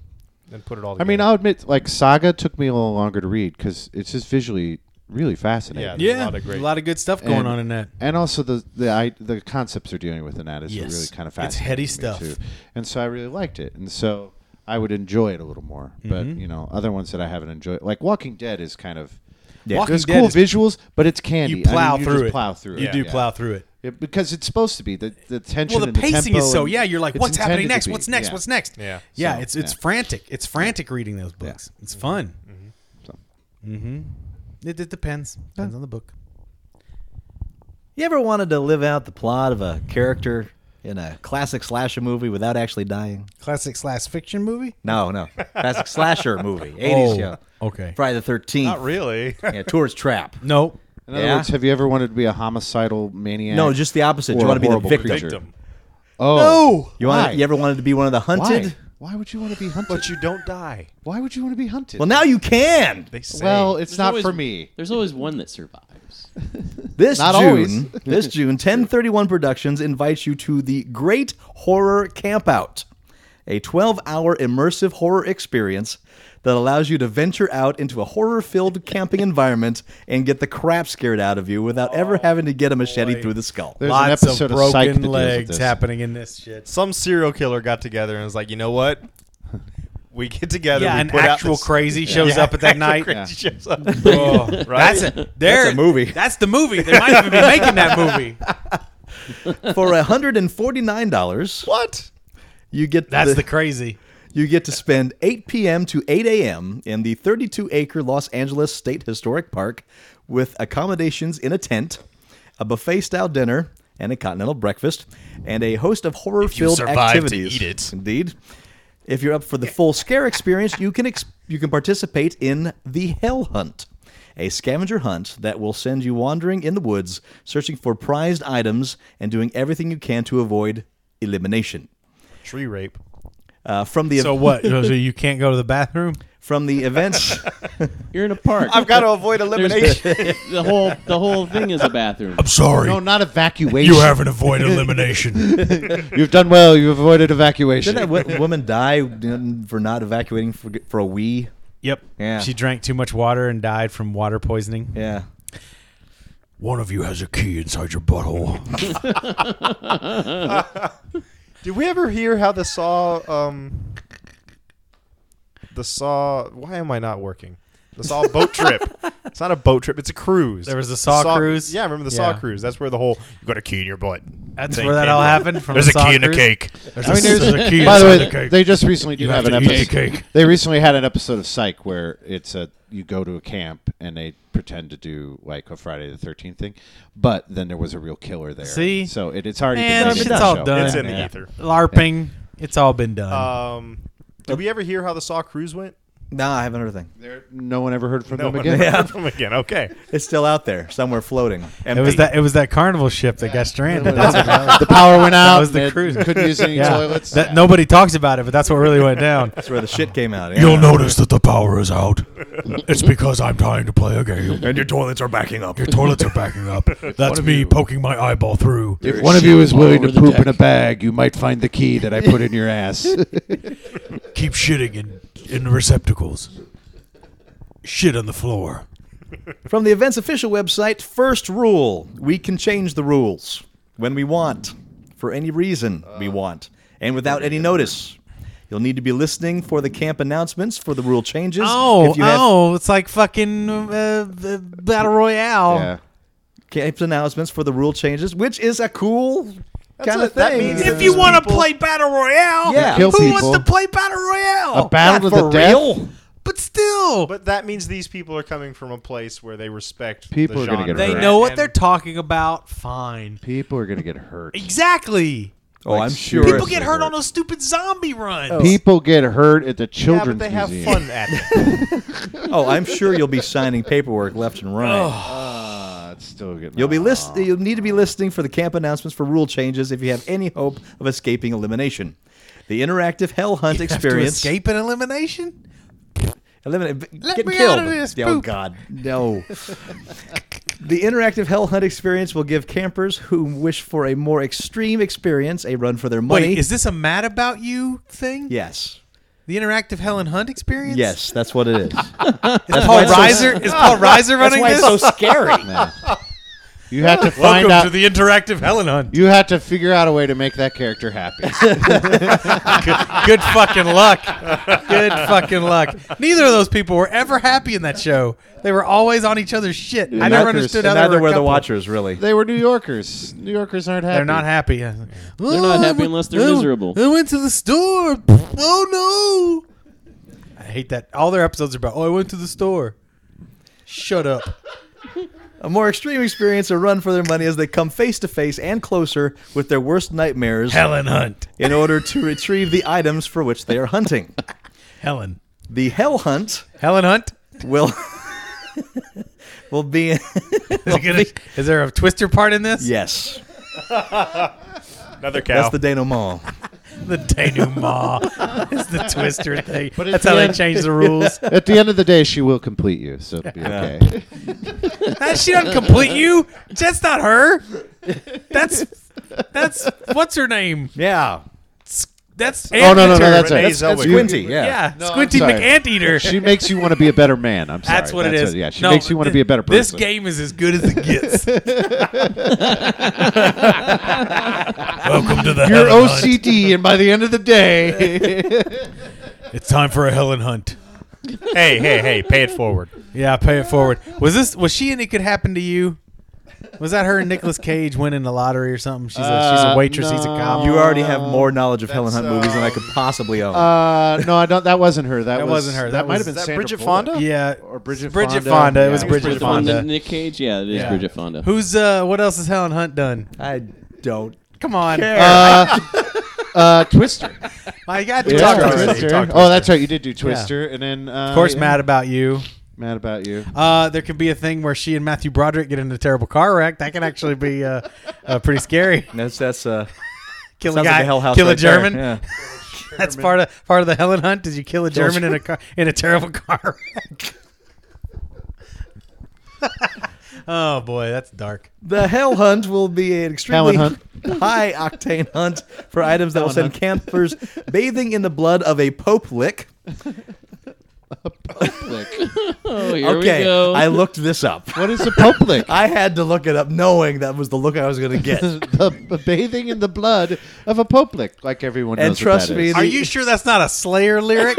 [SPEAKER 6] then put it
[SPEAKER 5] I
[SPEAKER 6] all. Together.
[SPEAKER 5] mean, I'll admit, like Saga took me a little longer to read because it's just visually really fascinating.
[SPEAKER 6] yeah, there's
[SPEAKER 2] Yeah,
[SPEAKER 6] a lot of great.
[SPEAKER 2] good stuff going
[SPEAKER 5] And-
[SPEAKER 2] on in that.
[SPEAKER 5] and also the the I, the concepts they're dealing with in that is
[SPEAKER 2] Yes.
[SPEAKER 5] really kind of
[SPEAKER 2] It's
[SPEAKER 5] fascinating.
[SPEAKER 2] heady
[SPEAKER 5] to me,
[SPEAKER 2] stuff.
[SPEAKER 5] too. and so I really liked it, and so I would enjoy it a little more. But
[SPEAKER 2] Mm-hmm.
[SPEAKER 5] you know, other ones that I haven't enjoyed, like Walking Dead, is kind of
[SPEAKER 4] Yeah.
[SPEAKER 2] Walking
[SPEAKER 5] there's
[SPEAKER 2] Dead
[SPEAKER 5] cool
[SPEAKER 2] is-
[SPEAKER 5] visuals, but it's candy.
[SPEAKER 2] You plow
[SPEAKER 5] I mean, you
[SPEAKER 2] through
[SPEAKER 5] just
[SPEAKER 2] it.
[SPEAKER 5] Plow through
[SPEAKER 2] You
[SPEAKER 5] it.
[SPEAKER 2] do
[SPEAKER 5] yeah.
[SPEAKER 2] plow through it.
[SPEAKER 5] Yeah, because it's supposed to be the the tension.
[SPEAKER 2] Well,
[SPEAKER 5] and
[SPEAKER 2] the pacing
[SPEAKER 5] tempo
[SPEAKER 2] is so
[SPEAKER 5] and
[SPEAKER 2] yeah. You're like,
[SPEAKER 5] it's
[SPEAKER 2] what's happening
[SPEAKER 5] intended
[SPEAKER 2] next?
[SPEAKER 5] to
[SPEAKER 2] What's
[SPEAKER 5] be,
[SPEAKER 2] next?
[SPEAKER 5] yeah.
[SPEAKER 2] What's next?
[SPEAKER 6] Yeah.
[SPEAKER 2] yeah.
[SPEAKER 5] So,
[SPEAKER 2] it's it's
[SPEAKER 5] yeah.
[SPEAKER 2] frantic. It's frantic reading those books. It's fun. Mm-hmm. It, it depends. Depends on the book.
[SPEAKER 4] You ever wanted to live out the plot of a character in a classic slasher movie without actually dying?
[SPEAKER 2] Classic slash fiction movie.
[SPEAKER 4] No, no, classic slasher movie, eighties show.
[SPEAKER 2] Oh, Okay.
[SPEAKER 4] Friday the Thirteenth.
[SPEAKER 6] Not really.
[SPEAKER 4] Yeah, Tourist Trap.
[SPEAKER 2] No.
[SPEAKER 5] In other
[SPEAKER 4] Yeah.
[SPEAKER 5] words, have you ever wanted to be a homicidal maniac?
[SPEAKER 4] No, just the opposite.
[SPEAKER 5] Or
[SPEAKER 4] You
[SPEAKER 5] a
[SPEAKER 4] want to be the
[SPEAKER 5] horrible
[SPEAKER 4] victim.
[SPEAKER 5] creature.
[SPEAKER 6] Victim.
[SPEAKER 5] Oh,
[SPEAKER 4] You want?
[SPEAKER 5] Why?
[SPEAKER 4] You ever wanted to be one of the hunted?
[SPEAKER 5] Why? Why would you want to be hunted?
[SPEAKER 6] But you don't die.
[SPEAKER 5] Why would you want to be hunted?
[SPEAKER 4] Well, now you can.
[SPEAKER 6] They say.
[SPEAKER 5] Well, it's
[SPEAKER 3] There's
[SPEAKER 5] not
[SPEAKER 3] always-
[SPEAKER 5] for me.
[SPEAKER 3] There's always one that survives.
[SPEAKER 4] This
[SPEAKER 5] Not
[SPEAKER 4] June,
[SPEAKER 5] always.
[SPEAKER 4] this June, 1031 Productions invites you to the Great Horror Campout, a 12-hour immersive horror experience that allows you to venture out into a horror-filled camping environment and get the crap scared out of you without ever
[SPEAKER 5] Oh,
[SPEAKER 4] having to get a machete through the skull.
[SPEAKER 5] There's
[SPEAKER 2] Lots
[SPEAKER 5] an episode
[SPEAKER 2] of
[SPEAKER 5] Psych that
[SPEAKER 2] broken
[SPEAKER 5] deals with
[SPEAKER 2] legs
[SPEAKER 5] this.
[SPEAKER 2] happening in this shit.
[SPEAKER 6] some serial killer got together and was like, you know what? We get together.
[SPEAKER 2] Yeah,
[SPEAKER 6] we
[SPEAKER 2] an
[SPEAKER 6] put out
[SPEAKER 2] actual
[SPEAKER 6] this-
[SPEAKER 2] crazy shows up at that
[SPEAKER 6] actual
[SPEAKER 2] night.
[SPEAKER 6] crazy shows up.
[SPEAKER 2] Oh, That's it. That's
[SPEAKER 4] a movie.
[SPEAKER 2] That's the movie. They might even be making that movie.
[SPEAKER 4] For $149,
[SPEAKER 6] What?
[SPEAKER 4] you get
[SPEAKER 2] That's the crazy.
[SPEAKER 4] You get to spend 8 p.m. to 8 a.m. in the 32 acre Los Angeles State Historic Park with accommodations in a tent, a buffet style dinner, and a continental breakfast, and a host of horror filled
[SPEAKER 6] survive to
[SPEAKER 4] activities.
[SPEAKER 6] eat it.
[SPEAKER 4] Indeed. If you're up for the full scare experience, you can ex- you can participate in the Hell Hunt, a scavenger hunt that will send you wandering in the woods, searching for prized items and doing everything you can to avoid elimination.
[SPEAKER 6] Tree rape.
[SPEAKER 4] Uh, from the
[SPEAKER 2] So what? So you can't go to the bathroom?
[SPEAKER 4] from the events.
[SPEAKER 3] You're in a park.
[SPEAKER 6] I've got to avoid
[SPEAKER 3] There's
[SPEAKER 6] elimination.
[SPEAKER 3] the, the whole the whole thing is a bathroom.
[SPEAKER 2] Sorry.
[SPEAKER 5] No, not evacuation. You
[SPEAKER 2] haven't avoided elimination.
[SPEAKER 5] have done well. You've avoided evacuation.
[SPEAKER 4] Didn't that wo- woman die for not evacuating for, for a wee?
[SPEAKER 2] yep.
[SPEAKER 4] Yeah.
[SPEAKER 2] She drank too much water and died from water poisoning.
[SPEAKER 4] Yeah.
[SPEAKER 2] One of you has a key inside your butthole.
[SPEAKER 6] Did we ever hear how the saw? Um, the saw. Why am I not working? The saw boat trip. It's not a boat trip. It's a cruise.
[SPEAKER 2] There was the Saw cruise?
[SPEAKER 6] Yeah, I remember the Saw
[SPEAKER 2] Yeah.
[SPEAKER 6] cruise. That's where the whole you got a key in your butt.
[SPEAKER 2] That's
[SPEAKER 6] thing
[SPEAKER 2] where that
[SPEAKER 6] came
[SPEAKER 2] all
[SPEAKER 6] up.
[SPEAKER 2] happened. From
[SPEAKER 6] There's
[SPEAKER 2] the
[SPEAKER 6] a key in a
[SPEAKER 2] Socceroos?
[SPEAKER 6] cake.
[SPEAKER 5] I mean,
[SPEAKER 2] There's
[SPEAKER 5] there's-
[SPEAKER 2] a key
[SPEAKER 5] by
[SPEAKER 2] inside
[SPEAKER 5] the way,
[SPEAKER 2] the cake.
[SPEAKER 5] they just recently did have,
[SPEAKER 2] have
[SPEAKER 5] an
[SPEAKER 2] to eat
[SPEAKER 5] episode.
[SPEAKER 2] the cake.
[SPEAKER 5] They recently had an episode of Psych where it's a you go to a camp and they pretend to do like a Friday the Thirteenth thing, but then there was a real killer there.
[SPEAKER 2] See?
[SPEAKER 5] so it, it's already
[SPEAKER 2] Man,
[SPEAKER 5] been made
[SPEAKER 2] it's
[SPEAKER 5] into a
[SPEAKER 2] all
[SPEAKER 5] show.
[SPEAKER 2] done.
[SPEAKER 6] It's in
[SPEAKER 5] Yeah.
[SPEAKER 6] the ether.
[SPEAKER 2] LARPing. Uh, It's all been done.
[SPEAKER 6] Um, did we ever hear how the Saw cruise went?
[SPEAKER 4] Nah, I haven't heard a thing.
[SPEAKER 5] There- no one ever heard from them
[SPEAKER 6] one
[SPEAKER 5] again.
[SPEAKER 6] heard from again. Okay.
[SPEAKER 4] It's still out there somewhere floating.
[SPEAKER 2] it was that. It was that carnival ship that got stranded. That's what that was.
[SPEAKER 5] the power went out.
[SPEAKER 2] was the
[SPEAKER 5] and they
[SPEAKER 2] cruise.
[SPEAKER 5] Couldn't use any
[SPEAKER 2] Yeah.
[SPEAKER 5] toilets.
[SPEAKER 2] That, Nobody talks about it, but that's what really went down.
[SPEAKER 4] That's where the shit came out.
[SPEAKER 1] You'll notice that the power is out. It's because I'm trying to play a game. And your toilets are backing up. Your toilets are backing up. That's me poking my eyeball through.
[SPEAKER 5] If one of you is willing to poop in a bag, you might find the key that I put in your ass.
[SPEAKER 1] Keep shitting in, in the receptacles. Shit on the floor.
[SPEAKER 4] From the event's official website, first rule we can change the rules when we want, for any reason we
[SPEAKER 6] Uh,
[SPEAKER 4] want, and without any notice. You'll need to be listening for the camp announcements for the rule changes.
[SPEAKER 2] Oh,
[SPEAKER 4] if you have
[SPEAKER 2] oh, it's like fucking uh, uh, battle royale.
[SPEAKER 5] yeah.
[SPEAKER 4] camp announcements for the rule changes, which is a cool kind
[SPEAKER 6] a-
[SPEAKER 4] of
[SPEAKER 6] that
[SPEAKER 4] thing.
[SPEAKER 6] means
[SPEAKER 2] If you want to play battle royale,
[SPEAKER 4] Yeah.
[SPEAKER 5] Kill
[SPEAKER 2] who
[SPEAKER 5] people.
[SPEAKER 2] wants to play battle royale?
[SPEAKER 5] A battle
[SPEAKER 4] Not
[SPEAKER 5] to the
[SPEAKER 4] for real.
[SPEAKER 5] death.
[SPEAKER 2] but still,
[SPEAKER 6] But that means these people are coming from a place where they respect
[SPEAKER 5] People
[SPEAKER 6] the
[SPEAKER 5] are gonna get
[SPEAKER 6] genre
[SPEAKER 2] they
[SPEAKER 5] Right.
[SPEAKER 2] know what
[SPEAKER 6] and-
[SPEAKER 2] they're talking about. Fine.
[SPEAKER 5] People are gonna get hurt.
[SPEAKER 2] Exactly.
[SPEAKER 4] Oh, I'm
[SPEAKER 5] Like,
[SPEAKER 4] sure.
[SPEAKER 2] People
[SPEAKER 5] seriously
[SPEAKER 2] get hurt on those stupid zombie runs.
[SPEAKER 5] Oh. People get hurt at the
[SPEAKER 6] Yeah, but
[SPEAKER 5] children's
[SPEAKER 6] they have
[SPEAKER 5] museum.
[SPEAKER 6] fun at it.
[SPEAKER 4] oh, I'm sure you'll be signing paperwork left and right.
[SPEAKER 2] Oh.
[SPEAKER 5] Uh, it's still getting
[SPEAKER 4] You'll be list- You'll need to be listening for the camp announcements for rule changes if you have any hope of escaping elimination. The interactive Hell Hunt
[SPEAKER 2] Have to
[SPEAKER 4] experience.
[SPEAKER 2] escape an elimination.
[SPEAKER 4] Eliminate.
[SPEAKER 2] Let
[SPEAKER 4] get
[SPEAKER 2] me
[SPEAKER 4] killed.
[SPEAKER 2] out of this,
[SPEAKER 4] Oh
[SPEAKER 2] poop.
[SPEAKER 4] God, no. the interactive Hell Hunt experience will give campers who wish for a more extreme experience a run for their money.
[SPEAKER 2] Wait, is this a mad about you thing?
[SPEAKER 4] yes,
[SPEAKER 2] The interactive Helen Hunt experience.
[SPEAKER 4] yes, that's what it
[SPEAKER 2] Is
[SPEAKER 4] is.
[SPEAKER 2] Paul
[SPEAKER 4] why it's
[SPEAKER 2] Reiser? is Paul Reiser running
[SPEAKER 4] why
[SPEAKER 2] this?
[SPEAKER 4] it's so scary.
[SPEAKER 5] You have to find out.
[SPEAKER 2] the interactive Helen Hunt.
[SPEAKER 5] you have to figure out a way to make that character happy.
[SPEAKER 2] Good fucking luck. Good fucking luck. Neither of those people were ever happy in that show. They were always on each other's shit. I never
[SPEAKER 5] neither-
[SPEAKER 2] understood how
[SPEAKER 4] and
[SPEAKER 2] they
[SPEAKER 4] neither
[SPEAKER 2] were a
[SPEAKER 4] were the
[SPEAKER 2] couple.
[SPEAKER 4] watchers, really.
[SPEAKER 5] they were New Yorkers. New Yorkers aren't happy.
[SPEAKER 2] They're not happy. They're
[SPEAKER 3] not happy unless they're miserable.
[SPEAKER 2] I went to the store. Oh no! I hate that. All their episodes are about. Oh, I went to the store. Shut up.
[SPEAKER 4] A more extreme experience, a run for their money as they come face to face and closer with their worst nightmares
[SPEAKER 2] Helen Hunt.
[SPEAKER 4] in order to retrieve the items for which they are hunting.
[SPEAKER 2] Helen.
[SPEAKER 4] The Hell Hunt
[SPEAKER 2] Helen Hunt.
[SPEAKER 4] will will be
[SPEAKER 2] Is, it gonna, is there a twister part in this?
[SPEAKER 4] yes.
[SPEAKER 6] Another cow.
[SPEAKER 4] That's the denouement.
[SPEAKER 2] The denouement is the twister thing. That's how they change the rules.
[SPEAKER 5] At the end of the day, she will complete you, so it'll be okay.
[SPEAKER 2] That she doesn't complete you. That's not her. That's that's what's her name?
[SPEAKER 4] Yeah.
[SPEAKER 2] That's
[SPEAKER 5] oh no, no, no,
[SPEAKER 2] Anteater.
[SPEAKER 5] that's
[SPEAKER 6] Renee
[SPEAKER 5] right.
[SPEAKER 6] Zellweger.
[SPEAKER 5] You-
[SPEAKER 4] Squinty, yeah.
[SPEAKER 2] Yeah,
[SPEAKER 5] No, I'm
[SPEAKER 2] Squinty
[SPEAKER 5] sorry.
[SPEAKER 2] McAnteater.
[SPEAKER 5] She makes you want to be a better man. I'm sorry.
[SPEAKER 2] that's what it is.
[SPEAKER 5] yeah, she
[SPEAKER 2] No,
[SPEAKER 5] makes you want to
[SPEAKER 2] thi-
[SPEAKER 5] be a better person.
[SPEAKER 2] This game is as good as it gets.
[SPEAKER 1] Welcome to the
[SPEAKER 5] You're
[SPEAKER 1] Helen Hunt.
[SPEAKER 5] OCD, and by the end of the day,
[SPEAKER 1] It's time for a Helen Hunt.
[SPEAKER 6] hey, hey, hey, pay it forward.
[SPEAKER 2] yeah, pay it forward. Was this was she in It Could Happen to You? Was that her and Nicolas Cage winning the lottery or something? She's a, she's
[SPEAKER 5] Uh,
[SPEAKER 2] a waitress. He's a
[SPEAKER 5] no.
[SPEAKER 2] cop.
[SPEAKER 4] You already have more knowledge of Helen Hunt movies than I could possibly own.
[SPEAKER 5] uh, no, I don't. That wasn't her. That,
[SPEAKER 2] That
[SPEAKER 5] was,
[SPEAKER 2] wasn't her.
[SPEAKER 5] That,
[SPEAKER 2] That
[SPEAKER 5] might
[SPEAKER 2] was-
[SPEAKER 5] have been
[SPEAKER 6] Is that
[SPEAKER 5] Sandra
[SPEAKER 6] Bridget
[SPEAKER 5] Bullock.
[SPEAKER 6] Fonda?
[SPEAKER 2] yeah,
[SPEAKER 5] or Bridget
[SPEAKER 2] Bridget
[SPEAKER 5] Fonda.
[SPEAKER 2] Fonda. It was
[SPEAKER 5] Yeah.
[SPEAKER 2] Bridget
[SPEAKER 3] The one
[SPEAKER 2] Fonda.
[SPEAKER 3] that Nick Cage, yeah, it is
[SPEAKER 2] Yeah.
[SPEAKER 3] Bridget Fonda.
[SPEAKER 2] Who's uh? What else has Helen Hunt done?
[SPEAKER 4] I don't
[SPEAKER 2] Come on,
[SPEAKER 5] Uh, uh, Twister.
[SPEAKER 2] I got to
[SPEAKER 5] Yeah,
[SPEAKER 2] talk
[SPEAKER 5] Twister.
[SPEAKER 2] to her.
[SPEAKER 5] Twister. Oh, that's right. You did do Twister, and then uh,
[SPEAKER 2] Of course,
[SPEAKER 5] yeah,
[SPEAKER 2] mad about you.
[SPEAKER 5] Mad about you.
[SPEAKER 2] Uh, there could be a thing where she and Matthew Broderick get into a terrible car wreck. That can actually be uh, uh, pretty scary.
[SPEAKER 4] that's that's uh
[SPEAKER 2] Kill
[SPEAKER 4] sounds
[SPEAKER 2] a guy,
[SPEAKER 4] like a hell house.
[SPEAKER 2] kill a
[SPEAKER 4] right there.
[SPEAKER 2] German.
[SPEAKER 4] Yeah.
[SPEAKER 2] That's part of part of the Helen Hunt. Is you kill a German in a car in a terrible car wreck? oh boy, that's dark.
[SPEAKER 4] The Hell Hunt will be an extremely
[SPEAKER 5] Helen Hunt.
[SPEAKER 4] high octane hunt for items that will send campers bathing in the blood of a Pope lick.
[SPEAKER 3] oh, here we
[SPEAKER 4] okay,
[SPEAKER 3] go.
[SPEAKER 4] I looked this up.
[SPEAKER 5] What is the public?
[SPEAKER 4] I had to look it up knowing that was the look I was going to get.
[SPEAKER 5] the, the bathing in the blood of a public, like everyone
[SPEAKER 4] And
[SPEAKER 5] knows.
[SPEAKER 4] trust
[SPEAKER 5] what that
[SPEAKER 4] me,
[SPEAKER 5] is.
[SPEAKER 4] the-
[SPEAKER 2] Are you sure that's not a Slayer lyric?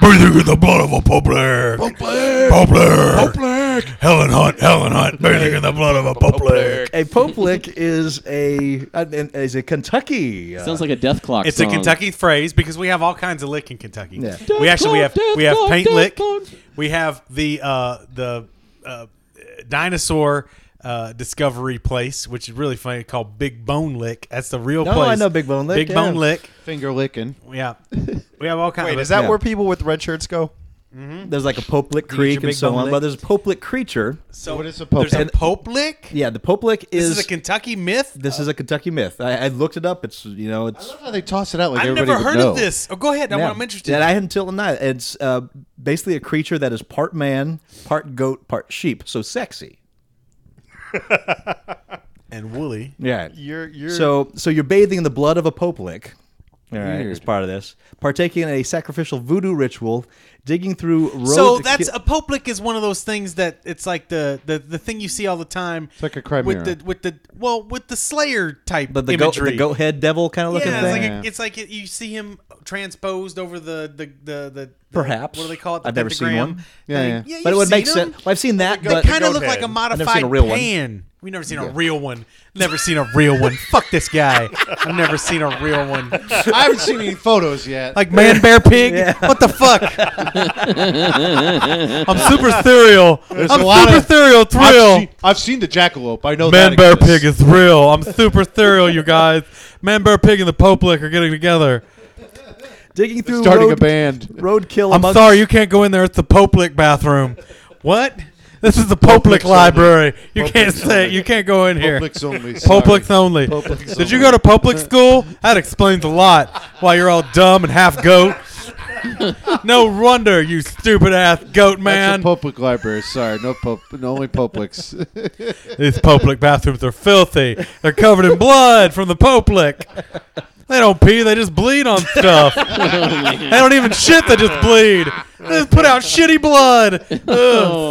[SPEAKER 1] Breathing in the blood of a public. Public. Helen Hunt. Helen Hunt. Breathing in the blood of a public.
[SPEAKER 4] A Poplick is a an- is a Kentucky. uh,
[SPEAKER 3] Sounds like a death clock.
[SPEAKER 2] It's
[SPEAKER 3] song.
[SPEAKER 2] a Kentucky phrase because we have all kinds of lick in Kentucky.
[SPEAKER 4] Yeah.
[SPEAKER 2] We actually we have
[SPEAKER 3] Death
[SPEAKER 2] we have
[SPEAKER 3] clock,
[SPEAKER 2] paint
[SPEAKER 3] death
[SPEAKER 2] lick.
[SPEAKER 3] clock.
[SPEAKER 2] We have the uh, the uh, dinosaur uh, discovery place, which is really funny, called Big Bone Lick. That's the real
[SPEAKER 4] No,
[SPEAKER 2] place.
[SPEAKER 4] I know Big Bone Lick,
[SPEAKER 2] Big
[SPEAKER 4] yeah.
[SPEAKER 2] Bone Lick.
[SPEAKER 5] Finger licking.
[SPEAKER 2] Yeah, we have all kinds.
[SPEAKER 6] Wait,
[SPEAKER 2] of
[SPEAKER 6] is that
[SPEAKER 4] Yeah.
[SPEAKER 6] where people with red shirts go?
[SPEAKER 4] There's like a Poplick Creek and
[SPEAKER 2] big
[SPEAKER 4] so
[SPEAKER 2] bone
[SPEAKER 4] on,
[SPEAKER 2] lick.
[SPEAKER 4] but there's a Poplick creature.
[SPEAKER 2] so?
[SPEAKER 5] What is a Pope?
[SPEAKER 2] There's a
[SPEAKER 4] And-
[SPEAKER 2] Pope Lick.
[SPEAKER 4] Yeah, the Poplick
[SPEAKER 2] This is
[SPEAKER 4] is
[SPEAKER 2] a Kentucky myth.
[SPEAKER 4] this is a Kentucky myth. I, I looked it up. It's you know it's
[SPEAKER 5] How they toss it out like
[SPEAKER 2] I've
[SPEAKER 5] everybody
[SPEAKER 2] never
[SPEAKER 5] would
[SPEAKER 2] heard
[SPEAKER 5] know.
[SPEAKER 2] of this. Oh, go ahead. I'm,
[SPEAKER 4] Yeah.
[SPEAKER 2] I'm interested.
[SPEAKER 4] Yeah, I hadn't till now. It's uh, basically a creature that is part man, part goat, part sheep. So sexy.
[SPEAKER 2] and Wooly.
[SPEAKER 4] Yeah.
[SPEAKER 6] You're you're
[SPEAKER 4] So so you're bathing in the blood of a poplick. All right, as
[SPEAKER 5] Weird.
[SPEAKER 4] part of this, partaking in a sacrificial voodoo ritual, digging through. Roads
[SPEAKER 2] So
[SPEAKER 4] to
[SPEAKER 2] that's
[SPEAKER 4] ki-
[SPEAKER 2] a poplick is one of those things that it's like the the, the thing you see all the time. It's
[SPEAKER 5] like a Chimera.
[SPEAKER 2] with the with the well with the Slayer type
[SPEAKER 4] but the goat,
[SPEAKER 2] imagery.
[SPEAKER 4] the goat head devil kind of looking
[SPEAKER 2] yeah, it's
[SPEAKER 4] thing.
[SPEAKER 2] like, a, it's like it, you see him transposed over the the the, the
[SPEAKER 4] Perhaps.
[SPEAKER 2] what do they call it? The
[SPEAKER 4] I've never seen
[SPEAKER 2] pentagram
[SPEAKER 4] one.
[SPEAKER 5] Yeah,
[SPEAKER 2] thing.
[SPEAKER 5] yeah.
[SPEAKER 4] but it
[SPEAKER 2] you've
[SPEAKER 4] would make
[SPEAKER 2] seen
[SPEAKER 4] sense.
[SPEAKER 2] 'em.
[SPEAKER 4] Well, I've seen that,
[SPEAKER 2] They
[SPEAKER 4] but
[SPEAKER 2] kind of
[SPEAKER 6] goat
[SPEAKER 2] look like
[SPEAKER 6] head.
[SPEAKER 2] a
[SPEAKER 6] I've
[SPEAKER 4] seen a
[SPEAKER 2] modified
[SPEAKER 4] real one.
[SPEAKER 2] pan. We never seen a real one. Never seen a real one. Fuck this guy. I've never seen a real one.
[SPEAKER 5] I haven't seen any photos yet.
[SPEAKER 2] Like man, bear, pig. What the fuck? I'm super ethereal.
[SPEAKER 5] a
[SPEAKER 2] I'm
[SPEAKER 5] lot
[SPEAKER 2] super
[SPEAKER 5] of-
[SPEAKER 2] ethereal. Thrill.
[SPEAKER 5] I've seen, I've seen the jackalope. I know
[SPEAKER 2] Man
[SPEAKER 5] that
[SPEAKER 2] Bear
[SPEAKER 5] exists.
[SPEAKER 2] Pig is real. I'm super ethereal, you guys. Man Bear Pig and the Poplick are getting together.
[SPEAKER 4] digging through
[SPEAKER 5] starting a
[SPEAKER 4] road-
[SPEAKER 5] band.
[SPEAKER 4] roadkill.
[SPEAKER 2] I'm
[SPEAKER 4] amongst-
[SPEAKER 2] sorry you can't go in there. It's the Poplick bathroom. What? This is the Poplick
[SPEAKER 5] Poplick's
[SPEAKER 2] library. You
[SPEAKER 5] Poplick's
[SPEAKER 2] can't say
[SPEAKER 5] only.
[SPEAKER 2] you can't go in here.
[SPEAKER 5] Publix only.
[SPEAKER 2] Poplick's only.
[SPEAKER 5] Poplick's
[SPEAKER 2] Did you
[SPEAKER 5] only.
[SPEAKER 2] go to Poplick school? That explains a lot. Why you're all dumb and half goat. No wonder you stupid ass goat man.
[SPEAKER 5] That's a Public library. Sorry, no Pope, no only Publix.
[SPEAKER 2] These Poplick bathrooms are filthy. They're covered in blood from the Poplick. They don't pee, they just bleed on stuff. they don't even shit, they just bleed. They just put out shitty blood. Ugh,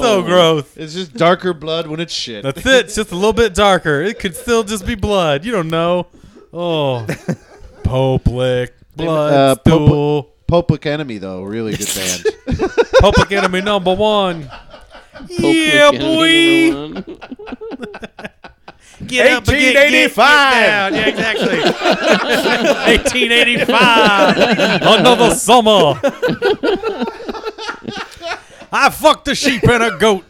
[SPEAKER 2] so gross.
[SPEAKER 5] it's just darker blood when it's shit.
[SPEAKER 2] That's it, it's just a little bit darker. It could still just be blood. You don't know. Oh. Poplick. Blood,
[SPEAKER 5] Uh, Poplick-
[SPEAKER 2] stool.
[SPEAKER 5] Public Enemy though, really good band.
[SPEAKER 2] Poplick enemy number one.
[SPEAKER 3] Hopefully
[SPEAKER 2] Yeah,
[SPEAKER 3] Kennedy will
[SPEAKER 2] boy.
[SPEAKER 3] run.
[SPEAKER 2] Get up and get- get- get
[SPEAKER 6] 1885.
[SPEAKER 2] down. Yeah, exactly. 1885. Another summer. I fucked a sheep and a goat.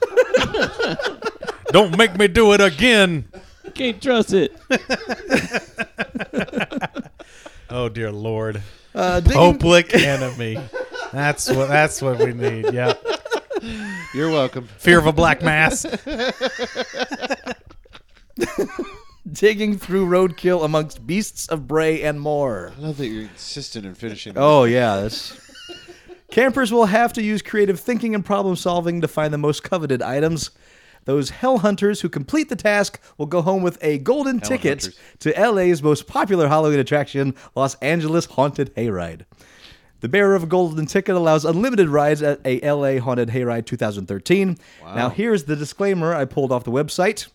[SPEAKER 2] Don't make me do it again.
[SPEAKER 3] Can't trust it.
[SPEAKER 2] Oh dear lord.
[SPEAKER 4] Uh, digging-
[SPEAKER 2] Public enemy. That's what that's what we need. Yeah.
[SPEAKER 5] You're welcome.
[SPEAKER 2] Fear of a black mass.
[SPEAKER 4] digging through roadkill amongst beasts of prey and more.
[SPEAKER 5] I love that you're insistent in finishing.
[SPEAKER 4] Oh yeah, that's. Campers will have to use creative thinking and problem solving to find the most coveted items. Those hell hunters who complete the task will go home with a golden ticket
[SPEAKER 5] hunters.
[SPEAKER 4] to LA's most popular Halloween attraction, Los Angeles Haunted Hayride. The bearer of a golden ticket allows unlimited rides at a LA Haunted Hayride 2013. Now here's the disclaimer I pulled off the website.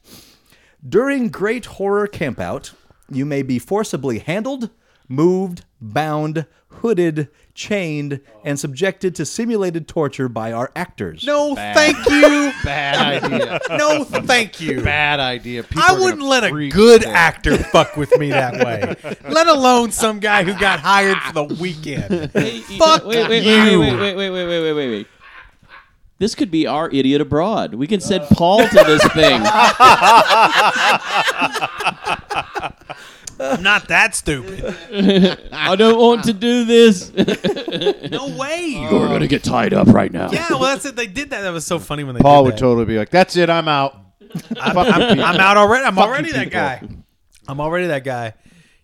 [SPEAKER 4] During Great Horror Campout, you may be forcibly handled, moved, bound, hooded, chained, and subjected to simulated torture by our actors.
[SPEAKER 2] No thank you.
[SPEAKER 5] Bad idea.
[SPEAKER 2] No thank you.
[SPEAKER 5] Bad idea. People
[SPEAKER 2] I
[SPEAKER 5] are
[SPEAKER 2] wouldn't
[SPEAKER 5] gonna
[SPEAKER 2] let a
[SPEAKER 5] freak
[SPEAKER 2] good
[SPEAKER 5] out.
[SPEAKER 2] actor fuck with me that way. let alone some guy who got hired for the weekend. Fuck
[SPEAKER 3] wait, wait,
[SPEAKER 2] you.
[SPEAKER 3] Wait, wait, wait, wait, wait, wait, wait, wait. This could be our idiot abroad. We can send Paul to this thing.
[SPEAKER 2] I'm not that stupid.
[SPEAKER 3] I don't want to do this.
[SPEAKER 2] No way.
[SPEAKER 3] We're gonna get tied up right now.
[SPEAKER 2] Yeah, well, that's it. They did that. That was so funny when they
[SPEAKER 5] Paul
[SPEAKER 2] did
[SPEAKER 5] would
[SPEAKER 2] that.
[SPEAKER 5] totally be like, "That's it. I'm out." I'm,
[SPEAKER 2] I'm out already. I'm already
[SPEAKER 5] you
[SPEAKER 2] that
[SPEAKER 5] people.
[SPEAKER 2] guy. I'm already that guy.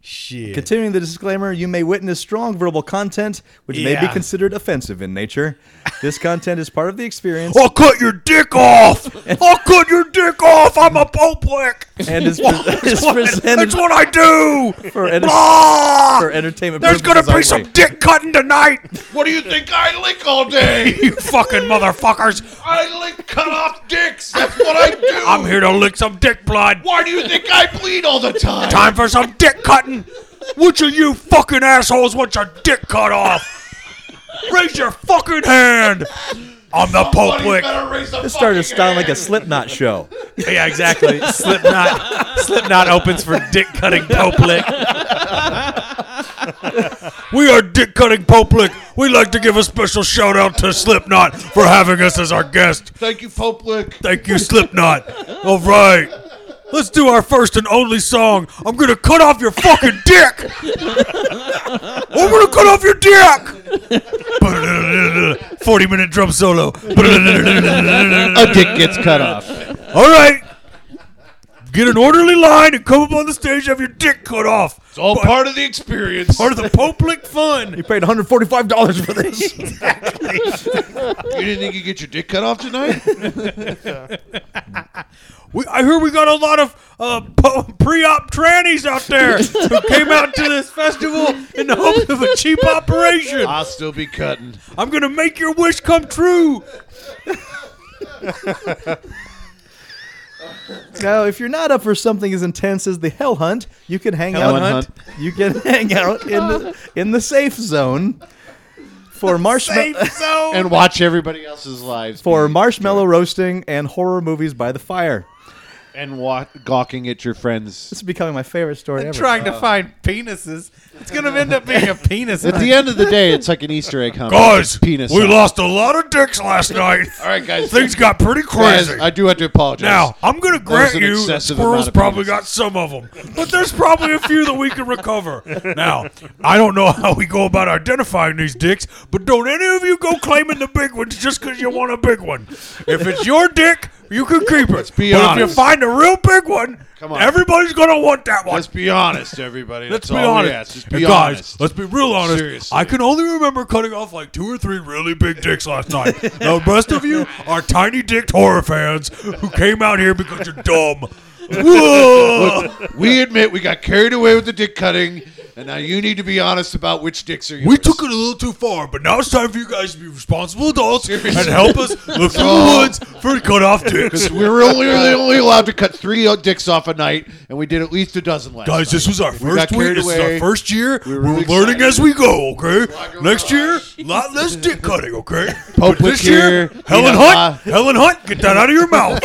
[SPEAKER 2] Shit.
[SPEAKER 4] Continuing the disclaimer, you may witness strong verbal content, which may be
[SPEAKER 2] Yeah.
[SPEAKER 4] considered offensive in nature. This content is part of the experience
[SPEAKER 1] I'll cut your dick off. I'll cut your dick off. I'm a Poplick.
[SPEAKER 4] and is, pre- is presented
[SPEAKER 1] That's what I do.
[SPEAKER 4] for, enter-
[SPEAKER 1] Ah!
[SPEAKER 4] for entertainment
[SPEAKER 1] There's gonna
[SPEAKER 4] purposes
[SPEAKER 1] be
[SPEAKER 4] only.
[SPEAKER 1] some dick cutting tonight. What do you think I lick all day? you fucking motherfuckers. I lick cut off dicks. That's what I do. I'm here to lick some dick blood. Why do you think I bleed all the time? Time for some dick cutting. Which of you fucking assholes wants your dick cut off? Raise your fucking hand. I'm the Popewick.
[SPEAKER 4] This started to sound like a Slipknot show.
[SPEAKER 1] Yeah, exactly. Slipknot. Slipknot opens for Dick Cutting Poplick. we are Dick Cutting Poplick. We'd like to give a special shout out to Slipknot for having us as our guest.
[SPEAKER 5] Thank you, Pope Lick.
[SPEAKER 1] Thank you, Slipknot. All right. Let's do our first and only song. I'm going to cut off your fucking dick. I'm going to cut off your dick. 40 minute drum solo.
[SPEAKER 5] A dick gets cut off.
[SPEAKER 1] All right. Get an orderly line and come up on the stage, have your dick cut off. It's all part of the experience. Part of the Poplick fun.
[SPEAKER 4] You paid $145 for this.
[SPEAKER 5] You didn't think you get your dick cut off tonight?
[SPEAKER 1] We, I hear we got a lot of uh, po- pre-op trannies out there who came out to this festival in the hope of a cheap operation.
[SPEAKER 5] I'll still be cutting.
[SPEAKER 1] I'm going to make your wish come true.
[SPEAKER 4] Now, if you're not up for something as intense as the Hell Hunt, you can hang out.
[SPEAKER 5] Hunt.
[SPEAKER 4] You can hang out in the in the safe zone for marshmallow
[SPEAKER 5] And watch everybody else's lives.
[SPEAKER 4] for
[SPEAKER 5] be-
[SPEAKER 4] marshmallow roasting and horror movies by the fire.
[SPEAKER 5] and wa- gawking at your friends.
[SPEAKER 4] This is becoming my favorite story ever.
[SPEAKER 2] trying
[SPEAKER 6] Uh,
[SPEAKER 2] to find penises. It's gonna end up being a penis.
[SPEAKER 5] At the end of the day, it's like an Easter egg hunt.
[SPEAKER 1] Guys,
[SPEAKER 5] penis.
[SPEAKER 1] we
[SPEAKER 5] hunt.
[SPEAKER 1] lost a lot of dicks last night.
[SPEAKER 5] All right, guys.
[SPEAKER 1] Things got pretty
[SPEAKER 5] guys,
[SPEAKER 1] crazy.
[SPEAKER 5] I do have to apologize.
[SPEAKER 1] Now, I'm going to grant
[SPEAKER 5] an
[SPEAKER 1] you that
[SPEAKER 5] excessive amount
[SPEAKER 1] squirrels
[SPEAKER 5] of
[SPEAKER 1] probably
[SPEAKER 5] penises.
[SPEAKER 1] got some of them, but there's probably a few that we can recover. Now, I don't know how we go about identifying these dicks, but don't any of you go claiming the big ones just because you want a big one. If it's your dick, you can keep it.
[SPEAKER 5] be
[SPEAKER 1] but if you
[SPEAKER 5] honest.
[SPEAKER 1] find a real big one,
[SPEAKER 5] Come on.
[SPEAKER 1] everybody's going to want that one.
[SPEAKER 5] let's be honest, everybody.
[SPEAKER 1] Let's
[SPEAKER 5] That's
[SPEAKER 1] be
[SPEAKER 5] all we
[SPEAKER 1] honest.
[SPEAKER 5] ask. Just
[SPEAKER 1] And
[SPEAKER 5] be
[SPEAKER 1] guys,
[SPEAKER 5] honest.
[SPEAKER 1] let's be real honest.
[SPEAKER 5] Seriously.
[SPEAKER 1] I can only remember cutting off like two or three really big dicks last night. the rest of you are tiny dicked horror fans who came out here because you're dumb. Whoa!
[SPEAKER 5] we admit we got carried away with the dick cutting, and now you need to be honest about which dicks are yours.
[SPEAKER 1] We took it a little too far, but now it's time for you guys to be responsible adults
[SPEAKER 5] Seriously.
[SPEAKER 1] and help us look through the woods for cut off dicks.
[SPEAKER 5] We were only, really only allowed to cut three dicks off a night, and we did at least a dozen last
[SPEAKER 1] Guys, this was our first
[SPEAKER 5] got
[SPEAKER 1] week.
[SPEAKER 5] carried
[SPEAKER 1] This is our
[SPEAKER 5] away.
[SPEAKER 1] first year. We
[SPEAKER 5] were
[SPEAKER 1] are
[SPEAKER 5] really
[SPEAKER 1] learning
[SPEAKER 5] excited. Oh
[SPEAKER 1] as we go, okay?
[SPEAKER 5] Like a
[SPEAKER 1] Next
[SPEAKER 5] rush.
[SPEAKER 1] year, a lot less dick cutting, okay?
[SPEAKER 5] Pope
[SPEAKER 1] this
[SPEAKER 5] was here.
[SPEAKER 1] year, Helen
[SPEAKER 5] He had
[SPEAKER 1] Hunt,
[SPEAKER 5] a-
[SPEAKER 1] Helen Hunt, get that out of your mouth.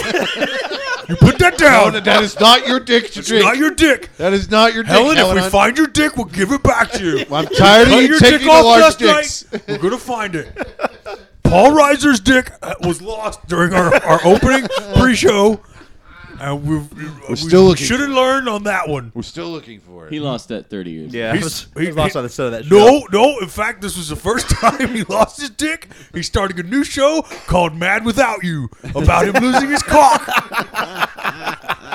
[SPEAKER 1] you put that down.
[SPEAKER 5] No, that is not your dick to drink.
[SPEAKER 1] Not your dick.
[SPEAKER 5] that is not your
[SPEAKER 1] Helen,
[SPEAKER 5] dick.
[SPEAKER 1] if we
[SPEAKER 5] Hunt.
[SPEAKER 1] find your dick, we'll give it back to you.
[SPEAKER 5] I'm tired of
[SPEAKER 1] Cut
[SPEAKER 5] you
[SPEAKER 1] your
[SPEAKER 5] taking
[SPEAKER 1] dick
[SPEAKER 5] the
[SPEAKER 1] off
[SPEAKER 5] large
[SPEAKER 1] last
[SPEAKER 5] dicks.
[SPEAKER 1] night. We're gonna find it. Paul Reiser's dick uh, was lost during our, our opening pre-show, and we, we, we
[SPEAKER 5] still looking
[SPEAKER 1] should have learned on that one.
[SPEAKER 5] We're still looking for it.
[SPEAKER 3] He lost that 30 years.
[SPEAKER 4] Yeah, I
[SPEAKER 1] He's-
[SPEAKER 4] was,
[SPEAKER 1] he-
[SPEAKER 4] I was lost
[SPEAKER 1] he-
[SPEAKER 4] on the set of that show.
[SPEAKER 1] No, no. In fact, this was the first time he lost his dick. He's starting a new show called Mad Without You about him losing his cock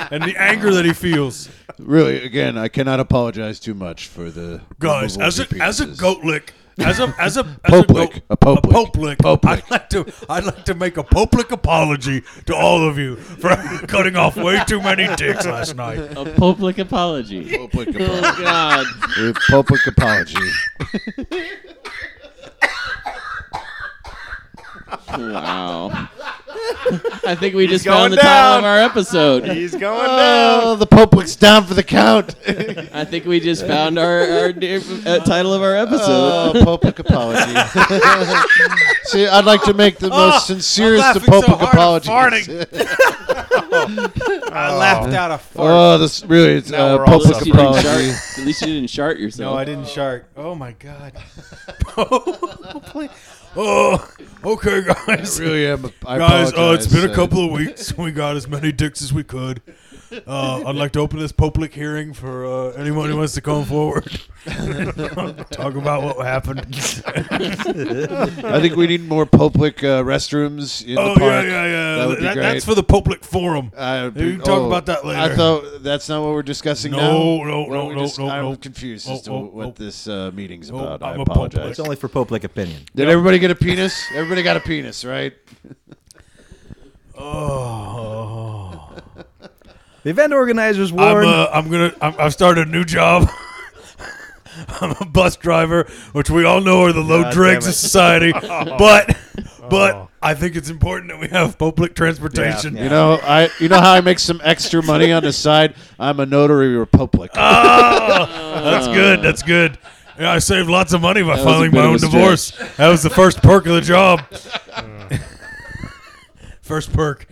[SPEAKER 1] and the anger that he feels.
[SPEAKER 5] Really, again, I cannot apologize too much for the
[SPEAKER 1] Guys,
[SPEAKER 5] removal
[SPEAKER 1] as
[SPEAKER 5] of
[SPEAKER 1] a
[SPEAKER 5] your
[SPEAKER 1] as a
[SPEAKER 5] penises.
[SPEAKER 1] goat lick, as a as a as
[SPEAKER 5] Pope
[SPEAKER 1] a,
[SPEAKER 5] lick,
[SPEAKER 1] goat-
[SPEAKER 5] a pope lick,
[SPEAKER 1] lick,
[SPEAKER 5] pope lick.
[SPEAKER 1] I'd like to I'd like to make a pope lick apology to all of you for cutting off way too many dicks last night.
[SPEAKER 3] A public apology.
[SPEAKER 5] public
[SPEAKER 3] Oh,
[SPEAKER 5] apology.
[SPEAKER 3] God.
[SPEAKER 5] A public apology.
[SPEAKER 3] Wow. I think we just
[SPEAKER 6] going
[SPEAKER 3] found the title
[SPEAKER 6] down.
[SPEAKER 3] of our episode.
[SPEAKER 6] He's going down.
[SPEAKER 5] Oh, the public's down for the count.
[SPEAKER 3] I think we just found our, our dear- uh, title of our episode.
[SPEAKER 1] Uh,
[SPEAKER 5] Oh, public apology. See, I'd like to make
[SPEAKER 1] Oh,
[SPEAKER 5] the most sincerest of
[SPEAKER 2] laughing so
[SPEAKER 5] public
[SPEAKER 2] hard I'm
[SPEAKER 5] apologies.
[SPEAKER 7] I laughed out a fart.
[SPEAKER 5] Oh, this really it's
[SPEAKER 6] Now
[SPEAKER 5] uh,
[SPEAKER 6] we're all
[SPEAKER 3] At
[SPEAKER 5] public
[SPEAKER 3] least you didn't
[SPEAKER 5] apology.
[SPEAKER 3] shart- At least you didn't shart yourself.
[SPEAKER 7] no, I didn't shark. Oh my god.
[SPEAKER 1] Oh, okay, guys.
[SPEAKER 5] I really am. I
[SPEAKER 1] Guys, uh,
[SPEAKER 5] apologize.
[SPEAKER 1] it's been a couple of weeks. We got as many dicks as we could. Uh, I'd like to open this public hearing for uh, anyone who wants to come forward. Talk about what happened.
[SPEAKER 5] I think we need more public uh, restrooms in
[SPEAKER 1] oh, yeah,
[SPEAKER 5] the park.
[SPEAKER 1] yeah, yeah.
[SPEAKER 5] That would be great.
[SPEAKER 1] That's for the public forum.
[SPEAKER 5] I would
[SPEAKER 1] We
[SPEAKER 5] be-
[SPEAKER 1] can talk
[SPEAKER 5] oh,
[SPEAKER 1] about that later.
[SPEAKER 5] I thought that's not what we're discussing
[SPEAKER 1] No, no,
[SPEAKER 5] now. Why don't
[SPEAKER 1] no,
[SPEAKER 5] we
[SPEAKER 1] no,
[SPEAKER 5] just-
[SPEAKER 1] no,
[SPEAKER 5] I'm
[SPEAKER 1] no.
[SPEAKER 5] confused as to
[SPEAKER 1] Oh, oh,
[SPEAKER 5] what
[SPEAKER 1] oh.
[SPEAKER 5] this uh, meeting's about. I
[SPEAKER 1] I'm a
[SPEAKER 5] apologize.
[SPEAKER 4] It's only for Pope like opinion.
[SPEAKER 5] Did everybody get a penis? Everybody got a penis, right?
[SPEAKER 1] Oh,
[SPEAKER 4] The event organizers
[SPEAKER 1] I'm,
[SPEAKER 4] warned.
[SPEAKER 1] uh, I'm gonna. I'm, I've started a new job. I'm a bus driver, which we all know are the low
[SPEAKER 6] God
[SPEAKER 1] dregs
[SPEAKER 6] damn
[SPEAKER 1] of
[SPEAKER 6] it.
[SPEAKER 1] society.
[SPEAKER 4] Oh.
[SPEAKER 1] But, but I think it's important that we have public transportation.
[SPEAKER 5] You know, I you know how I make some extra Uh, money on the side? I'm a notary republic.
[SPEAKER 1] That's good. That's good.
[SPEAKER 2] Yeah, I saved lots of money by
[SPEAKER 3] was a
[SPEAKER 2] filing
[SPEAKER 3] bit
[SPEAKER 2] my
[SPEAKER 3] of
[SPEAKER 2] own
[SPEAKER 3] a
[SPEAKER 2] divorce. That was the first perk of the job. first perk.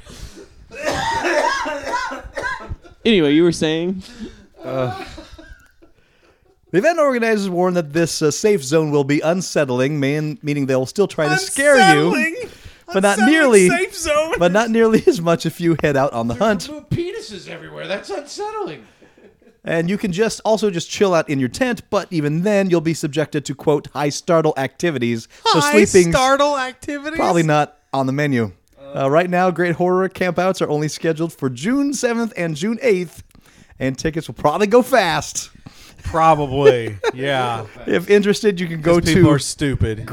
[SPEAKER 3] Anyway, you were saying
[SPEAKER 4] The event organizers warn that this uh, safe zone will be unsettling, man, meaning they'll still try to scare you, but not nearly,
[SPEAKER 2] zone.
[SPEAKER 4] but not nearly as much if you head out on the hunt.
[SPEAKER 5] Penises everywhere. That's unsettling.
[SPEAKER 4] And you can just also just chill out in your tent, but even then you'll be subjected to quote high startle activities. so sleeping's
[SPEAKER 2] startle activities.
[SPEAKER 4] probably not on the menu. Uh, right now, great horror campouts are only scheduled for June 7th and June 8th, and tickets will probably go fast.
[SPEAKER 2] Probably. Yeah.
[SPEAKER 4] If interested, you can go to
[SPEAKER 2] People are stupid.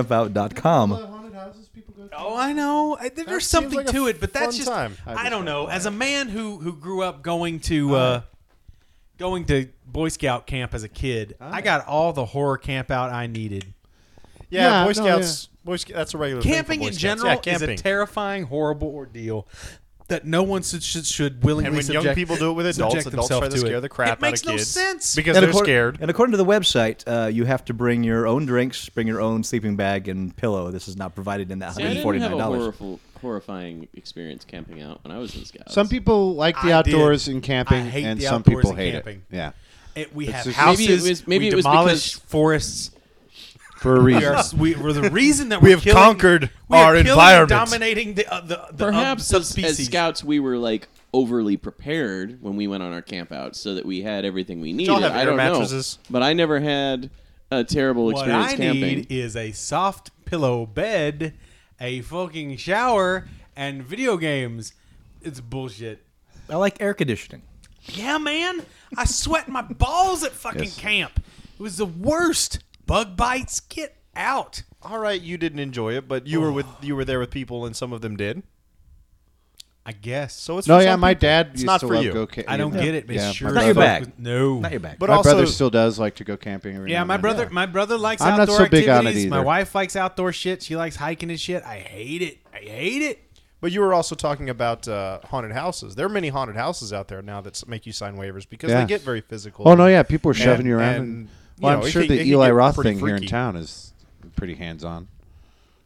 [SPEAKER 4] greathorrorcampout.com.
[SPEAKER 5] Haunted houses, people go.
[SPEAKER 2] Oh, I know. I, there- there's
[SPEAKER 6] seems
[SPEAKER 2] something
[SPEAKER 6] like a
[SPEAKER 2] to it, but that's
[SPEAKER 6] fun
[SPEAKER 2] just
[SPEAKER 6] time.
[SPEAKER 2] I, don't know. As a man who who grew up going to uh, going to Boy Scout camp as a kid, I got all the horror camp out I needed.
[SPEAKER 6] Yeah,
[SPEAKER 5] Yeah,
[SPEAKER 6] Boy
[SPEAKER 5] no,
[SPEAKER 6] Scouts. Boy Sc- that's a regular thing for
[SPEAKER 2] Camping
[SPEAKER 6] Boy
[SPEAKER 2] in
[SPEAKER 6] Scouts.
[SPEAKER 2] general
[SPEAKER 6] Yeah, camping.
[SPEAKER 2] is a terrifying, horrible ordeal that no one should should, should willingly
[SPEAKER 6] and when
[SPEAKER 2] subject,
[SPEAKER 6] young people do it with adults,
[SPEAKER 2] subject
[SPEAKER 6] adults
[SPEAKER 2] themselves
[SPEAKER 6] try to
[SPEAKER 2] it.
[SPEAKER 6] scare the crap
[SPEAKER 2] It makes
[SPEAKER 6] out of
[SPEAKER 2] no
[SPEAKER 6] kids
[SPEAKER 2] sense.
[SPEAKER 6] because
[SPEAKER 4] And
[SPEAKER 6] they're
[SPEAKER 4] accor-
[SPEAKER 6] scared.
[SPEAKER 4] And according to the website, uh, you have to bring your own drinks, bring your own sleeping bag and pillow. This is not provided in that
[SPEAKER 3] See, I didn't have a
[SPEAKER 4] $149.
[SPEAKER 3] horrible, horrifying experience camping out when I was in Scouts.
[SPEAKER 5] Some people like the
[SPEAKER 2] I
[SPEAKER 5] outdoors
[SPEAKER 2] did.
[SPEAKER 5] and camping,
[SPEAKER 2] I hate
[SPEAKER 5] and
[SPEAKER 2] the
[SPEAKER 5] some
[SPEAKER 2] outdoors
[SPEAKER 5] people
[SPEAKER 2] and
[SPEAKER 5] hate
[SPEAKER 2] camping.
[SPEAKER 5] it. Yeah,
[SPEAKER 2] It- we have
[SPEAKER 5] just-
[SPEAKER 2] houses.
[SPEAKER 3] Maybe it was- maybe
[SPEAKER 2] we
[SPEAKER 3] it was
[SPEAKER 2] demolish
[SPEAKER 3] because-
[SPEAKER 2] forests.
[SPEAKER 5] for a
[SPEAKER 2] We
[SPEAKER 5] reason.
[SPEAKER 2] are we, we're the reason that
[SPEAKER 6] We
[SPEAKER 2] we're
[SPEAKER 6] have
[SPEAKER 2] killing-
[SPEAKER 6] conquered
[SPEAKER 2] we are
[SPEAKER 6] our
[SPEAKER 2] killing and
[SPEAKER 6] environment.
[SPEAKER 2] dominating the uh, the, the
[SPEAKER 3] Perhaps
[SPEAKER 2] uh,
[SPEAKER 3] as, as
[SPEAKER 2] subspecies.
[SPEAKER 3] scouts, we were like overly prepared when we went on our campouts, so that we had everything we needed.
[SPEAKER 6] y'all have
[SPEAKER 3] I
[SPEAKER 6] air
[SPEAKER 3] don't
[SPEAKER 6] mattresses?
[SPEAKER 3] know, but I never had a terrible
[SPEAKER 2] What
[SPEAKER 3] experience
[SPEAKER 2] I
[SPEAKER 3] camping.
[SPEAKER 2] need is a soft pillow bed, a fucking shower, and video games. It's bullshit.
[SPEAKER 4] I like air conditioning.
[SPEAKER 2] Yeah, man. I sweat my balls at fucking
[SPEAKER 5] Yes.
[SPEAKER 2] camp. It was the worst. Bug bites. Get out.
[SPEAKER 6] All right, you didn't enjoy it, but you were with you were there with people, and some of them did.
[SPEAKER 2] I guess.
[SPEAKER 6] So it's
[SPEAKER 5] no,
[SPEAKER 6] for
[SPEAKER 5] Oh, yeah,
[SPEAKER 6] some
[SPEAKER 5] my
[SPEAKER 6] people.
[SPEAKER 5] dad
[SPEAKER 6] It's
[SPEAKER 5] used
[SPEAKER 6] not
[SPEAKER 5] to
[SPEAKER 6] for
[SPEAKER 5] love
[SPEAKER 6] you.
[SPEAKER 5] go ca-
[SPEAKER 2] I don't
[SPEAKER 5] yeah.
[SPEAKER 2] get it, but
[SPEAKER 5] Yeah,
[SPEAKER 2] sure.
[SPEAKER 5] my
[SPEAKER 4] not your
[SPEAKER 5] brother-
[SPEAKER 4] bag.
[SPEAKER 2] No.
[SPEAKER 4] Not your bag.
[SPEAKER 6] But
[SPEAKER 5] my
[SPEAKER 6] also,
[SPEAKER 5] brother still does like to go camping. Every
[SPEAKER 2] Yeah,
[SPEAKER 5] now
[SPEAKER 2] my
[SPEAKER 5] and
[SPEAKER 2] brother.
[SPEAKER 5] then.
[SPEAKER 2] My brother likes
[SPEAKER 5] I'm not
[SPEAKER 2] outdoor
[SPEAKER 5] so big on it
[SPEAKER 2] activities. My
[SPEAKER 5] either.
[SPEAKER 2] wife likes outdoor shit. She likes hiking and shit. I hate it. I hate it.
[SPEAKER 6] But you were also talking about uh, haunted houses. There are many haunted houses out there now that s- make you sign waivers because
[SPEAKER 5] Yeah.
[SPEAKER 6] they get very physical.
[SPEAKER 5] Oh no, yeah, people are shoving
[SPEAKER 6] And-
[SPEAKER 5] you around.
[SPEAKER 6] and,
[SPEAKER 5] and-
[SPEAKER 6] you
[SPEAKER 5] well,
[SPEAKER 6] know,
[SPEAKER 5] I'm
[SPEAKER 6] it
[SPEAKER 5] sure
[SPEAKER 6] can- it
[SPEAKER 5] the
[SPEAKER 6] can
[SPEAKER 5] Eli
[SPEAKER 6] get
[SPEAKER 5] Roth
[SPEAKER 6] pretty
[SPEAKER 5] thing here in
[SPEAKER 6] freaky.
[SPEAKER 5] town is pretty hands-on.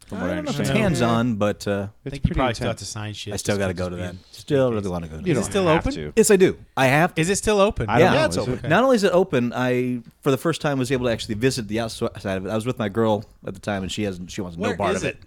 [SPEAKER 5] From what I,
[SPEAKER 4] I don't know if it's
[SPEAKER 5] understand,
[SPEAKER 4] hands on, but uh,
[SPEAKER 2] I
[SPEAKER 5] it's
[SPEAKER 2] think you
[SPEAKER 5] pretty
[SPEAKER 2] probably still have
[SPEAKER 5] intense.
[SPEAKER 2] to sign shit.
[SPEAKER 4] I still got to go to that. Still really want to go to
[SPEAKER 5] You
[SPEAKER 4] that.
[SPEAKER 5] don't
[SPEAKER 2] still
[SPEAKER 5] have
[SPEAKER 2] open?
[SPEAKER 5] to.
[SPEAKER 4] Yes, I do. I have to.
[SPEAKER 2] Is it still open?
[SPEAKER 5] I don't
[SPEAKER 4] Yeah,
[SPEAKER 5] know,
[SPEAKER 4] it's
[SPEAKER 5] is it?
[SPEAKER 6] open.
[SPEAKER 4] Not only is it open, I for the first time was able to actually visit the outside of it. I was with my girl at the time, and she hasn't. She wants no
[SPEAKER 2] Where
[SPEAKER 4] part
[SPEAKER 2] is
[SPEAKER 4] of it.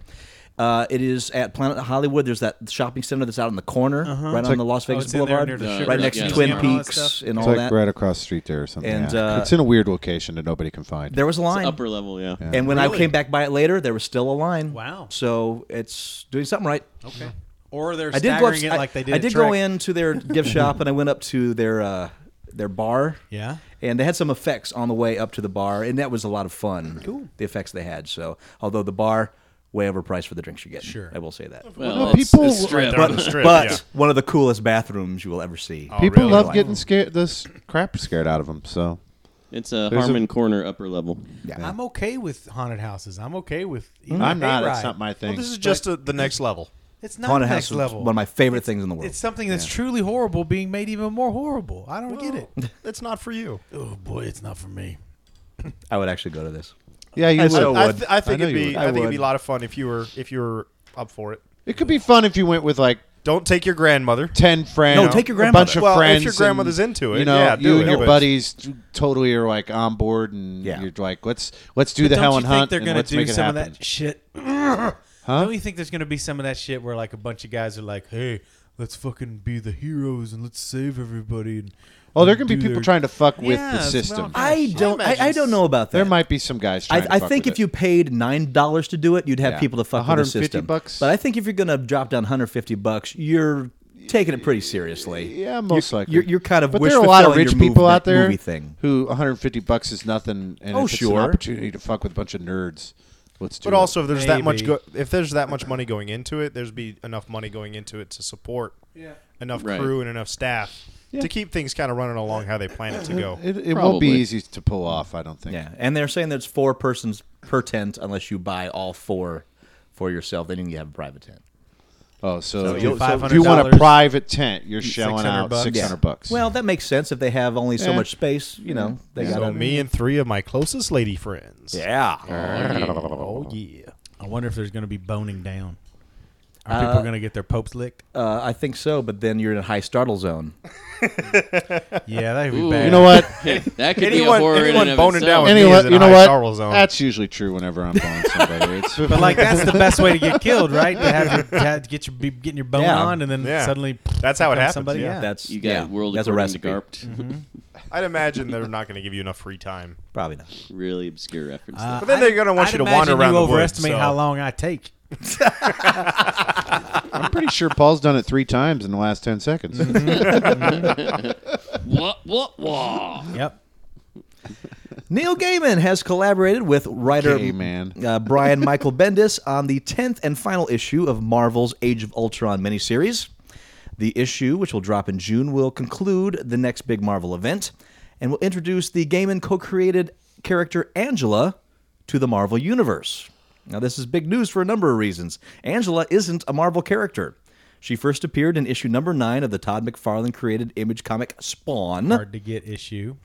[SPEAKER 4] Uh, it is at Planet Hollywood. There's that shopping center that's out in the corner, right on the Las Vegas
[SPEAKER 2] it's in there
[SPEAKER 4] Boulevard,
[SPEAKER 2] near the
[SPEAKER 3] Sugar
[SPEAKER 4] right next to
[SPEAKER 3] Shack
[SPEAKER 4] Twin
[SPEAKER 3] Museum and all
[SPEAKER 2] that
[SPEAKER 4] Peaks
[SPEAKER 2] stuff.
[SPEAKER 4] and
[SPEAKER 5] It's
[SPEAKER 4] all
[SPEAKER 5] like
[SPEAKER 4] that.
[SPEAKER 5] right across the street there or something.
[SPEAKER 4] And,
[SPEAKER 5] yeah.
[SPEAKER 4] uh,
[SPEAKER 5] it's in a weird location that nobody can find.
[SPEAKER 4] There was a line,
[SPEAKER 3] upper level, yeah.
[SPEAKER 4] and when I
[SPEAKER 2] Really?
[SPEAKER 4] came back by it later, there was still a line.
[SPEAKER 2] Wow.
[SPEAKER 4] So it's doing something right.
[SPEAKER 2] Okay. Or they're
[SPEAKER 4] I did go.
[SPEAKER 2] staggering
[SPEAKER 4] Up,
[SPEAKER 2] it
[SPEAKER 4] I,
[SPEAKER 2] like they did.
[SPEAKER 4] I
[SPEAKER 2] at
[SPEAKER 4] did go
[SPEAKER 2] Trek.
[SPEAKER 4] into their gift shop, and I went up to their uh, their bar.
[SPEAKER 2] Yeah.
[SPEAKER 4] and they had some effects on the way up to the bar, and that was a lot of fun. Cool. The effects they had. So, although the bar way overpriced for the drinks you get, sure, I will say that.
[SPEAKER 3] Well,
[SPEAKER 5] Well,
[SPEAKER 3] it's-
[SPEAKER 5] people-
[SPEAKER 3] it's strip.
[SPEAKER 6] Right on the strip,
[SPEAKER 4] but
[SPEAKER 6] yeah.
[SPEAKER 4] one of the coolest bathrooms you will ever see.
[SPEAKER 2] Oh.
[SPEAKER 5] People
[SPEAKER 6] really?
[SPEAKER 5] love getting scared. This crap scared out of them. So
[SPEAKER 3] It's a
[SPEAKER 5] There's a-
[SPEAKER 3] Harmon Corner upper level.
[SPEAKER 2] I'm okay with haunted houses. I'm okay with. even
[SPEAKER 5] I'm
[SPEAKER 2] a
[SPEAKER 5] not.
[SPEAKER 2] hayride.
[SPEAKER 5] It's not my thing.
[SPEAKER 6] Well, this is just a, the next level.
[SPEAKER 2] It's not
[SPEAKER 4] Haunted
[SPEAKER 2] the
[SPEAKER 4] house
[SPEAKER 2] next
[SPEAKER 4] is
[SPEAKER 2] level.
[SPEAKER 4] one of my favorite things in the world.
[SPEAKER 2] It's something that's truly horrible being made even more horrible. I don't get it.
[SPEAKER 6] It's not for you.
[SPEAKER 2] Oh boy, it's not for me.
[SPEAKER 4] I would actually go to this.
[SPEAKER 5] yeah, you
[SPEAKER 4] I
[SPEAKER 5] would.
[SPEAKER 4] still
[SPEAKER 6] I,
[SPEAKER 4] would.
[SPEAKER 6] th- I think
[SPEAKER 5] I know
[SPEAKER 6] it'd
[SPEAKER 5] you would.
[SPEAKER 6] be. I,
[SPEAKER 5] I
[SPEAKER 6] think it'd be
[SPEAKER 5] would.
[SPEAKER 6] a lot of fun if you were if you were up for it.
[SPEAKER 5] It could be fun if you went with like
[SPEAKER 6] Don't take your grandmother.
[SPEAKER 5] ten friends.
[SPEAKER 4] No, take your
[SPEAKER 5] A bunch
[SPEAKER 4] grandmother.
[SPEAKER 5] of
[SPEAKER 6] Well, if
[SPEAKER 5] friends.
[SPEAKER 6] your
[SPEAKER 5] and,
[SPEAKER 6] grandmother's into it,
[SPEAKER 5] you know,
[SPEAKER 6] yeah,
[SPEAKER 5] you
[SPEAKER 6] do
[SPEAKER 5] and
[SPEAKER 6] it.
[SPEAKER 5] your
[SPEAKER 6] But-
[SPEAKER 5] buddies t- totally are like on board, and
[SPEAKER 4] Yeah.
[SPEAKER 5] you're like, let's let's do the
[SPEAKER 2] don't
[SPEAKER 5] hell
[SPEAKER 2] you
[SPEAKER 5] and
[SPEAKER 2] think
[SPEAKER 5] hunt.
[SPEAKER 2] they're
[SPEAKER 5] and
[SPEAKER 2] gonna
[SPEAKER 5] let's
[SPEAKER 2] do
[SPEAKER 5] make it
[SPEAKER 2] some
[SPEAKER 5] happen.
[SPEAKER 2] of that shit? Don't you think there's gonna be some of that shit where like a bunch of guys are like, "Hey, let's fucking be the heroes and let's save everybody." And
[SPEAKER 5] Oh, there can be
[SPEAKER 2] do
[SPEAKER 5] people
[SPEAKER 2] their-
[SPEAKER 5] trying to fuck with
[SPEAKER 2] Yeah,
[SPEAKER 5] the
[SPEAKER 2] that's what I'm
[SPEAKER 5] system.
[SPEAKER 2] trying
[SPEAKER 4] I don't. I, I don't know about that.
[SPEAKER 5] There might be some guys. Trying
[SPEAKER 4] I,
[SPEAKER 5] to
[SPEAKER 4] I
[SPEAKER 5] fuck
[SPEAKER 4] think
[SPEAKER 5] with
[SPEAKER 4] if
[SPEAKER 5] it.
[SPEAKER 4] you paid nine dollars to do it, you'd have
[SPEAKER 5] Yeah.
[SPEAKER 4] people to fuck with the
[SPEAKER 5] 150
[SPEAKER 4] system.
[SPEAKER 5] bucks?
[SPEAKER 4] But I think if you're going to drop down 150 bucks, you're taking it pretty seriously.
[SPEAKER 5] Yeah, most
[SPEAKER 4] you're,
[SPEAKER 5] likely.
[SPEAKER 4] You're, you're kind of
[SPEAKER 5] But
[SPEAKER 4] wish
[SPEAKER 5] there are a lot of
[SPEAKER 4] fulfilling
[SPEAKER 5] rich
[SPEAKER 4] your
[SPEAKER 5] people
[SPEAKER 4] movement-
[SPEAKER 5] out there
[SPEAKER 4] Movie thing.
[SPEAKER 5] who 150 bucks is nothing, and
[SPEAKER 4] Oh,
[SPEAKER 5] if it's an
[SPEAKER 4] sure.
[SPEAKER 5] opportunity to fuck with a bunch of nerds. Let's do
[SPEAKER 6] But
[SPEAKER 5] it.
[SPEAKER 6] also, if there's that much,
[SPEAKER 2] Maybe.
[SPEAKER 6] go- if there's that much money going into it, there's be enough money going into it to support enough
[SPEAKER 3] Right.
[SPEAKER 6] crew and enough staff to keep things kind of running along how they plan it to go.
[SPEAKER 5] it, it won't be
[SPEAKER 3] Probably.
[SPEAKER 5] easy to pull off. I don't think.
[SPEAKER 4] Yeah, and they're saying there's four persons per tent unless you buy all four for yourself. Then you can have a private tent.
[SPEAKER 5] Oh, so,
[SPEAKER 7] it'd be
[SPEAKER 5] you, so if
[SPEAKER 7] $500.
[SPEAKER 5] you want a private tent, you're shelling
[SPEAKER 7] 600
[SPEAKER 5] out
[SPEAKER 7] bucks.
[SPEAKER 5] six hundred
[SPEAKER 4] Yeah.
[SPEAKER 5] bucks.
[SPEAKER 4] Well, that makes sense if they have only so
[SPEAKER 5] Yeah.
[SPEAKER 4] much space. You know, they got
[SPEAKER 6] So me and three of my closest lady friends.
[SPEAKER 4] Yeah.
[SPEAKER 6] Oh yeah.
[SPEAKER 2] I wonder if there's going to be boning down. Are people going to get their popes licked?
[SPEAKER 4] Uh, I think so, but then you're in a high startle zone.
[SPEAKER 2] Yeah, that'd be
[SPEAKER 3] Ooh.
[SPEAKER 2] bad.
[SPEAKER 5] you know what?
[SPEAKER 3] that could be a
[SPEAKER 6] Anyone-
[SPEAKER 3] horror in
[SPEAKER 6] anyone
[SPEAKER 3] and of
[SPEAKER 6] boning
[SPEAKER 3] itself.
[SPEAKER 6] down with-
[SPEAKER 5] Anyway,
[SPEAKER 6] is in
[SPEAKER 5] you
[SPEAKER 6] a
[SPEAKER 5] know
[SPEAKER 6] high
[SPEAKER 5] what?
[SPEAKER 6] sorrel zone.
[SPEAKER 5] That's usually true whenever I'm boning somebody. It's,
[SPEAKER 2] But like that's the best way to get killed, right? To have your to have- get your be getting your bone
[SPEAKER 4] Yeah.
[SPEAKER 2] on, and then
[SPEAKER 6] Yeah.
[SPEAKER 2] suddenly
[SPEAKER 6] That's how it
[SPEAKER 2] become
[SPEAKER 6] happens,
[SPEAKER 2] Somebody,
[SPEAKER 6] yeah.
[SPEAKER 4] That's
[SPEAKER 3] you got
[SPEAKER 4] yeah,
[SPEAKER 3] world
[SPEAKER 4] that's a
[SPEAKER 3] according to
[SPEAKER 4] recipe.
[SPEAKER 3] Garped.
[SPEAKER 6] I'd imagine they're not going to give you enough free time.
[SPEAKER 4] Probably not.
[SPEAKER 3] Really obscure reference. there.
[SPEAKER 6] But then they're going to want
[SPEAKER 2] I'd
[SPEAKER 6] you to
[SPEAKER 2] imagine
[SPEAKER 6] wander around
[SPEAKER 2] you
[SPEAKER 6] the woods.
[SPEAKER 2] overestimate
[SPEAKER 6] so-
[SPEAKER 2] how long I take.
[SPEAKER 5] I'm pretty sure Paul's done it three times in the last ten seconds.
[SPEAKER 4] Mm-hmm.
[SPEAKER 3] Wah, wah, wah.
[SPEAKER 2] Yep.
[SPEAKER 4] Neil Gaiman has collaborated with writer
[SPEAKER 5] Gay man.
[SPEAKER 4] uh, Brian Michael Bendis on the 10th and final issue of Marvel's Age of Ultron miniseries. The issue, which will drop in June, will conclude the next big Marvel event and will introduce the Gaiman co created character Angela to the Marvel Universe. Now, this is big news for a number of reasons. Angela isn't a Marvel character. She first appeared in issue number 9 of the Todd McFarlane created image comic Spawn.
[SPEAKER 2] Hard to get issue.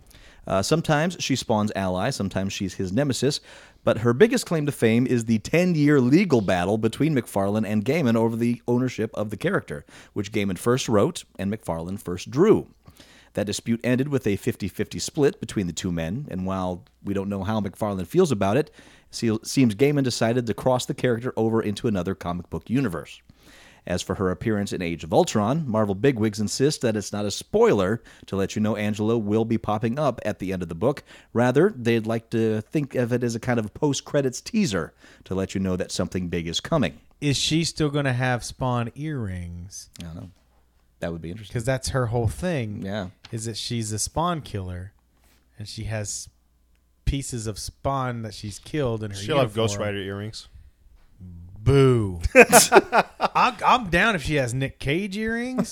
[SPEAKER 4] Uh, sometimes she spawns allies, sometimes she's his nemesis, but her biggest claim to fame is the 10 year legal battle between McFarlane and Gaiman over the ownership of the character, which Gaiman first wrote and McFarlane first drew. That dispute ended with a 50 50 split between the two men, and while we don't know how McFarlane feels about it, se- seems Gaiman decided to cross the character over into another comic book universe. As for her appearance in Age of Ultron, Marvel bigwigs insist that it's not a spoiler to let you know Angela will be popping up at the end of the book. Rather, they'd like to think of it as a kind of post credits teaser to let you know that something big is coming.
[SPEAKER 2] Is she still going to have spawn earrings?
[SPEAKER 4] I don't know. That would be interesting.
[SPEAKER 2] Because that's her whole thing.
[SPEAKER 4] Yeah.
[SPEAKER 2] Is that she's a spawn killer, and she has pieces of spawn that she's killed in her.
[SPEAKER 6] She'll have
[SPEAKER 2] uniform.
[SPEAKER 6] Ghost Rider earrings.
[SPEAKER 2] Boo. I, I'm down if she has Nick Cage earrings.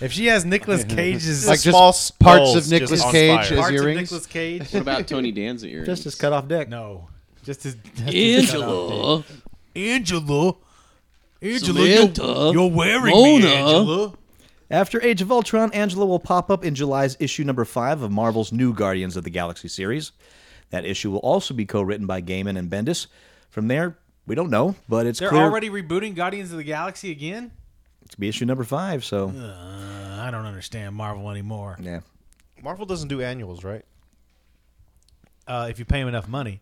[SPEAKER 2] if she has Nicolas Cage's
[SPEAKER 5] like just
[SPEAKER 6] Small
[SPEAKER 5] parts
[SPEAKER 6] skulls
[SPEAKER 5] of
[SPEAKER 6] just
[SPEAKER 5] Nicolas
[SPEAKER 6] on
[SPEAKER 5] Cage
[SPEAKER 6] fire.
[SPEAKER 5] as
[SPEAKER 2] parts of
[SPEAKER 5] earrings.
[SPEAKER 2] Nicolas Cage.
[SPEAKER 3] What about Tony Danza earrings?
[SPEAKER 4] Just his cut off dick.
[SPEAKER 2] No, just his just his cut off date.
[SPEAKER 3] Angela.
[SPEAKER 2] Angela. Angela,
[SPEAKER 3] Samantha.
[SPEAKER 2] you're, you're wearing
[SPEAKER 3] Mona.
[SPEAKER 2] me, Angela.
[SPEAKER 4] After Age of Ultron, Angela will pop up in July's issue number 5 of Marvel's new Guardians of the Galaxy series. That issue will also be co written by Gaiman and Bendis. From there, we don't know, but it's
[SPEAKER 2] They're
[SPEAKER 4] clear
[SPEAKER 2] already rebooting Guardians of the Galaxy again.
[SPEAKER 4] it's be issue number 5, so
[SPEAKER 2] I don't understand Marvel anymore.
[SPEAKER 4] yeah.
[SPEAKER 6] Marvel doesn't do annuals, right?
[SPEAKER 2] Uh, if you pay them enough money,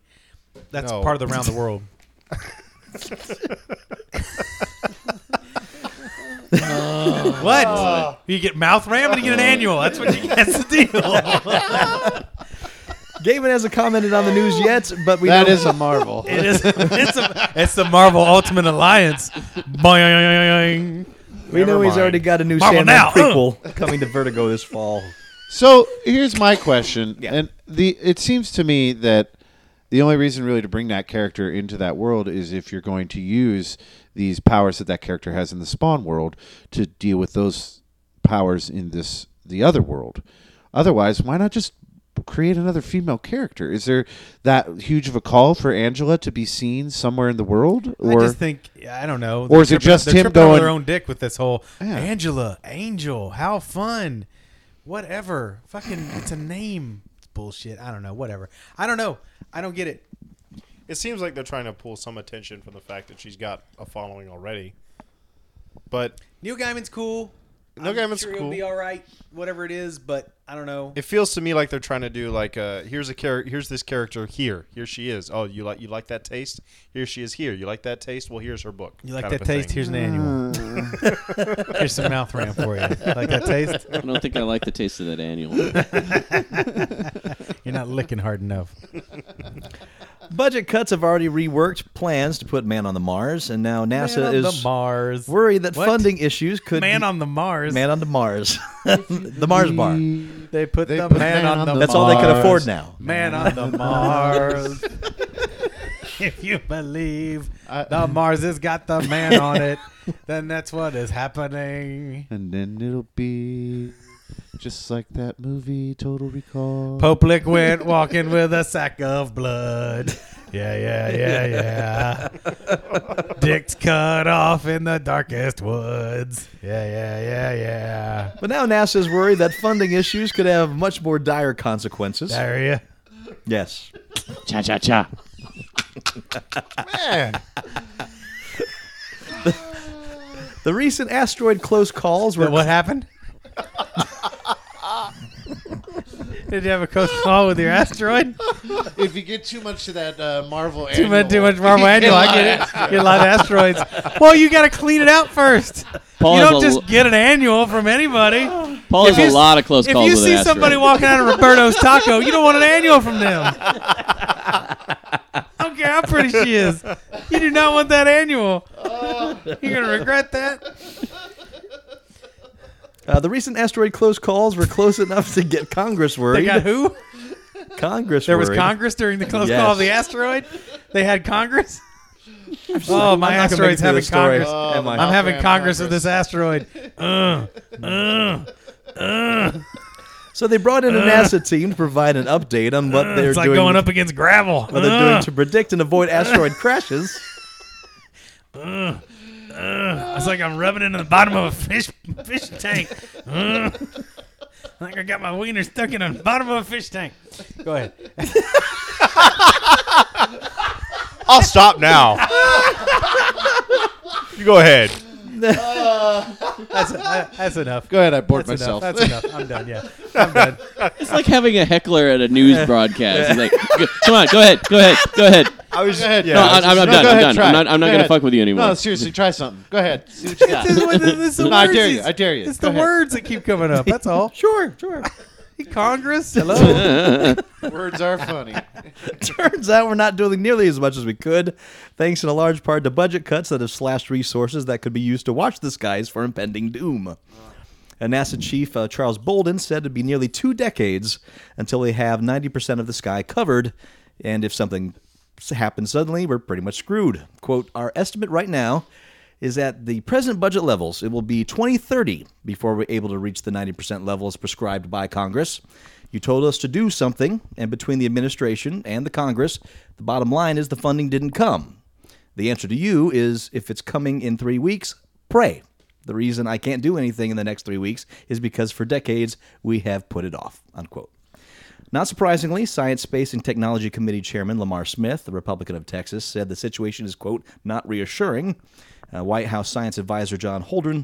[SPEAKER 2] that's
[SPEAKER 6] No.
[SPEAKER 2] part of the round the world. what? you get mouth ram and you get an annual. That's what you get. That's the deal.
[SPEAKER 4] Gaiman hasn't commented on the news yet, but we
[SPEAKER 5] That
[SPEAKER 4] know
[SPEAKER 5] is a marvel.
[SPEAKER 2] it is. It's, a, it's the Marvel Ultimate Alliance. Boing.
[SPEAKER 4] we know
[SPEAKER 6] Never
[SPEAKER 4] he's
[SPEAKER 6] mind.
[SPEAKER 4] already got a new
[SPEAKER 2] Marvel
[SPEAKER 4] Sandman
[SPEAKER 2] now,
[SPEAKER 4] prequel coming to Vertigo this fall.
[SPEAKER 5] So here's my question,
[SPEAKER 4] Yeah.
[SPEAKER 5] and the it seems to me that the only reason really to bring that character into that world is if you're going to use these powers that that character has in the spawn world to deal with those powers in this the other world. Otherwise, why not just create another female character? Is there that huge of a call for Angela to be seen somewhere in the world?
[SPEAKER 2] I
[SPEAKER 5] Or
[SPEAKER 2] just think I don't know.
[SPEAKER 5] or is
[SPEAKER 2] They're
[SPEAKER 5] it
[SPEAKER 2] tripping-
[SPEAKER 5] just
[SPEAKER 2] they're
[SPEAKER 5] him
[SPEAKER 2] tripping over
[SPEAKER 5] going-
[SPEAKER 2] their own dick with this whole
[SPEAKER 5] Yeah.
[SPEAKER 2] Angela Angel? How fun! Whatever. Fucking, it's a name. It's bullshit. I don't know. Whatever. I don't know. I don't get it.
[SPEAKER 6] It seems like they're trying to pull some attention from the fact that she's got a following already. But
[SPEAKER 2] Neil Gaiman's cool.
[SPEAKER 6] Neil
[SPEAKER 2] I'm
[SPEAKER 6] Gaiman's
[SPEAKER 2] sure
[SPEAKER 6] cool.
[SPEAKER 2] He'll be all right. Whatever it is, but I don't know.
[SPEAKER 6] it feels to me like they're trying to do like uh here's a character here's this character here here she is oh you like you like that taste here she is here you like that taste well here's her book
[SPEAKER 2] you like
[SPEAKER 6] kind of
[SPEAKER 2] that
[SPEAKER 6] a
[SPEAKER 2] taste?
[SPEAKER 6] thing.
[SPEAKER 2] Here's an annual. Here's some mouth ram for you. Like that taste?
[SPEAKER 3] I don't think I like the taste of that annual.
[SPEAKER 2] You're not licking hard enough.
[SPEAKER 4] Budget cuts have already reworked plans to put man on the Mars, and now NASA
[SPEAKER 2] Man on
[SPEAKER 4] is
[SPEAKER 2] the Mars.
[SPEAKER 4] worried that
[SPEAKER 2] What?
[SPEAKER 4] funding issues could
[SPEAKER 2] man on the Mars.
[SPEAKER 4] man on the Mars, the Mars bar.
[SPEAKER 2] they put
[SPEAKER 5] They
[SPEAKER 2] the
[SPEAKER 5] put
[SPEAKER 2] man, on, the.
[SPEAKER 4] That's all they can
[SPEAKER 2] Mars.
[SPEAKER 4] afford now.
[SPEAKER 2] Man on the Mars. if you believe the Mars has got the man on it, then that's what is happening.
[SPEAKER 5] and then it'll be just like that movie Total Recall.
[SPEAKER 2] Poplick went walking with a sack of blood. Yeah, yeah, yeah, yeah. Dicks cut off in the darkest woods. Yeah, yeah, yeah, yeah.
[SPEAKER 4] But now NASA is worried that funding issues could have much more dire consequences.
[SPEAKER 2] Area.
[SPEAKER 4] Yes.
[SPEAKER 3] Cha cha cha.
[SPEAKER 4] The recent asteroid close calls were
[SPEAKER 2] What happened? Did you have a close call with your asteroid?
[SPEAKER 8] If you get too much of that uh, Marvel,
[SPEAKER 2] Too much, too much Marvel Annual. I get it. Get a lot of asteroids. Well, you got to clean it out first.
[SPEAKER 3] Paul
[SPEAKER 2] you
[SPEAKER 3] has
[SPEAKER 2] don't
[SPEAKER 3] Oh, a-
[SPEAKER 2] just get an annual from anybody.
[SPEAKER 3] Paul
[SPEAKER 2] If
[SPEAKER 3] has a
[SPEAKER 2] you-
[SPEAKER 3] lot of close
[SPEAKER 2] If
[SPEAKER 3] calls
[SPEAKER 2] you
[SPEAKER 3] with
[SPEAKER 2] see
[SPEAKER 3] asteroid.
[SPEAKER 2] somebody walking out of Roberto's Taco, you don't want an annual from them. I don't care how pretty she is. You do not want that annual. You're gonna regret that.
[SPEAKER 4] uh, the recent asteroid close calls were close enough to get Congress worried.
[SPEAKER 2] They got who?
[SPEAKER 4] Congress
[SPEAKER 2] There was
[SPEAKER 4] worried.
[SPEAKER 2] Congress during the close call of the
[SPEAKER 4] Yes.
[SPEAKER 2] asteroid. They had Congress. Oh, my
[SPEAKER 4] I'm not gonna make it
[SPEAKER 2] asteroid's
[SPEAKER 4] through
[SPEAKER 2] having
[SPEAKER 4] this story, Oh.
[SPEAKER 2] Congress.
[SPEAKER 4] am I?
[SPEAKER 2] I'm having
[SPEAKER 8] Graham
[SPEAKER 2] Congress with this asteroid. Ugh. Ugh.
[SPEAKER 4] so they brought in a NASA team to provide an update on what they're
[SPEAKER 2] Uh. It's like
[SPEAKER 4] doing,
[SPEAKER 2] going up Uh. against gravel.
[SPEAKER 4] what they're doing
[SPEAKER 2] Ugh.
[SPEAKER 4] to predict and avoid asteroid crashes.
[SPEAKER 2] It's like I'm rubbing into the bottom of a fish fish tank. Ugh. like I got my wiener stuck in the bottom of a fish tank. Go ahead.
[SPEAKER 6] I'll stop now. you go ahead.
[SPEAKER 2] That's that's enough.
[SPEAKER 5] Go ahead. I bored
[SPEAKER 2] That's enough.
[SPEAKER 5] myself.
[SPEAKER 2] That's enough. I'm done. Yeah, I'm done.
[SPEAKER 3] It's like having a heckler at a news broadcast. It's like, "Go- come on, go ahead, go ahead, go ahead.
[SPEAKER 5] I was. Go ahead. Yeah.
[SPEAKER 3] No, I- I'm, I'm
[SPEAKER 5] Go
[SPEAKER 3] done.
[SPEAKER 5] ahead,
[SPEAKER 3] I'm done.
[SPEAKER 5] try
[SPEAKER 3] I'm
[SPEAKER 5] it.
[SPEAKER 3] not, I'm not
[SPEAKER 5] Go
[SPEAKER 3] gonna
[SPEAKER 5] ahead.
[SPEAKER 3] fuck with you anymore.
[SPEAKER 5] No, seriously, try something. Go ahead. See what you got.
[SPEAKER 2] This is what- this is the
[SPEAKER 5] no, I
[SPEAKER 2] words
[SPEAKER 5] dare you.
[SPEAKER 2] he's-
[SPEAKER 5] I dare you.
[SPEAKER 2] It's
[SPEAKER 5] Go
[SPEAKER 2] the
[SPEAKER 5] ahead.
[SPEAKER 2] words that keep coming up. That's all.
[SPEAKER 4] sure, sure.
[SPEAKER 2] Congress. Hello.
[SPEAKER 5] Words are funny.
[SPEAKER 4] Turns out we're not doing nearly as much as we could, thanks in a large part to budget cuts that have slashed resources that could be used to watch the skies for impending doom. A NASA chief, uh, Charles Bolden, said it'd be nearly two decades until we have 90% of the sky covered, and if something s- happens suddenly, we're pretty much screwed. Quote, our estimate right now is at the present budget levels, it will be 2030 before we're able to reach the 90% levels prescribed by Congress. You told us to do something, and between the administration and the Congress, the bottom line is the funding didn't come. The answer to you is if it's coming in three weeks, pray. The reason I can't do anything in the next three weeks is because for decades we have put it off. Unquote. Not surprisingly, Science, Space, and Technology Committee Chairman Lamar Smith, the Republican of Texas, said the situation is, quote, not reassuring. Uh, White House Science Advisor John Holdren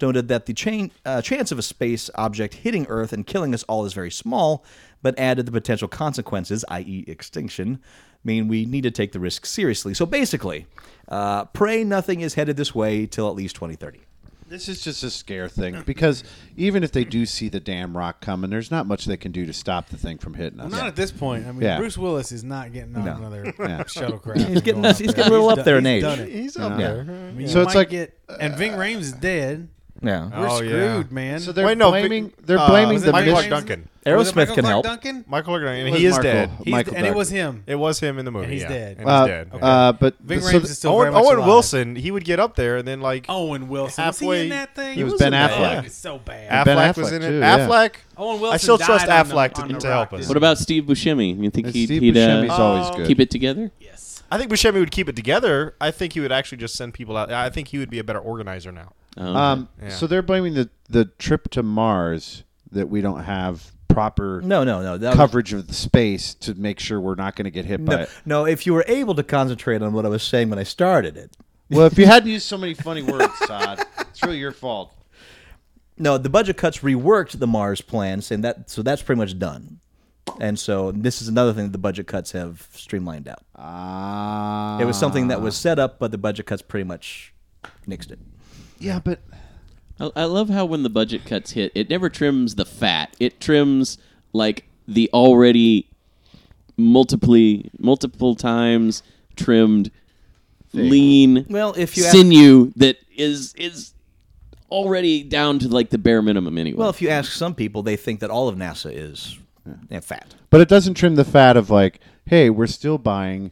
[SPEAKER 4] noted that the chain, uh, chance of a space object hitting Earth and killing us all is very small, but added the potential consequences, i.e., extinction, mean we need to take the risk seriously. So basically, uh, pray nothing is headed this way till at least 2030.
[SPEAKER 5] This is just a scare thing because even if they do see the damn rock coming, there's not much they can do to stop the thing from hitting us.
[SPEAKER 7] Not at this point. I mean,
[SPEAKER 5] Yeah.
[SPEAKER 7] Bruce Willis is not getting on another
[SPEAKER 5] Yeah.
[SPEAKER 7] shuttlecraft.
[SPEAKER 4] He's getting,
[SPEAKER 7] going up
[SPEAKER 4] he's
[SPEAKER 7] there.
[SPEAKER 4] getting a little
[SPEAKER 7] He's
[SPEAKER 4] up there in
[SPEAKER 7] done-
[SPEAKER 4] age.
[SPEAKER 7] he's done it.
[SPEAKER 6] He's up
[SPEAKER 5] Yeah.
[SPEAKER 6] there.
[SPEAKER 7] I mean,
[SPEAKER 5] So
[SPEAKER 7] you
[SPEAKER 5] it's
[SPEAKER 7] might
[SPEAKER 5] like- uh,
[SPEAKER 7] get- and Ving Rhames is dead.
[SPEAKER 4] Yeah.
[SPEAKER 7] We're
[SPEAKER 6] Oh, yeah.
[SPEAKER 7] screwed, man.
[SPEAKER 5] So they're
[SPEAKER 6] Wait, no,
[SPEAKER 5] blaming.
[SPEAKER 6] fi-
[SPEAKER 5] They're
[SPEAKER 6] uh,
[SPEAKER 5] blaming
[SPEAKER 6] was
[SPEAKER 5] the
[SPEAKER 6] it Michael
[SPEAKER 5] mission-
[SPEAKER 6] Duncan?
[SPEAKER 7] Was it
[SPEAKER 4] Aerosmith
[SPEAKER 7] Michael
[SPEAKER 4] can
[SPEAKER 7] Clark
[SPEAKER 4] help.
[SPEAKER 7] Duncan.
[SPEAKER 6] Michael Clark Duncan.
[SPEAKER 5] It
[SPEAKER 6] And
[SPEAKER 5] was
[SPEAKER 6] he is
[SPEAKER 5] Markle.
[SPEAKER 6] dead.
[SPEAKER 7] He's,
[SPEAKER 5] Michael
[SPEAKER 7] and it was
[SPEAKER 5] Duncan.
[SPEAKER 7] him.
[SPEAKER 6] It was him in the movie.
[SPEAKER 7] he's
[SPEAKER 6] yeah.
[SPEAKER 7] dead.
[SPEAKER 6] And
[SPEAKER 5] Uh,
[SPEAKER 6] he's dead.
[SPEAKER 5] uh, but
[SPEAKER 7] Ving
[SPEAKER 5] so
[SPEAKER 7] Rhames
[SPEAKER 5] th-
[SPEAKER 7] is still very
[SPEAKER 6] Owen,
[SPEAKER 7] much
[SPEAKER 6] Owen
[SPEAKER 7] alive.
[SPEAKER 6] Wilson, he would get up there and then like
[SPEAKER 7] Owen Wilson. was he
[SPEAKER 6] Halfway-
[SPEAKER 7] in that thing?
[SPEAKER 5] He was
[SPEAKER 7] He
[SPEAKER 5] Ben
[SPEAKER 7] in that
[SPEAKER 5] Affleck.
[SPEAKER 7] thing. It's so bad.
[SPEAKER 6] Affleck,
[SPEAKER 5] Ben
[SPEAKER 6] was
[SPEAKER 5] Affleck,
[SPEAKER 6] in it.
[SPEAKER 5] too, yeah.
[SPEAKER 6] Affleck.
[SPEAKER 7] Owen Wilson.
[SPEAKER 6] I still trust
[SPEAKER 7] died on the-
[SPEAKER 6] Affleck to-
[SPEAKER 7] on the
[SPEAKER 6] to
[SPEAKER 7] Rock
[SPEAKER 6] help us.
[SPEAKER 7] this
[SPEAKER 3] What about Steve Buscemi? You think
[SPEAKER 5] and
[SPEAKER 3] he'd,
[SPEAKER 5] Steve
[SPEAKER 3] he'd
[SPEAKER 5] Buscemi's
[SPEAKER 3] uh,
[SPEAKER 5] always
[SPEAKER 6] Uh,
[SPEAKER 5] good.
[SPEAKER 3] keep it together?
[SPEAKER 6] I think Buscemi would keep it together. I think he would actually just send people out. I think he would be a better organizer now.
[SPEAKER 3] Oh,
[SPEAKER 5] Um,
[SPEAKER 6] Yeah.
[SPEAKER 5] So they're blaming the the trip to Mars that we don't have proper
[SPEAKER 4] No, no, no. That was-
[SPEAKER 5] coverage of the space to make sure we're not going to get hit by
[SPEAKER 4] No,
[SPEAKER 5] it.
[SPEAKER 4] no, if you were able to concentrate on what I was saying when I started it.
[SPEAKER 5] Well, if you hadn't used so many funny words, Todd, it's really your fault.
[SPEAKER 4] No, the budget cuts reworked the Mars plan, saying that so that's pretty much done. And so this is another thing that the budget cuts have streamlined out.
[SPEAKER 5] Ah,
[SPEAKER 4] it was something that was set up, but the budget cuts pretty much nixed it.
[SPEAKER 5] yeah, but
[SPEAKER 3] I, I love how when the budget cuts hit, it never trims the fat. It trims like the already multiply multiple times trimmed lean
[SPEAKER 4] Well, if you ask-
[SPEAKER 3] sinew that is is already down to like the bare minimum anyway.
[SPEAKER 4] Well, if you ask some people, they think that all of NASA is eh, fat.
[SPEAKER 5] but it doesn't trim the fat of like, hey, we're still buying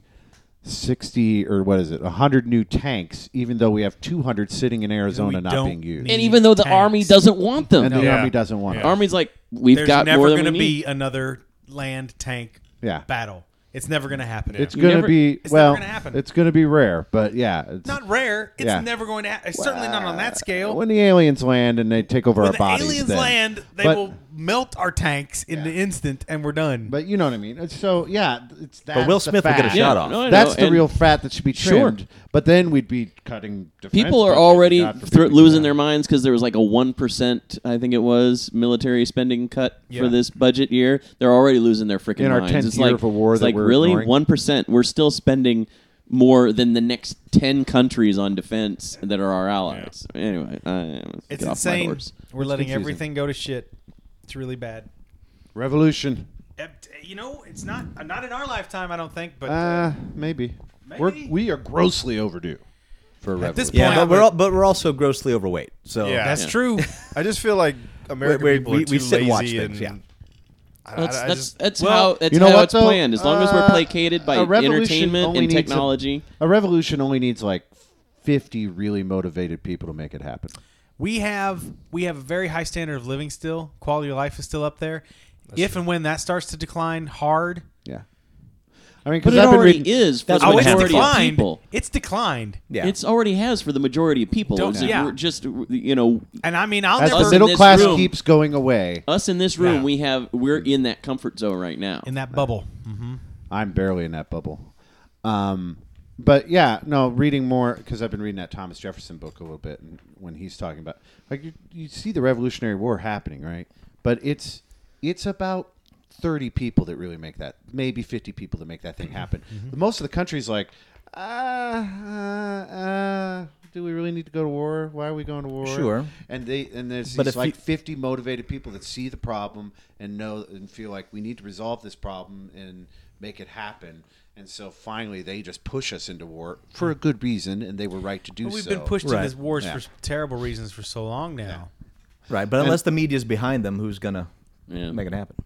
[SPEAKER 5] sixty or what is it, hundred new tanks, even though we have two hundred sitting in Arizona not
[SPEAKER 2] don't
[SPEAKER 5] being used,
[SPEAKER 3] and even though the army doesn't want them,
[SPEAKER 5] and the
[SPEAKER 6] Yeah.
[SPEAKER 5] army doesn't want
[SPEAKER 6] Yeah.
[SPEAKER 5] it.
[SPEAKER 3] army's like we've
[SPEAKER 2] There's
[SPEAKER 3] got
[SPEAKER 2] never
[SPEAKER 3] more than
[SPEAKER 2] gonna
[SPEAKER 3] we need.
[SPEAKER 2] be another land tank
[SPEAKER 5] Yeah.
[SPEAKER 2] battle. It's never going to happen.
[SPEAKER 5] It's
[SPEAKER 2] You
[SPEAKER 5] gonna
[SPEAKER 2] never-
[SPEAKER 5] be
[SPEAKER 2] it's never
[SPEAKER 5] well.
[SPEAKER 2] gonna happen.
[SPEAKER 5] It's gonna be rare, but yeah, it's
[SPEAKER 2] not rare. It's
[SPEAKER 5] Yeah.
[SPEAKER 2] never going to happen. Certainly not on that scale.
[SPEAKER 5] When the aliens land and they take over
[SPEAKER 2] When
[SPEAKER 5] our
[SPEAKER 2] the
[SPEAKER 5] bodies,
[SPEAKER 2] aliens
[SPEAKER 5] then.
[SPEAKER 2] land, they
[SPEAKER 5] But-
[SPEAKER 2] will melt our tanks in the instant, and we're done.
[SPEAKER 5] But you know what I mean. It's So yeah, it's that.
[SPEAKER 4] Will Smith will get a shot off.
[SPEAKER 3] no, I
[SPEAKER 5] That's
[SPEAKER 3] know,
[SPEAKER 5] the
[SPEAKER 3] and
[SPEAKER 5] real fat that should be
[SPEAKER 3] Sure.
[SPEAKER 5] trimmed. But then we'd be cutting. defense
[SPEAKER 3] People are
[SPEAKER 5] budget,
[SPEAKER 3] already
[SPEAKER 5] God forbid
[SPEAKER 3] thro-
[SPEAKER 5] we do
[SPEAKER 3] losing
[SPEAKER 5] that.
[SPEAKER 3] their minds because there was like a one percent, I think it was, military spending cut for this budget year. They're already losing their freaking
[SPEAKER 5] In our
[SPEAKER 3] minds.
[SPEAKER 5] 10th
[SPEAKER 3] it's
[SPEAKER 5] year
[SPEAKER 3] like,
[SPEAKER 5] of a war
[SPEAKER 3] it's
[SPEAKER 5] that
[SPEAKER 3] like
[SPEAKER 5] we're
[SPEAKER 3] really
[SPEAKER 5] ignoring.
[SPEAKER 3] one percent. We're still spending more than the next ten countries on defense that are our allies. Anyway, I,
[SPEAKER 2] it's
[SPEAKER 3] get off my
[SPEAKER 2] insane.
[SPEAKER 3] horse.
[SPEAKER 2] We're letting
[SPEAKER 5] confusing.
[SPEAKER 2] everything go to shit. It's really bad.
[SPEAKER 5] Revolution.
[SPEAKER 2] You know, it's not uh, not in our lifetime, I don't think. But
[SPEAKER 5] Uh, maybe. We're, we are grossly overdue for a revolution.
[SPEAKER 2] this
[SPEAKER 4] Yeah,
[SPEAKER 2] point-
[SPEAKER 4] but we're all, but we're also grossly overweight. So
[SPEAKER 6] Yeah.
[SPEAKER 2] that's true.
[SPEAKER 6] I just feel like American
[SPEAKER 4] we-
[SPEAKER 6] people
[SPEAKER 4] we-
[SPEAKER 6] are too
[SPEAKER 4] we sit and watch
[SPEAKER 6] lazy
[SPEAKER 4] things,
[SPEAKER 6] and
[SPEAKER 4] yeah.
[SPEAKER 6] I, I-
[SPEAKER 3] That's
[SPEAKER 6] I
[SPEAKER 3] that's,
[SPEAKER 6] just-
[SPEAKER 3] that's
[SPEAKER 5] Well,
[SPEAKER 3] how that's
[SPEAKER 5] you know
[SPEAKER 3] how
[SPEAKER 5] what,
[SPEAKER 3] it's
[SPEAKER 5] though?
[SPEAKER 3] planned. As long as we're
[SPEAKER 5] Uh,
[SPEAKER 3] placated by
[SPEAKER 5] a revolution
[SPEAKER 3] entertainment
[SPEAKER 5] only
[SPEAKER 3] and
[SPEAKER 5] needs a-
[SPEAKER 3] technology,
[SPEAKER 5] a revolution only needs like fifty really motivated people to make it happen.
[SPEAKER 2] we have we have a very high standard of living still. Quality of life is still up there. if and when that starts to decline hard,
[SPEAKER 5] Yeah. I mean,
[SPEAKER 3] but
[SPEAKER 5] because
[SPEAKER 3] it
[SPEAKER 5] I've been
[SPEAKER 3] already
[SPEAKER 5] reading.
[SPEAKER 3] is for
[SPEAKER 4] That's
[SPEAKER 3] the
[SPEAKER 4] what
[SPEAKER 2] oh, it's
[SPEAKER 4] happened.
[SPEAKER 3] majority of
[SPEAKER 2] declined.
[SPEAKER 3] people.
[SPEAKER 2] It's declined.
[SPEAKER 4] yeah.
[SPEAKER 3] It's already has for the majority of people.
[SPEAKER 2] Don't-
[SPEAKER 3] Is it-
[SPEAKER 2] yeah.
[SPEAKER 3] we're just you know
[SPEAKER 2] And I mean, I'll
[SPEAKER 5] As
[SPEAKER 2] never
[SPEAKER 5] the
[SPEAKER 3] us in
[SPEAKER 5] middle
[SPEAKER 3] this
[SPEAKER 5] class
[SPEAKER 3] room.
[SPEAKER 5] keeps going away,
[SPEAKER 3] us in this room.
[SPEAKER 2] Yeah.
[SPEAKER 3] We have we're in that comfort zone right now.
[SPEAKER 2] in that bubble.
[SPEAKER 5] I'm barely in that bubble. Um, but yeah, no, reading more because I've been reading that Thomas Jefferson book a little bit, and when he's talking about like you, you see the Revolutionary War happening, right? But it's it's about thirty people that really make that, maybe fifty people that make that thing happen. Most of the country's like, uh, uh, uh, do we really need to go to war? Why are we going to war?
[SPEAKER 4] Sure.
[SPEAKER 5] And they and there's
[SPEAKER 4] But
[SPEAKER 5] these
[SPEAKER 4] if
[SPEAKER 5] like
[SPEAKER 4] you-
[SPEAKER 5] 50 motivated people that see the problem and know and feel like we need to resolve this problem and make it happen. And so finally, they just push us into war for a good reason, and they were right to do
[SPEAKER 2] We've
[SPEAKER 5] so.
[SPEAKER 2] been pushed
[SPEAKER 4] Right.
[SPEAKER 2] into these wars
[SPEAKER 5] Yeah.
[SPEAKER 2] for terrible reasons for so long now.
[SPEAKER 4] right. But unless the media's behind them, who's gonna
[SPEAKER 3] Yeah.
[SPEAKER 4] make it happen?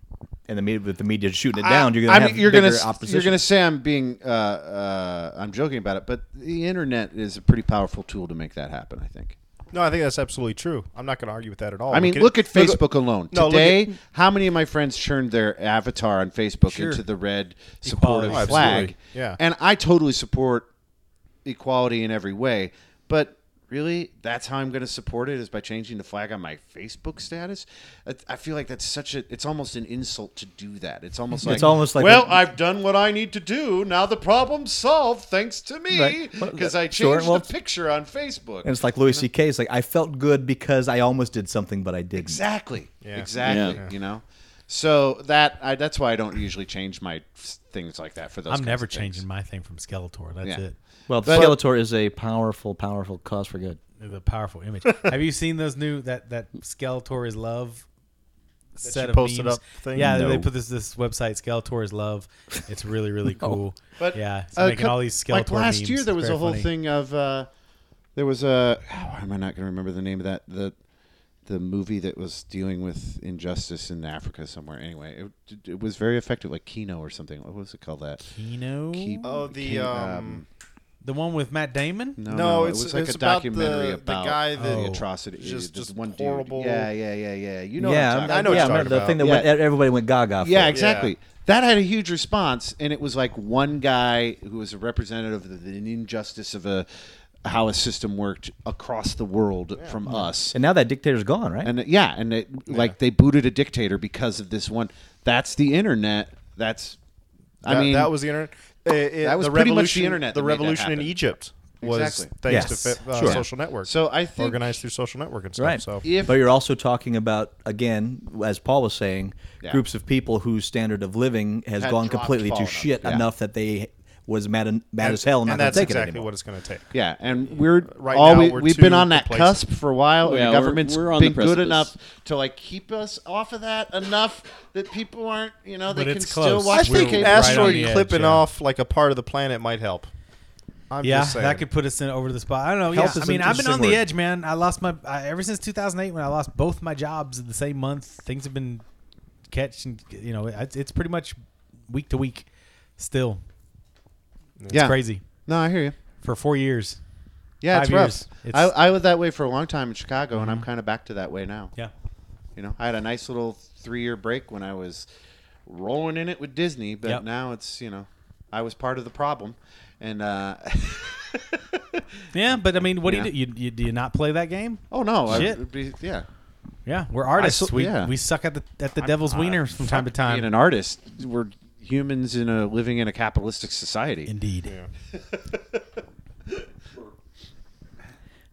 [SPEAKER 4] And the media, with the media shooting it
[SPEAKER 5] I-
[SPEAKER 4] down, you're gonna
[SPEAKER 5] I
[SPEAKER 4] have
[SPEAKER 5] mean, you're
[SPEAKER 4] bigger
[SPEAKER 5] gonna s-
[SPEAKER 4] opposition.
[SPEAKER 5] you're gonna say I'm being uh, uh, I'm joking about it, but the internet is a pretty powerful tool to make that happen. I think.
[SPEAKER 6] no, I think that's absolutely true. I'm not going to argue with that at all.
[SPEAKER 5] I mean, look at Facebook alone.
[SPEAKER 6] No, look
[SPEAKER 5] Today,
[SPEAKER 6] at-
[SPEAKER 5] how many of my friends turned their avatar on Facebook into the red supportive
[SPEAKER 6] Oh, absolutely.
[SPEAKER 5] flag?
[SPEAKER 6] Yeah.
[SPEAKER 5] And I totally support equality in every way, but really, that's how I'm going to support it is by changing the flag on my Facebook status. I- I feel like that's such a it's almost an insult to do that. It's almost like
[SPEAKER 4] It's almost like
[SPEAKER 5] well,
[SPEAKER 4] a-
[SPEAKER 5] i I've done what I need to do. Now the problem's solved thanks to me
[SPEAKER 4] Right. Well,
[SPEAKER 5] because I changed
[SPEAKER 4] sure, well,
[SPEAKER 5] the picture on Facebook.
[SPEAKER 4] and it's like Louis C.K. is like, I felt good because I almost did something, but I didn't.
[SPEAKER 5] Exactly. Exactly. You know. So that I, that's why I don't usually change my s- things like that for those.
[SPEAKER 2] I'm
[SPEAKER 5] kinds
[SPEAKER 2] never
[SPEAKER 5] of things.
[SPEAKER 2] changing my thing from Skeletor. That's
[SPEAKER 5] Yeah.
[SPEAKER 2] it.
[SPEAKER 4] Well,
[SPEAKER 5] But-
[SPEAKER 4] Skeletor is a powerful, powerful cause for good.
[SPEAKER 2] The powerful image. Have you seen those new that that Skeletor is love set
[SPEAKER 6] she
[SPEAKER 2] of
[SPEAKER 6] posted
[SPEAKER 2] memes?
[SPEAKER 6] up thing?
[SPEAKER 2] Yeah,
[SPEAKER 6] No.
[SPEAKER 2] they put this this website Skeletor is love. It's really really cool.
[SPEAKER 5] But
[SPEAKER 2] yeah, it's
[SPEAKER 5] a
[SPEAKER 2] making
[SPEAKER 5] cou-
[SPEAKER 2] all these Skeletor
[SPEAKER 5] Uh, Like last
[SPEAKER 2] memes.
[SPEAKER 5] year, there
[SPEAKER 2] It's
[SPEAKER 5] was
[SPEAKER 2] very
[SPEAKER 5] a whole
[SPEAKER 2] funny.
[SPEAKER 5] thing of uh, there was a. oh, why am I not going to remember the name of that the the movie that was dealing with injustice in Africa somewhere? Anyway, it, it was very effective, like Kino or something. What was it called? That
[SPEAKER 2] Kino,
[SPEAKER 5] Keep-
[SPEAKER 6] Oh, the,
[SPEAKER 5] Ki-
[SPEAKER 6] um,
[SPEAKER 2] the one with Matt Damon.
[SPEAKER 5] no,
[SPEAKER 6] no,
[SPEAKER 5] no,
[SPEAKER 6] it's,
[SPEAKER 5] it was like
[SPEAKER 6] it's
[SPEAKER 5] a documentary
[SPEAKER 6] about the, the guy that
[SPEAKER 5] the
[SPEAKER 2] Oh.
[SPEAKER 5] atrocity,
[SPEAKER 6] Just-
[SPEAKER 5] this
[SPEAKER 6] just
[SPEAKER 5] one dude.
[SPEAKER 6] horrible-
[SPEAKER 5] Yeah, yeah, yeah, yeah. You know,
[SPEAKER 4] yeah,
[SPEAKER 5] what I'm talking
[SPEAKER 6] I know
[SPEAKER 5] about.
[SPEAKER 6] what
[SPEAKER 4] yeah,
[SPEAKER 6] you're talking
[SPEAKER 4] remember the
[SPEAKER 6] about.
[SPEAKER 4] thing that
[SPEAKER 5] Yeah.
[SPEAKER 4] went, e-, everybody went gaga. for.
[SPEAKER 5] Yeah, exactly. That had a huge response, and it was like one guy who was a representative of the injustice of a how a system worked across the world from us.
[SPEAKER 4] And now that dictator's gone, right?
[SPEAKER 5] And it- yeah, and it, like they booted a dictator because of this one. That's the internet. That's I
[SPEAKER 6] that-
[SPEAKER 5] mean
[SPEAKER 6] that was the internet. It- it-
[SPEAKER 5] that was
[SPEAKER 6] the
[SPEAKER 5] pretty much the
[SPEAKER 6] revolution-
[SPEAKER 5] internet
[SPEAKER 6] The
[SPEAKER 5] that made that
[SPEAKER 6] revolution in
[SPEAKER 5] happen.
[SPEAKER 6] Egypt was
[SPEAKER 5] Exactly.
[SPEAKER 6] thanks
[SPEAKER 4] Yes.
[SPEAKER 6] to fa- uh,
[SPEAKER 4] Sure.
[SPEAKER 6] social network.
[SPEAKER 5] So I think-
[SPEAKER 6] organized through social network and stuff.
[SPEAKER 4] right.
[SPEAKER 6] So
[SPEAKER 5] if
[SPEAKER 4] but you're also talking about again, as Paul was saying,
[SPEAKER 5] Yeah.
[SPEAKER 4] groups of people whose standard of living has
[SPEAKER 5] Had
[SPEAKER 4] gone
[SPEAKER 5] dropped
[SPEAKER 4] completely
[SPEAKER 5] far
[SPEAKER 4] to
[SPEAKER 5] enough.
[SPEAKER 4] shit
[SPEAKER 5] Yeah.
[SPEAKER 4] enough that they was mad and mad
[SPEAKER 6] and,
[SPEAKER 4] as hell. And,
[SPEAKER 6] and
[SPEAKER 4] not
[SPEAKER 6] that's
[SPEAKER 4] gonna take
[SPEAKER 6] exactly
[SPEAKER 4] it
[SPEAKER 6] what it's going to take.
[SPEAKER 5] Yeah, and we're
[SPEAKER 6] Uh, Right
[SPEAKER 5] all
[SPEAKER 6] now,
[SPEAKER 5] we,
[SPEAKER 6] we're
[SPEAKER 5] we've
[SPEAKER 6] too
[SPEAKER 5] been on that cusp
[SPEAKER 6] complacent.
[SPEAKER 5] for a while,
[SPEAKER 3] Yeah,
[SPEAKER 5] and the
[SPEAKER 3] we're-
[SPEAKER 5] government's
[SPEAKER 3] we're on
[SPEAKER 5] been
[SPEAKER 3] the
[SPEAKER 5] good
[SPEAKER 3] precipice.
[SPEAKER 5] enough to like keep us off of that enough that people aren't, you know, they
[SPEAKER 2] But
[SPEAKER 5] can
[SPEAKER 2] it's
[SPEAKER 5] still
[SPEAKER 2] close.
[SPEAKER 5] watch.
[SPEAKER 6] I think
[SPEAKER 5] the
[SPEAKER 2] We're
[SPEAKER 6] an
[SPEAKER 5] cable.
[SPEAKER 2] right on
[SPEAKER 6] asteroid
[SPEAKER 2] the edge,
[SPEAKER 6] clipping
[SPEAKER 2] yeah.
[SPEAKER 6] off like a part of the planet might help. I'm
[SPEAKER 2] Yeah,
[SPEAKER 6] just saying.
[SPEAKER 2] that could put us in over the spot. I don't know.
[SPEAKER 4] Health
[SPEAKER 2] yeah, I
[SPEAKER 4] is
[SPEAKER 2] mean,
[SPEAKER 4] an
[SPEAKER 2] I've been on
[SPEAKER 4] interesting
[SPEAKER 2] the
[SPEAKER 4] word.
[SPEAKER 2] edge, man. I lost my I, ever since 2008 when I lost both my jobs in the same month. Things have been catching. You know, it's, it's pretty much week to week still. It's
[SPEAKER 5] yeah.
[SPEAKER 2] crazy
[SPEAKER 5] No, I hear you.
[SPEAKER 2] for four years.
[SPEAKER 5] Yeah,
[SPEAKER 2] Five
[SPEAKER 5] it's rough.
[SPEAKER 2] years. It's- Mm-hmm.
[SPEAKER 5] I, I was that way for a long time in Chicago, and I'm kind of back to that way now.
[SPEAKER 2] Yeah,
[SPEAKER 5] You know, I had a nice little three year break when I was rolling in it with Disney, but
[SPEAKER 2] Yep.
[SPEAKER 5] now it's you know I was part of the problem, and uh,
[SPEAKER 2] Yeah, but I mean, what
[SPEAKER 5] Yeah.
[SPEAKER 2] do you do? You, you do you not play that game?
[SPEAKER 5] oh no, I
[SPEAKER 2] Shit.
[SPEAKER 5] would be- yeah,
[SPEAKER 2] Yeah, we're artists.
[SPEAKER 5] I su-
[SPEAKER 2] we
[SPEAKER 5] yeah.
[SPEAKER 2] we suck at the at the devil's wiener from time to time.
[SPEAKER 5] being an artist, we're humans in a living in a capitalistic society.
[SPEAKER 2] Indeed.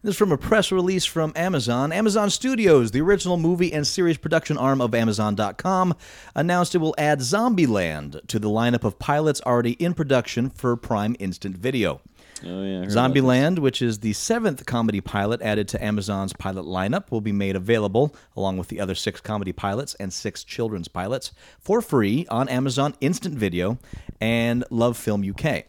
[SPEAKER 4] This is from a press release from Amazon. Amazon Studios, the original movie and series production arm of Amazon.com, announced it will add Zombieland to the lineup of pilots already in production for Prime Instant Video.
[SPEAKER 3] Oh yeah, I heard about this.
[SPEAKER 4] Zombieland, which is the seventh comedy pilot added to Amazon's pilot lineup, will be made available, along with the other six comedy pilots and six children's pilots, for free on Amazon Instant Video and Love Film UK.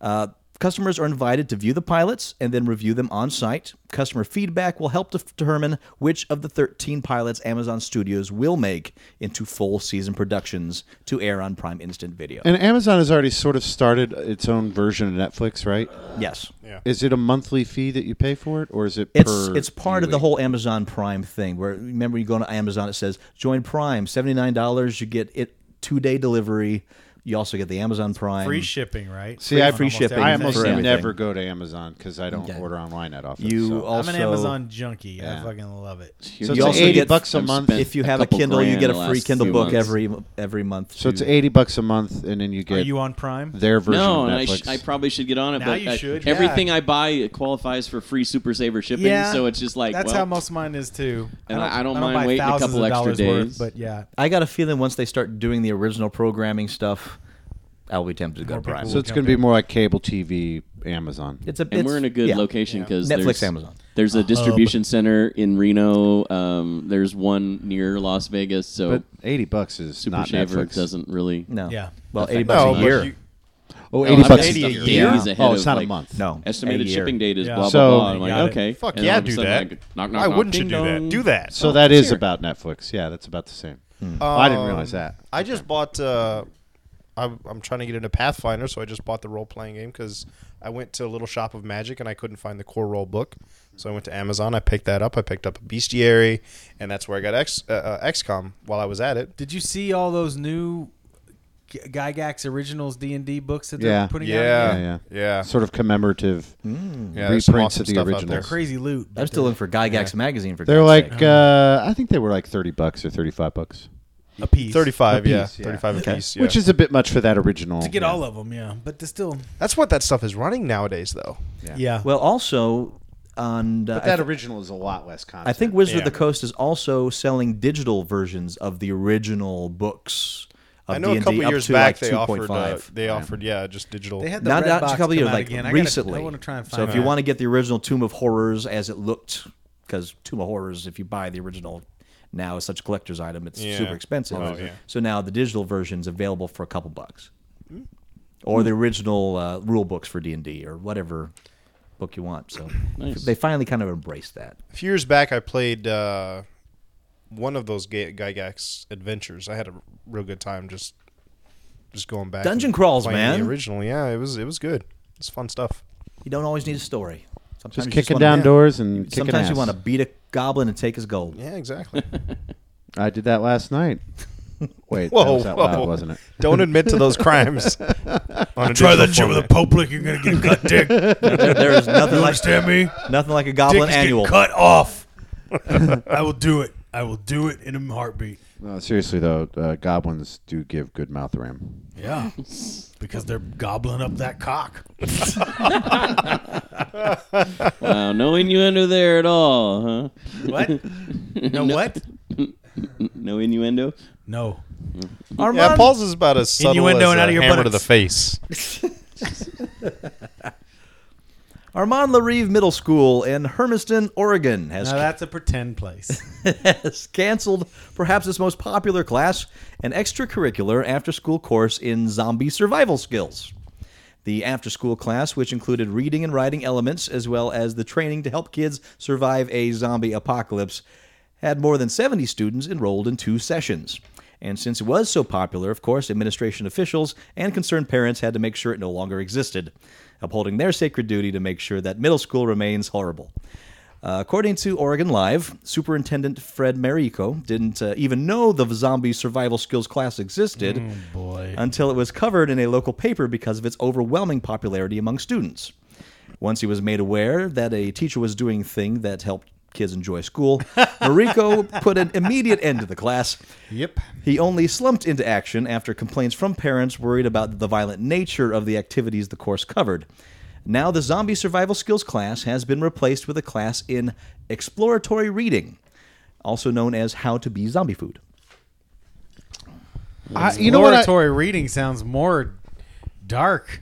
[SPEAKER 4] Uh, customers are invited to view the pilots and then review them on site. Customer feedback will help def- determine which of the 13 pilots Amazon Studios will make into full season productions to air on Prime Instant Video.
[SPEAKER 5] And Amazon has already sort of started its own version of Netflix, right?
[SPEAKER 4] yes.
[SPEAKER 5] Is it a monthly fee that you pay for it, or is it?
[SPEAKER 4] It's
[SPEAKER 5] per
[SPEAKER 4] it's part of the whole Amazon Prime thing. Where remember you go on Amazon, it says join Prime, seventy nine dollars. You get it two day delivery. You also get the Amazon Prime.
[SPEAKER 2] Free shipping, right?
[SPEAKER 5] See, I,
[SPEAKER 4] free shipping
[SPEAKER 5] I almost
[SPEAKER 4] for everything.
[SPEAKER 5] never go to Amazon because I don't
[SPEAKER 4] Yeah.
[SPEAKER 5] order online that often.
[SPEAKER 4] you
[SPEAKER 5] so.
[SPEAKER 4] also
[SPEAKER 2] I'm an Amazon junkie. I fucking love it.
[SPEAKER 5] So
[SPEAKER 4] you
[SPEAKER 5] it's
[SPEAKER 4] also
[SPEAKER 5] eighty
[SPEAKER 4] get-
[SPEAKER 5] bucks a
[SPEAKER 3] I've
[SPEAKER 5] month.
[SPEAKER 3] spent
[SPEAKER 4] if you have a,
[SPEAKER 3] couple
[SPEAKER 4] Kindle, you
[SPEAKER 3] grand
[SPEAKER 4] get
[SPEAKER 3] the
[SPEAKER 4] a free
[SPEAKER 3] last
[SPEAKER 4] Kindle
[SPEAKER 3] few
[SPEAKER 4] book
[SPEAKER 3] months.
[SPEAKER 4] every every month.
[SPEAKER 5] so it's
[SPEAKER 4] to-
[SPEAKER 5] eighty bucks a month, and then you
[SPEAKER 2] Are
[SPEAKER 5] get
[SPEAKER 2] you on Prime?
[SPEAKER 5] their version
[SPEAKER 3] No,
[SPEAKER 5] of
[SPEAKER 3] and I,
[SPEAKER 5] Netflix.
[SPEAKER 3] sh- I probably should get on it.
[SPEAKER 2] Now
[SPEAKER 3] but
[SPEAKER 2] you
[SPEAKER 3] I-
[SPEAKER 2] should, yeah.
[SPEAKER 3] everything I buy qualifies for free Super Saver shipping. So it's just like
[SPEAKER 2] that's
[SPEAKER 3] well,
[SPEAKER 2] how most of mine is too.
[SPEAKER 3] And I- I don't mind
[SPEAKER 2] buy
[SPEAKER 3] waiting a
[SPEAKER 2] thousands
[SPEAKER 3] couple
[SPEAKER 2] of
[SPEAKER 3] extra
[SPEAKER 2] dollars worth,
[SPEAKER 3] days.
[SPEAKER 2] but yeah,
[SPEAKER 4] I got a feeling once they start doing the original programming stuff, I'll be tempted to go to Prime.
[SPEAKER 5] so it's going to be more like cable TV, Amazon.
[SPEAKER 4] it's a
[SPEAKER 3] and
[SPEAKER 4] it's-
[SPEAKER 3] we're in a good
[SPEAKER 4] yeah.
[SPEAKER 3] location 'cause location
[SPEAKER 4] Netflix,
[SPEAKER 3] because
[SPEAKER 4] Amazon.
[SPEAKER 3] There's a distribution center in Reno. Um, there's one near Las Vegas. So
[SPEAKER 5] but eighty bucks is
[SPEAKER 3] Super
[SPEAKER 5] not
[SPEAKER 3] Shaver
[SPEAKER 5] Netflix.
[SPEAKER 3] doesn't really.
[SPEAKER 4] No.
[SPEAKER 2] Yeah.
[SPEAKER 4] Well, eighty
[SPEAKER 6] No,
[SPEAKER 4] bucks a
[SPEAKER 6] but
[SPEAKER 4] year.
[SPEAKER 6] you,
[SPEAKER 5] Oh, 80
[SPEAKER 3] I'm
[SPEAKER 5] bucks
[SPEAKER 3] just
[SPEAKER 5] is
[SPEAKER 6] a
[SPEAKER 5] the-
[SPEAKER 6] year?
[SPEAKER 3] days ahead
[SPEAKER 5] Oh, it's
[SPEAKER 3] of,
[SPEAKER 5] not a
[SPEAKER 3] like,
[SPEAKER 5] month.
[SPEAKER 4] no.
[SPEAKER 3] Estimated
[SPEAKER 4] a year.
[SPEAKER 3] shipping date is
[SPEAKER 2] Yeah.
[SPEAKER 3] blah blah
[SPEAKER 5] So-
[SPEAKER 3] blah. I'm like,
[SPEAKER 2] Got it.
[SPEAKER 3] okay.
[SPEAKER 6] Fuck
[SPEAKER 3] And
[SPEAKER 6] yeah,
[SPEAKER 3] all of a
[SPEAKER 6] do
[SPEAKER 3] sudden,
[SPEAKER 6] that.
[SPEAKER 3] like, knock, knock,
[SPEAKER 6] why
[SPEAKER 3] knock,
[SPEAKER 6] wouldn't you
[SPEAKER 3] ding
[SPEAKER 6] do
[SPEAKER 3] dong.
[SPEAKER 6] that? Do that.
[SPEAKER 3] Oh,
[SPEAKER 5] So that is about Netflix. Yeah, that's about the same.
[SPEAKER 3] Hmm.
[SPEAKER 5] Oh, I didn't realize that.
[SPEAKER 6] Um, I just bought. Uh, I'm, I'm trying to get into Pathfinder, so I just bought the role playing game because I went to a little shop of magic and I couldn't find the core role book. So I went to Amazon. I picked that up. I picked up a bestiary, and that's where I got X, uh, uh, XCOM while I was at it.
[SPEAKER 2] Did you see all those new G- Gygax Originals D and D books that they're
[SPEAKER 5] Yeah.
[SPEAKER 2] putting out?
[SPEAKER 6] Yeah,
[SPEAKER 5] Yeah, yeah.
[SPEAKER 6] yeah, yeah.
[SPEAKER 5] Sort of commemorative.
[SPEAKER 3] Hmm,
[SPEAKER 6] there's some
[SPEAKER 5] reprints of the
[SPEAKER 6] stuff out there.
[SPEAKER 5] originals.
[SPEAKER 2] Crazy loot. but
[SPEAKER 4] I'm still
[SPEAKER 2] they're-
[SPEAKER 4] looking for Gygax magazine for.
[SPEAKER 5] They're
[SPEAKER 4] God's sake.
[SPEAKER 5] like, uh, I think they were like thirty bucks or thirty-five bucks,
[SPEAKER 2] a piece.
[SPEAKER 6] Thirty-five,
[SPEAKER 5] A
[SPEAKER 6] yeah,
[SPEAKER 5] piece, yeah.
[SPEAKER 6] thirty-five a piece. Yeah.
[SPEAKER 5] which is a bit much for that original.
[SPEAKER 2] to get all of them. Yeah, but they're still.
[SPEAKER 6] that's what that stuff is running nowadays, though.
[SPEAKER 2] Yeah.
[SPEAKER 4] well, also on uh,
[SPEAKER 5] But that original is a lot less content.
[SPEAKER 4] I think Wizard of
[SPEAKER 6] Yeah.
[SPEAKER 4] the Coast is also selling digital versions of the original books. Of
[SPEAKER 6] I know
[SPEAKER 4] D&D
[SPEAKER 6] a couple
[SPEAKER 4] up
[SPEAKER 6] years
[SPEAKER 4] to
[SPEAKER 6] back
[SPEAKER 4] like
[SPEAKER 6] they offered. Uh,
[SPEAKER 4] 2.5.
[SPEAKER 6] they offered, yeah, just digital.
[SPEAKER 2] they had the
[SPEAKER 4] not,
[SPEAKER 2] red
[SPEAKER 4] not
[SPEAKER 2] box
[SPEAKER 4] a couple
[SPEAKER 2] come
[SPEAKER 4] years,
[SPEAKER 2] out
[SPEAKER 4] like
[SPEAKER 2] again. I gotta-
[SPEAKER 4] recently.
[SPEAKER 2] I want to try and find.
[SPEAKER 4] so if you
[SPEAKER 2] that.
[SPEAKER 4] want to get the original Tomb of Horrors as it looked, because Tomb of Horrors, if you buy the original now, is such a collector's item, it's
[SPEAKER 6] Yeah.
[SPEAKER 4] super expensive.
[SPEAKER 6] Oh, yeah.
[SPEAKER 4] So now the digital version's available for a couple bucks,
[SPEAKER 2] Hmm.
[SPEAKER 4] or the original uh, rule books for D and D or whatever book you want. So they finally kind of embraced that.
[SPEAKER 6] a few years back, I played uh, one of those Ga- Gygax adventures. I had a real good time just just going back.
[SPEAKER 4] Dungeon
[SPEAKER 6] and
[SPEAKER 4] crawls,
[SPEAKER 6] playing
[SPEAKER 4] man.
[SPEAKER 6] The original, yeah, it was it was good. It's fun stuff.
[SPEAKER 4] You don't always need a story. Sometimes
[SPEAKER 5] just
[SPEAKER 4] you
[SPEAKER 5] kicking
[SPEAKER 4] wanna-
[SPEAKER 5] down
[SPEAKER 4] Yeah.
[SPEAKER 5] doors and kicking
[SPEAKER 4] Sometimes you
[SPEAKER 5] ass.
[SPEAKER 4] want to beat a goblin and take his gold.
[SPEAKER 6] Yeah, exactly.
[SPEAKER 5] I did that last night. Wait, that
[SPEAKER 6] Whoa,
[SPEAKER 5] was out
[SPEAKER 6] whoa.
[SPEAKER 5] loud, wasn't it?
[SPEAKER 6] Don't admit to those crimes.
[SPEAKER 1] Try that shit with a Pope lick, you're gonna get cut dick. You
[SPEAKER 4] there is nothing like
[SPEAKER 1] understand me?
[SPEAKER 4] nothing like a
[SPEAKER 1] Dick
[SPEAKER 4] goblin
[SPEAKER 1] is
[SPEAKER 4] annual.
[SPEAKER 1] getting cut off. I will do it. I will do it in a heartbeat.
[SPEAKER 5] No, seriously though, uh, goblins do give good mouth ram.
[SPEAKER 1] Yeah, because they're gobbling up that cock.
[SPEAKER 3] Wow, no innuendo there at all, huh?
[SPEAKER 2] what? No what?
[SPEAKER 3] No innuendo.
[SPEAKER 2] No.
[SPEAKER 6] yeah, Paul's is about as subtle
[SPEAKER 2] Innuendo
[SPEAKER 6] as
[SPEAKER 2] and
[SPEAKER 6] a
[SPEAKER 2] out of your
[SPEAKER 6] hammer to
[SPEAKER 2] buttocks.
[SPEAKER 6] the face.
[SPEAKER 4] Armand Larive Middle School in Hermiston, Oregon has,
[SPEAKER 2] Now that's a pretend place.
[SPEAKER 4] has canceled perhaps its most popular class, an extracurricular after school course in zombie survival skills. The after school class, which included reading and writing elements, as well as the training to help kids survive a zombie apocalypse, had more than 70 students enrolled in two sessions. And since it was so popular, of course, administration officials and concerned parents had to make sure it no longer existed, upholding their sacred duty to make sure that middle school remains horrible. Uh, according to Oregon Live, Superintendent Fred Marico didn't uh, even know the zombie survival skills class existed until it was covered in a local paper because of its overwhelming popularity among students. Once he was made aware that a teacher was doing thing that helped kids enjoy school, Mariko put an immediate end to the class. Yep. He only slumped into action after complaints from parents worried about the violent nature of the activities the course covered. Now the zombie survival skills class has been replaced with a class in exploratory reading, also known as how to be zombie food.
[SPEAKER 8] I, you know what? I,
[SPEAKER 2] Laboratory reading sounds more dark.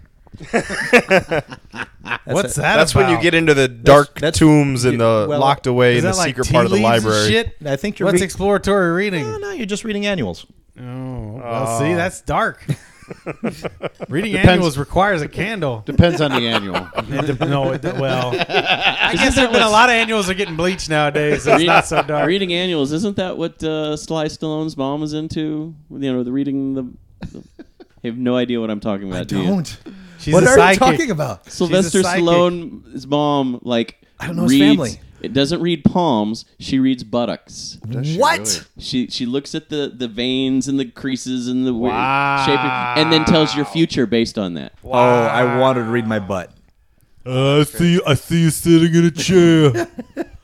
[SPEAKER 2] What's that?
[SPEAKER 6] That's when you
[SPEAKER 2] about?
[SPEAKER 6] get into the dark
[SPEAKER 4] that's-
[SPEAKER 6] tombs and the
[SPEAKER 4] well,
[SPEAKER 6] locked away
[SPEAKER 2] Is
[SPEAKER 6] in the
[SPEAKER 2] that like
[SPEAKER 6] secret
[SPEAKER 2] tea
[SPEAKER 6] part of the
[SPEAKER 2] leaves and
[SPEAKER 6] library.
[SPEAKER 2] Shit?
[SPEAKER 4] I think you're
[SPEAKER 2] What's
[SPEAKER 4] re-
[SPEAKER 2] exploratory
[SPEAKER 4] No,
[SPEAKER 2] reading?
[SPEAKER 4] no, you're just reading annuals.
[SPEAKER 2] Oh, well, see, that's dark. reading annuals requires a candle.
[SPEAKER 5] Depends on the annual.
[SPEAKER 2] It de- no, it de- well, I guess there've been a lot of annuals are getting bleached nowadays. So it's
[SPEAKER 3] Read-
[SPEAKER 2] not so dark.
[SPEAKER 3] Reading annuals, isn't that what uh, Sly Stallone's mom is into? You know, the reading the. the I have no idea what I'm talking about. do you?
[SPEAKER 2] She's
[SPEAKER 4] What
[SPEAKER 2] a
[SPEAKER 4] are you
[SPEAKER 2] psychic.
[SPEAKER 4] talking about?
[SPEAKER 3] Sylvester
[SPEAKER 2] psychic.
[SPEAKER 3] Stallone's mom, like,
[SPEAKER 4] I don't know his
[SPEAKER 3] reads,
[SPEAKER 4] family.
[SPEAKER 3] It doesn't read palms. She reads buttocks.
[SPEAKER 4] What?
[SPEAKER 3] She she looks at the the veins and the creases and the weird shape, and then tells your future based on that.
[SPEAKER 4] Oh, I wanted to read my butt.
[SPEAKER 2] I see, you, I see you sitting in a chair.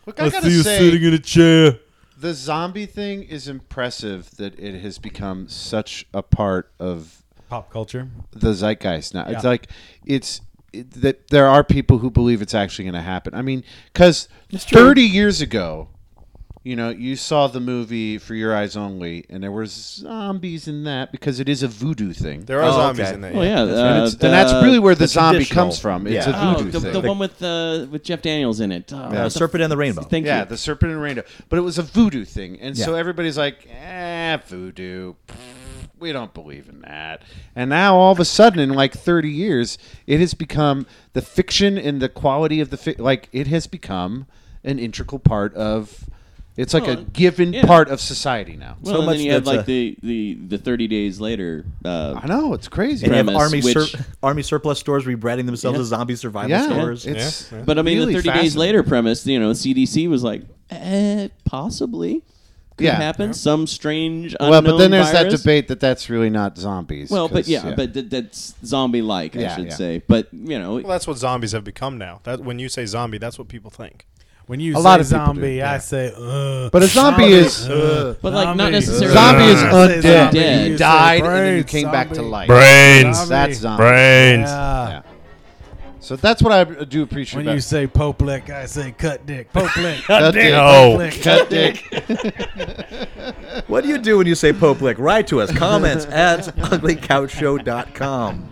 [SPEAKER 5] Look,
[SPEAKER 8] I gotta say,
[SPEAKER 2] in a chair.
[SPEAKER 5] the zombie thing is impressive that it has become such a part of
[SPEAKER 2] Pop culture.
[SPEAKER 5] the zeitgeist now. It's like it's it, that there are people who believe it's actually going to happen. I mean, because thirty years ago, you know, you saw the movie For Your Eyes Only, and there were zombies in that because it is a voodoo thing.
[SPEAKER 6] There are
[SPEAKER 4] Oh,
[SPEAKER 6] zombies
[SPEAKER 4] okay.
[SPEAKER 6] in there.
[SPEAKER 3] Oh yeah,
[SPEAKER 5] and,
[SPEAKER 3] uh,
[SPEAKER 5] it's- and that's
[SPEAKER 3] the-
[SPEAKER 5] really where the,
[SPEAKER 4] the
[SPEAKER 5] zombie
[SPEAKER 4] traditional-
[SPEAKER 5] comes from. It's
[SPEAKER 4] yeah.
[SPEAKER 5] a
[SPEAKER 3] oh,
[SPEAKER 5] voodoo
[SPEAKER 3] the, the
[SPEAKER 5] thing.
[SPEAKER 3] one with uh, with Jeff Daniels in it. Oh,
[SPEAKER 4] Uh,
[SPEAKER 3] what the
[SPEAKER 4] Serpent and the Rainbow.
[SPEAKER 3] f- Thank
[SPEAKER 5] yeah,
[SPEAKER 3] you.
[SPEAKER 5] the serpent and rainbow. But it was a voodoo thing, and so
[SPEAKER 4] Yeah.
[SPEAKER 5] everybody's like, "Eh, voodoo. Pfft, We don't believe in that." And now, all of a sudden, in like thirty years, it has become the fiction and the quality of the fi- like it has become an integral part of. It's like a
[SPEAKER 3] Well,
[SPEAKER 5] given
[SPEAKER 3] yeah.
[SPEAKER 5] part of society now.
[SPEAKER 3] well, and
[SPEAKER 4] much
[SPEAKER 3] then you have
[SPEAKER 4] that's
[SPEAKER 3] like
[SPEAKER 4] a-
[SPEAKER 3] the, the, the 30 days later. Uh,
[SPEAKER 5] I know it's crazy.
[SPEAKER 4] And you have
[SPEAKER 3] premise,
[SPEAKER 4] army,
[SPEAKER 3] which-
[SPEAKER 4] sur- army surplus stores rebranding themselves
[SPEAKER 3] Yeah.
[SPEAKER 4] as zombie survival
[SPEAKER 5] yeah,
[SPEAKER 4] stores.
[SPEAKER 5] it's
[SPEAKER 3] But I mean,
[SPEAKER 5] really
[SPEAKER 3] the 30 days
[SPEAKER 5] fascinating.
[SPEAKER 3] later premise, you know, CDC was like, eh, possibly. Could
[SPEAKER 5] Yeah.
[SPEAKER 3] happen. Some strange unknown
[SPEAKER 5] Well, but then there's that
[SPEAKER 3] virus.
[SPEAKER 5] debate that that's really not zombies.
[SPEAKER 3] Well, but
[SPEAKER 5] 'cause,
[SPEAKER 3] yeah, but th- that's zombie-like, I
[SPEAKER 5] Yeah,
[SPEAKER 3] should
[SPEAKER 5] yeah.
[SPEAKER 3] say. But you know,
[SPEAKER 6] Well, that's what zombies have become now. That when you say zombie, that's what people think.
[SPEAKER 2] When you
[SPEAKER 5] A
[SPEAKER 2] say
[SPEAKER 5] lot of people do,
[SPEAKER 2] zombie, I say, Ugh.
[SPEAKER 5] But a zombie is-
[SPEAKER 2] Ugh.
[SPEAKER 3] But, like, not
[SPEAKER 2] Zombie.
[SPEAKER 3] necessarily-
[SPEAKER 5] zombie is
[SPEAKER 3] Uh,
[SPEAKER 5] undead.
[SPEAKER 3] zombie, you
[SPEAKER 5] You
[SPEAKER 3] say
[SPEAKER 5] died and then you
[SPEAKER 2] brains,
[SPEAKER 5] came back to
[SPEAKER 2] zombie.
[SPEAKER 5] life.
[SPEAKER 6] Brains.
[SPEAKER 5] That's zombie.
[SPEAKER 6] Brains.
[SPEAKER 2] Yeah.
[SPEAKER 5] So that's what I do appreciate
[SPEAKER 2] When
[SPEAKER 5] about
[SPEAKER 2] you
[SPEAKER 5] it.
[SPEAKER 2] say Poplick, I say cut dick. Poplick.
[SPEAKER 5] Cut dick.
[SPEAKER 6] Oh.
[SPEAKER 2] Poplick.
[SPEAKER 5] Cut dick.
[SPEAKER 4] What do you do when you say Pope Lick? Write to us. Comments at uglycouchshow.com.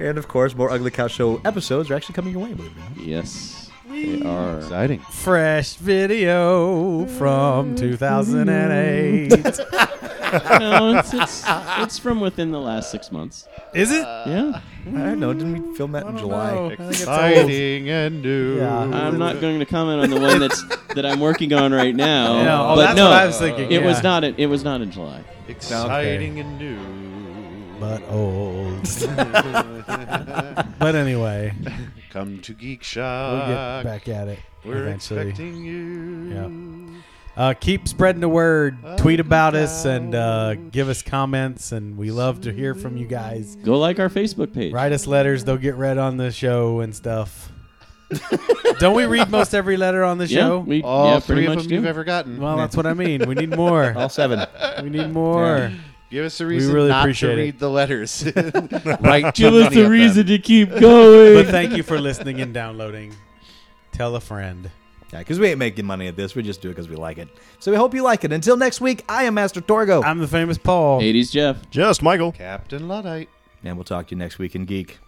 [SPEAKER 4] And of course, more Ugly Couch Show episodes are actually coming your way, believe it or not.
[SPEAKER 3] yes, they are.
[SPEAKER 5] Exciting.
[SPEAKER 2] Fresh video from 2008.
[SPEAKER 3] no, it's, it's, it's from within the last six months.
[SPEAKER 2] Is it?
[SPEAKER 3] Yeah,
[SPEAKER 4] I don't know. Didn't we film that in July?
[SPEAKER 5] Exciting and new. Uh,
[SPEAKER 3] I'm not going to comment on the one that's that I'm working on right now.
[SPEAKER 2] Yeah, oh,
[SPEAKER 3] but
[SPEAKER 2] that's
[SPEAKER 3] no,
[SPEAKER 2] what I was thinking.
[SPEAKER 3] it was
[SPEAKER 2] yeah.
[SPEAKER 3] not. In, it was not in July.
[SPEAKER 5] Exciting and new.
[SPEAKER 2] But old. but anyway,
[SPEAKER 5] Come to Geek
[SPEAKER 2] we'll
[SPEAKER 5] Shock.
[SPEAKER 2] get back at it
[SPEAKER 5] We're
[SPEAKER 2] eventually.
[SPEAKER 5] expecting you.
[SPEAKER 2] Uh, keep spreading the word. Tweet about us and uh, give us comments, and we love to hear from you guys.
[SPEAKER 3] Go like our Facebook page.
[SPEAKER 2] Write us letters; they'll get read on the show and stuff. Don't we read most every letter on the
[SPEAKER 3] Yeah,
[SPEAKER 2] show?
[SPEAKER 3] we
[SPEAKER 5] All
[SPEAKER 3] yeah,
[SPEAKER 5] three
[SPEAKER 3] pretty
[SPEAKER 5] of
[SPEAKER 3] much
[SPEAKER 5] them
[SPEAKER 3] do.
[SPEAKER 5] you've ever gotten.
[SPEAKER 2] well, that's what I mean. We need more.
[SPEAKER 4] All seven.
[SPEAKER 2] We need more.
[SPEAKER 5] Give us a reason
[SPEAKER 2] really
[SPEAKER 5] not to
[SPEAKER 2] appreciate it.
[SPEAKER 5] read the letters. right.
[SPEAKER 3] Give us a reason to keep going.
[SPEAKER 2] But thank you for listening and downloading. Tell a friend.
[SPEAKER 4] Yeah, because we ain't making money at this. We just do it because we like it. So we hope you like it. Until next week, I am Master Torgo.
[SPEAKER 2] I'm the famous Paul.
[SPEAKER 3] 80s Jeff.
[SPEAKER 6] Just Michael.
[SPEAKER 5] Captain Luddite.
[SPEAKER 4] and we'll talk to you next week in Geek.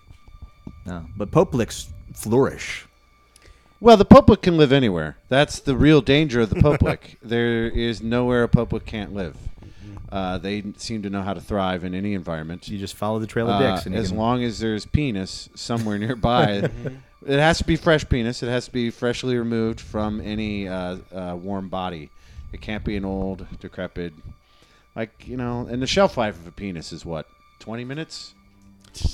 [SPEAKER 4] No, but Pope Licks flourish.
[SPEAKER 5] Well, the public can live anywhere. That's the real danger of the public. there is nowhere a public can't live. Uh, they seem to know how to thrive in any environment.
[SPEAKER 4] You just follow the trail of
[SPEAKER 5] Uh,
[SPEAKER 4] dicks. And you
[SPEAKER 5] as
[SPEAKER 4] can-
[SPEAKER 5] long as there's penis somewhere nearby, it has to be fresh penis. It has to be freshly removed from any uh, uh, warm body. It can't be an old, decrepit, like you know. And the shelf life of a penis is what twenty minutes.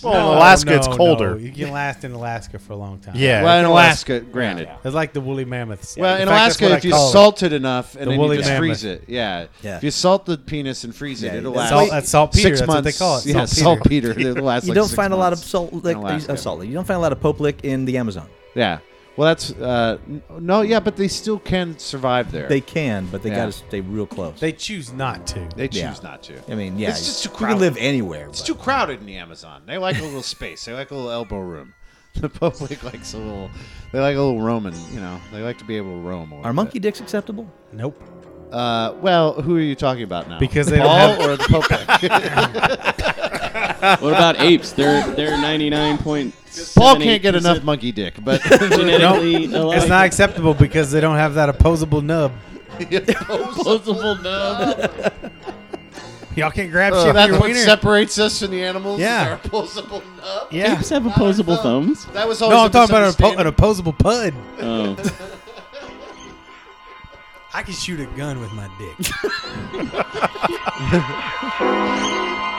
[SPEAKER 6] Well, in Alaska, it's colder.
[SPEAKER 2] Oh, You can last in Alaska for a long time.
[SPEAKER 6] Yeah.
[SPEAKER 5] Well, in Alaska, granted.
[SPEAKER 2] It's like the woolly mammoths.
[SPEAKER 5] Well,
[SPEAKER 2] Yeah.
[SPEAKER 5] in
[SPEAKER 2] fact, that's what
[SPEAKER 5] Alaska,
[SPEAKER 2] I
[SPEAKER 5] if you
[SPEAKER 2] call it.
[SPEAKER 5] salt it enough and then you
[SPEAKER 2] woolly
[SPEAKER 5] just
[SPEAKER 2] mammoth.
[SPEAKER 5] freeze it, yeah.
[SPEAKER 4] Yeah.
[SPEAKER 5] If you salt the penis and freeze it, it'll last
[SPEAKER 2] Salt- that's saltpeter,
[SPEAKER 5] six
[SPEAKER 2] that's what they
[SPEAKER 5] months.
[SPEAKER 2] call it,
[SPEAKER 5] Yeah,
[SPEAKER 2] saltpeter.
[SPEAKER 5] saltpeter. it'll last
[SPEAKER 4] You
[SPEAKER 5] like
[SPEAKER 4] don't
[SPEAKER 5] six
[SPEAKER 4] find a lot of
[SPEAKER 5] months
[SPEAKER 4] salt,
[SPEAKER 5] in
[SPEAKER 4] like
[SPEAKER 5] Alaska.
[SPEAKER 4] uh, salt. lick. You don't find a lot of pope lick in the Amazon.
[SPEAKER 5] Yeah. Well, that's uh, n- no, yeah, but they still can survive there.
[SPEAKER 4] They can, but they got
[SPEAKER 5] Yeah.
[SPEAKER 4] to stay real close.
[SPEAKER 2] They choose not to.
[SPEAKER 5] they choose
[SPEAKER 4] yeah.
[SPEAKER 5] not to.
[SPEAKER 4] I mean, yeah,
[SPEAKER 5] It's just too
[SPEAKER 4] you
[SPEAKER 5] crowded.
[SPEAKER 4] can live anywhere.
[SPEAKER 5] It's
[SPEAKER 4] but-
[SPEAKER 5] too crowded in the Amazon. They like a little space. They like a little elbow room. The public likes a little. They like a little roaming. You know, they like to be able to roam. A little
[SPEAKER 4] Are monkey
[SPEAKER 5] bit.
[SPEAKER 4] dicks acceptable?
[SPEAKER 2] Nope.
[SPEAKER 5] Uh, well, who are you talking about now?
[SPEAKER 2] Because they don't
[SPEAKER 5] Paul
[SPEAKER 2] have-
[SPEAKER 5] or the public.
[SPEAKER 3] What about apes? They're they're ninety nine point.
[SPEAKER 5] Paul can't get enough monkey dick, but
[SPEAKER 3] Genetically alive.
[SPEAKER 2] It's not acceptable because they don't have that opposable nub.
[SPEAKER 3] Opposable nub.
[SPEAKER 2] Y'all can't grab
[SPEAKER 5] Uh,
[SPEAKER 2] shit with
[SPEAKER 5] that's
[SPEAKER 2] your
[SPEAKER 5] what
[SPEAKER 2] wiener.
[SPEAKER 5] separates us from the animals.
[SPEAKER 2] Yeah.
[SPEAKER 5] is our opposable nub.
[SPEAKER 2] yeah.
[SPEAKER 3] Apes have opposable thumbs.
[SPEAKER 5] That was always
[SPEAKER 2] No, I'm talking about an, oppo- an
[SPEAKER 5] misunderstanding.
[SPEAKER 2] opposable pud.
[SPEAKER 3] Oh,
[SPEAKER 2] I can shoot a gun with my dick.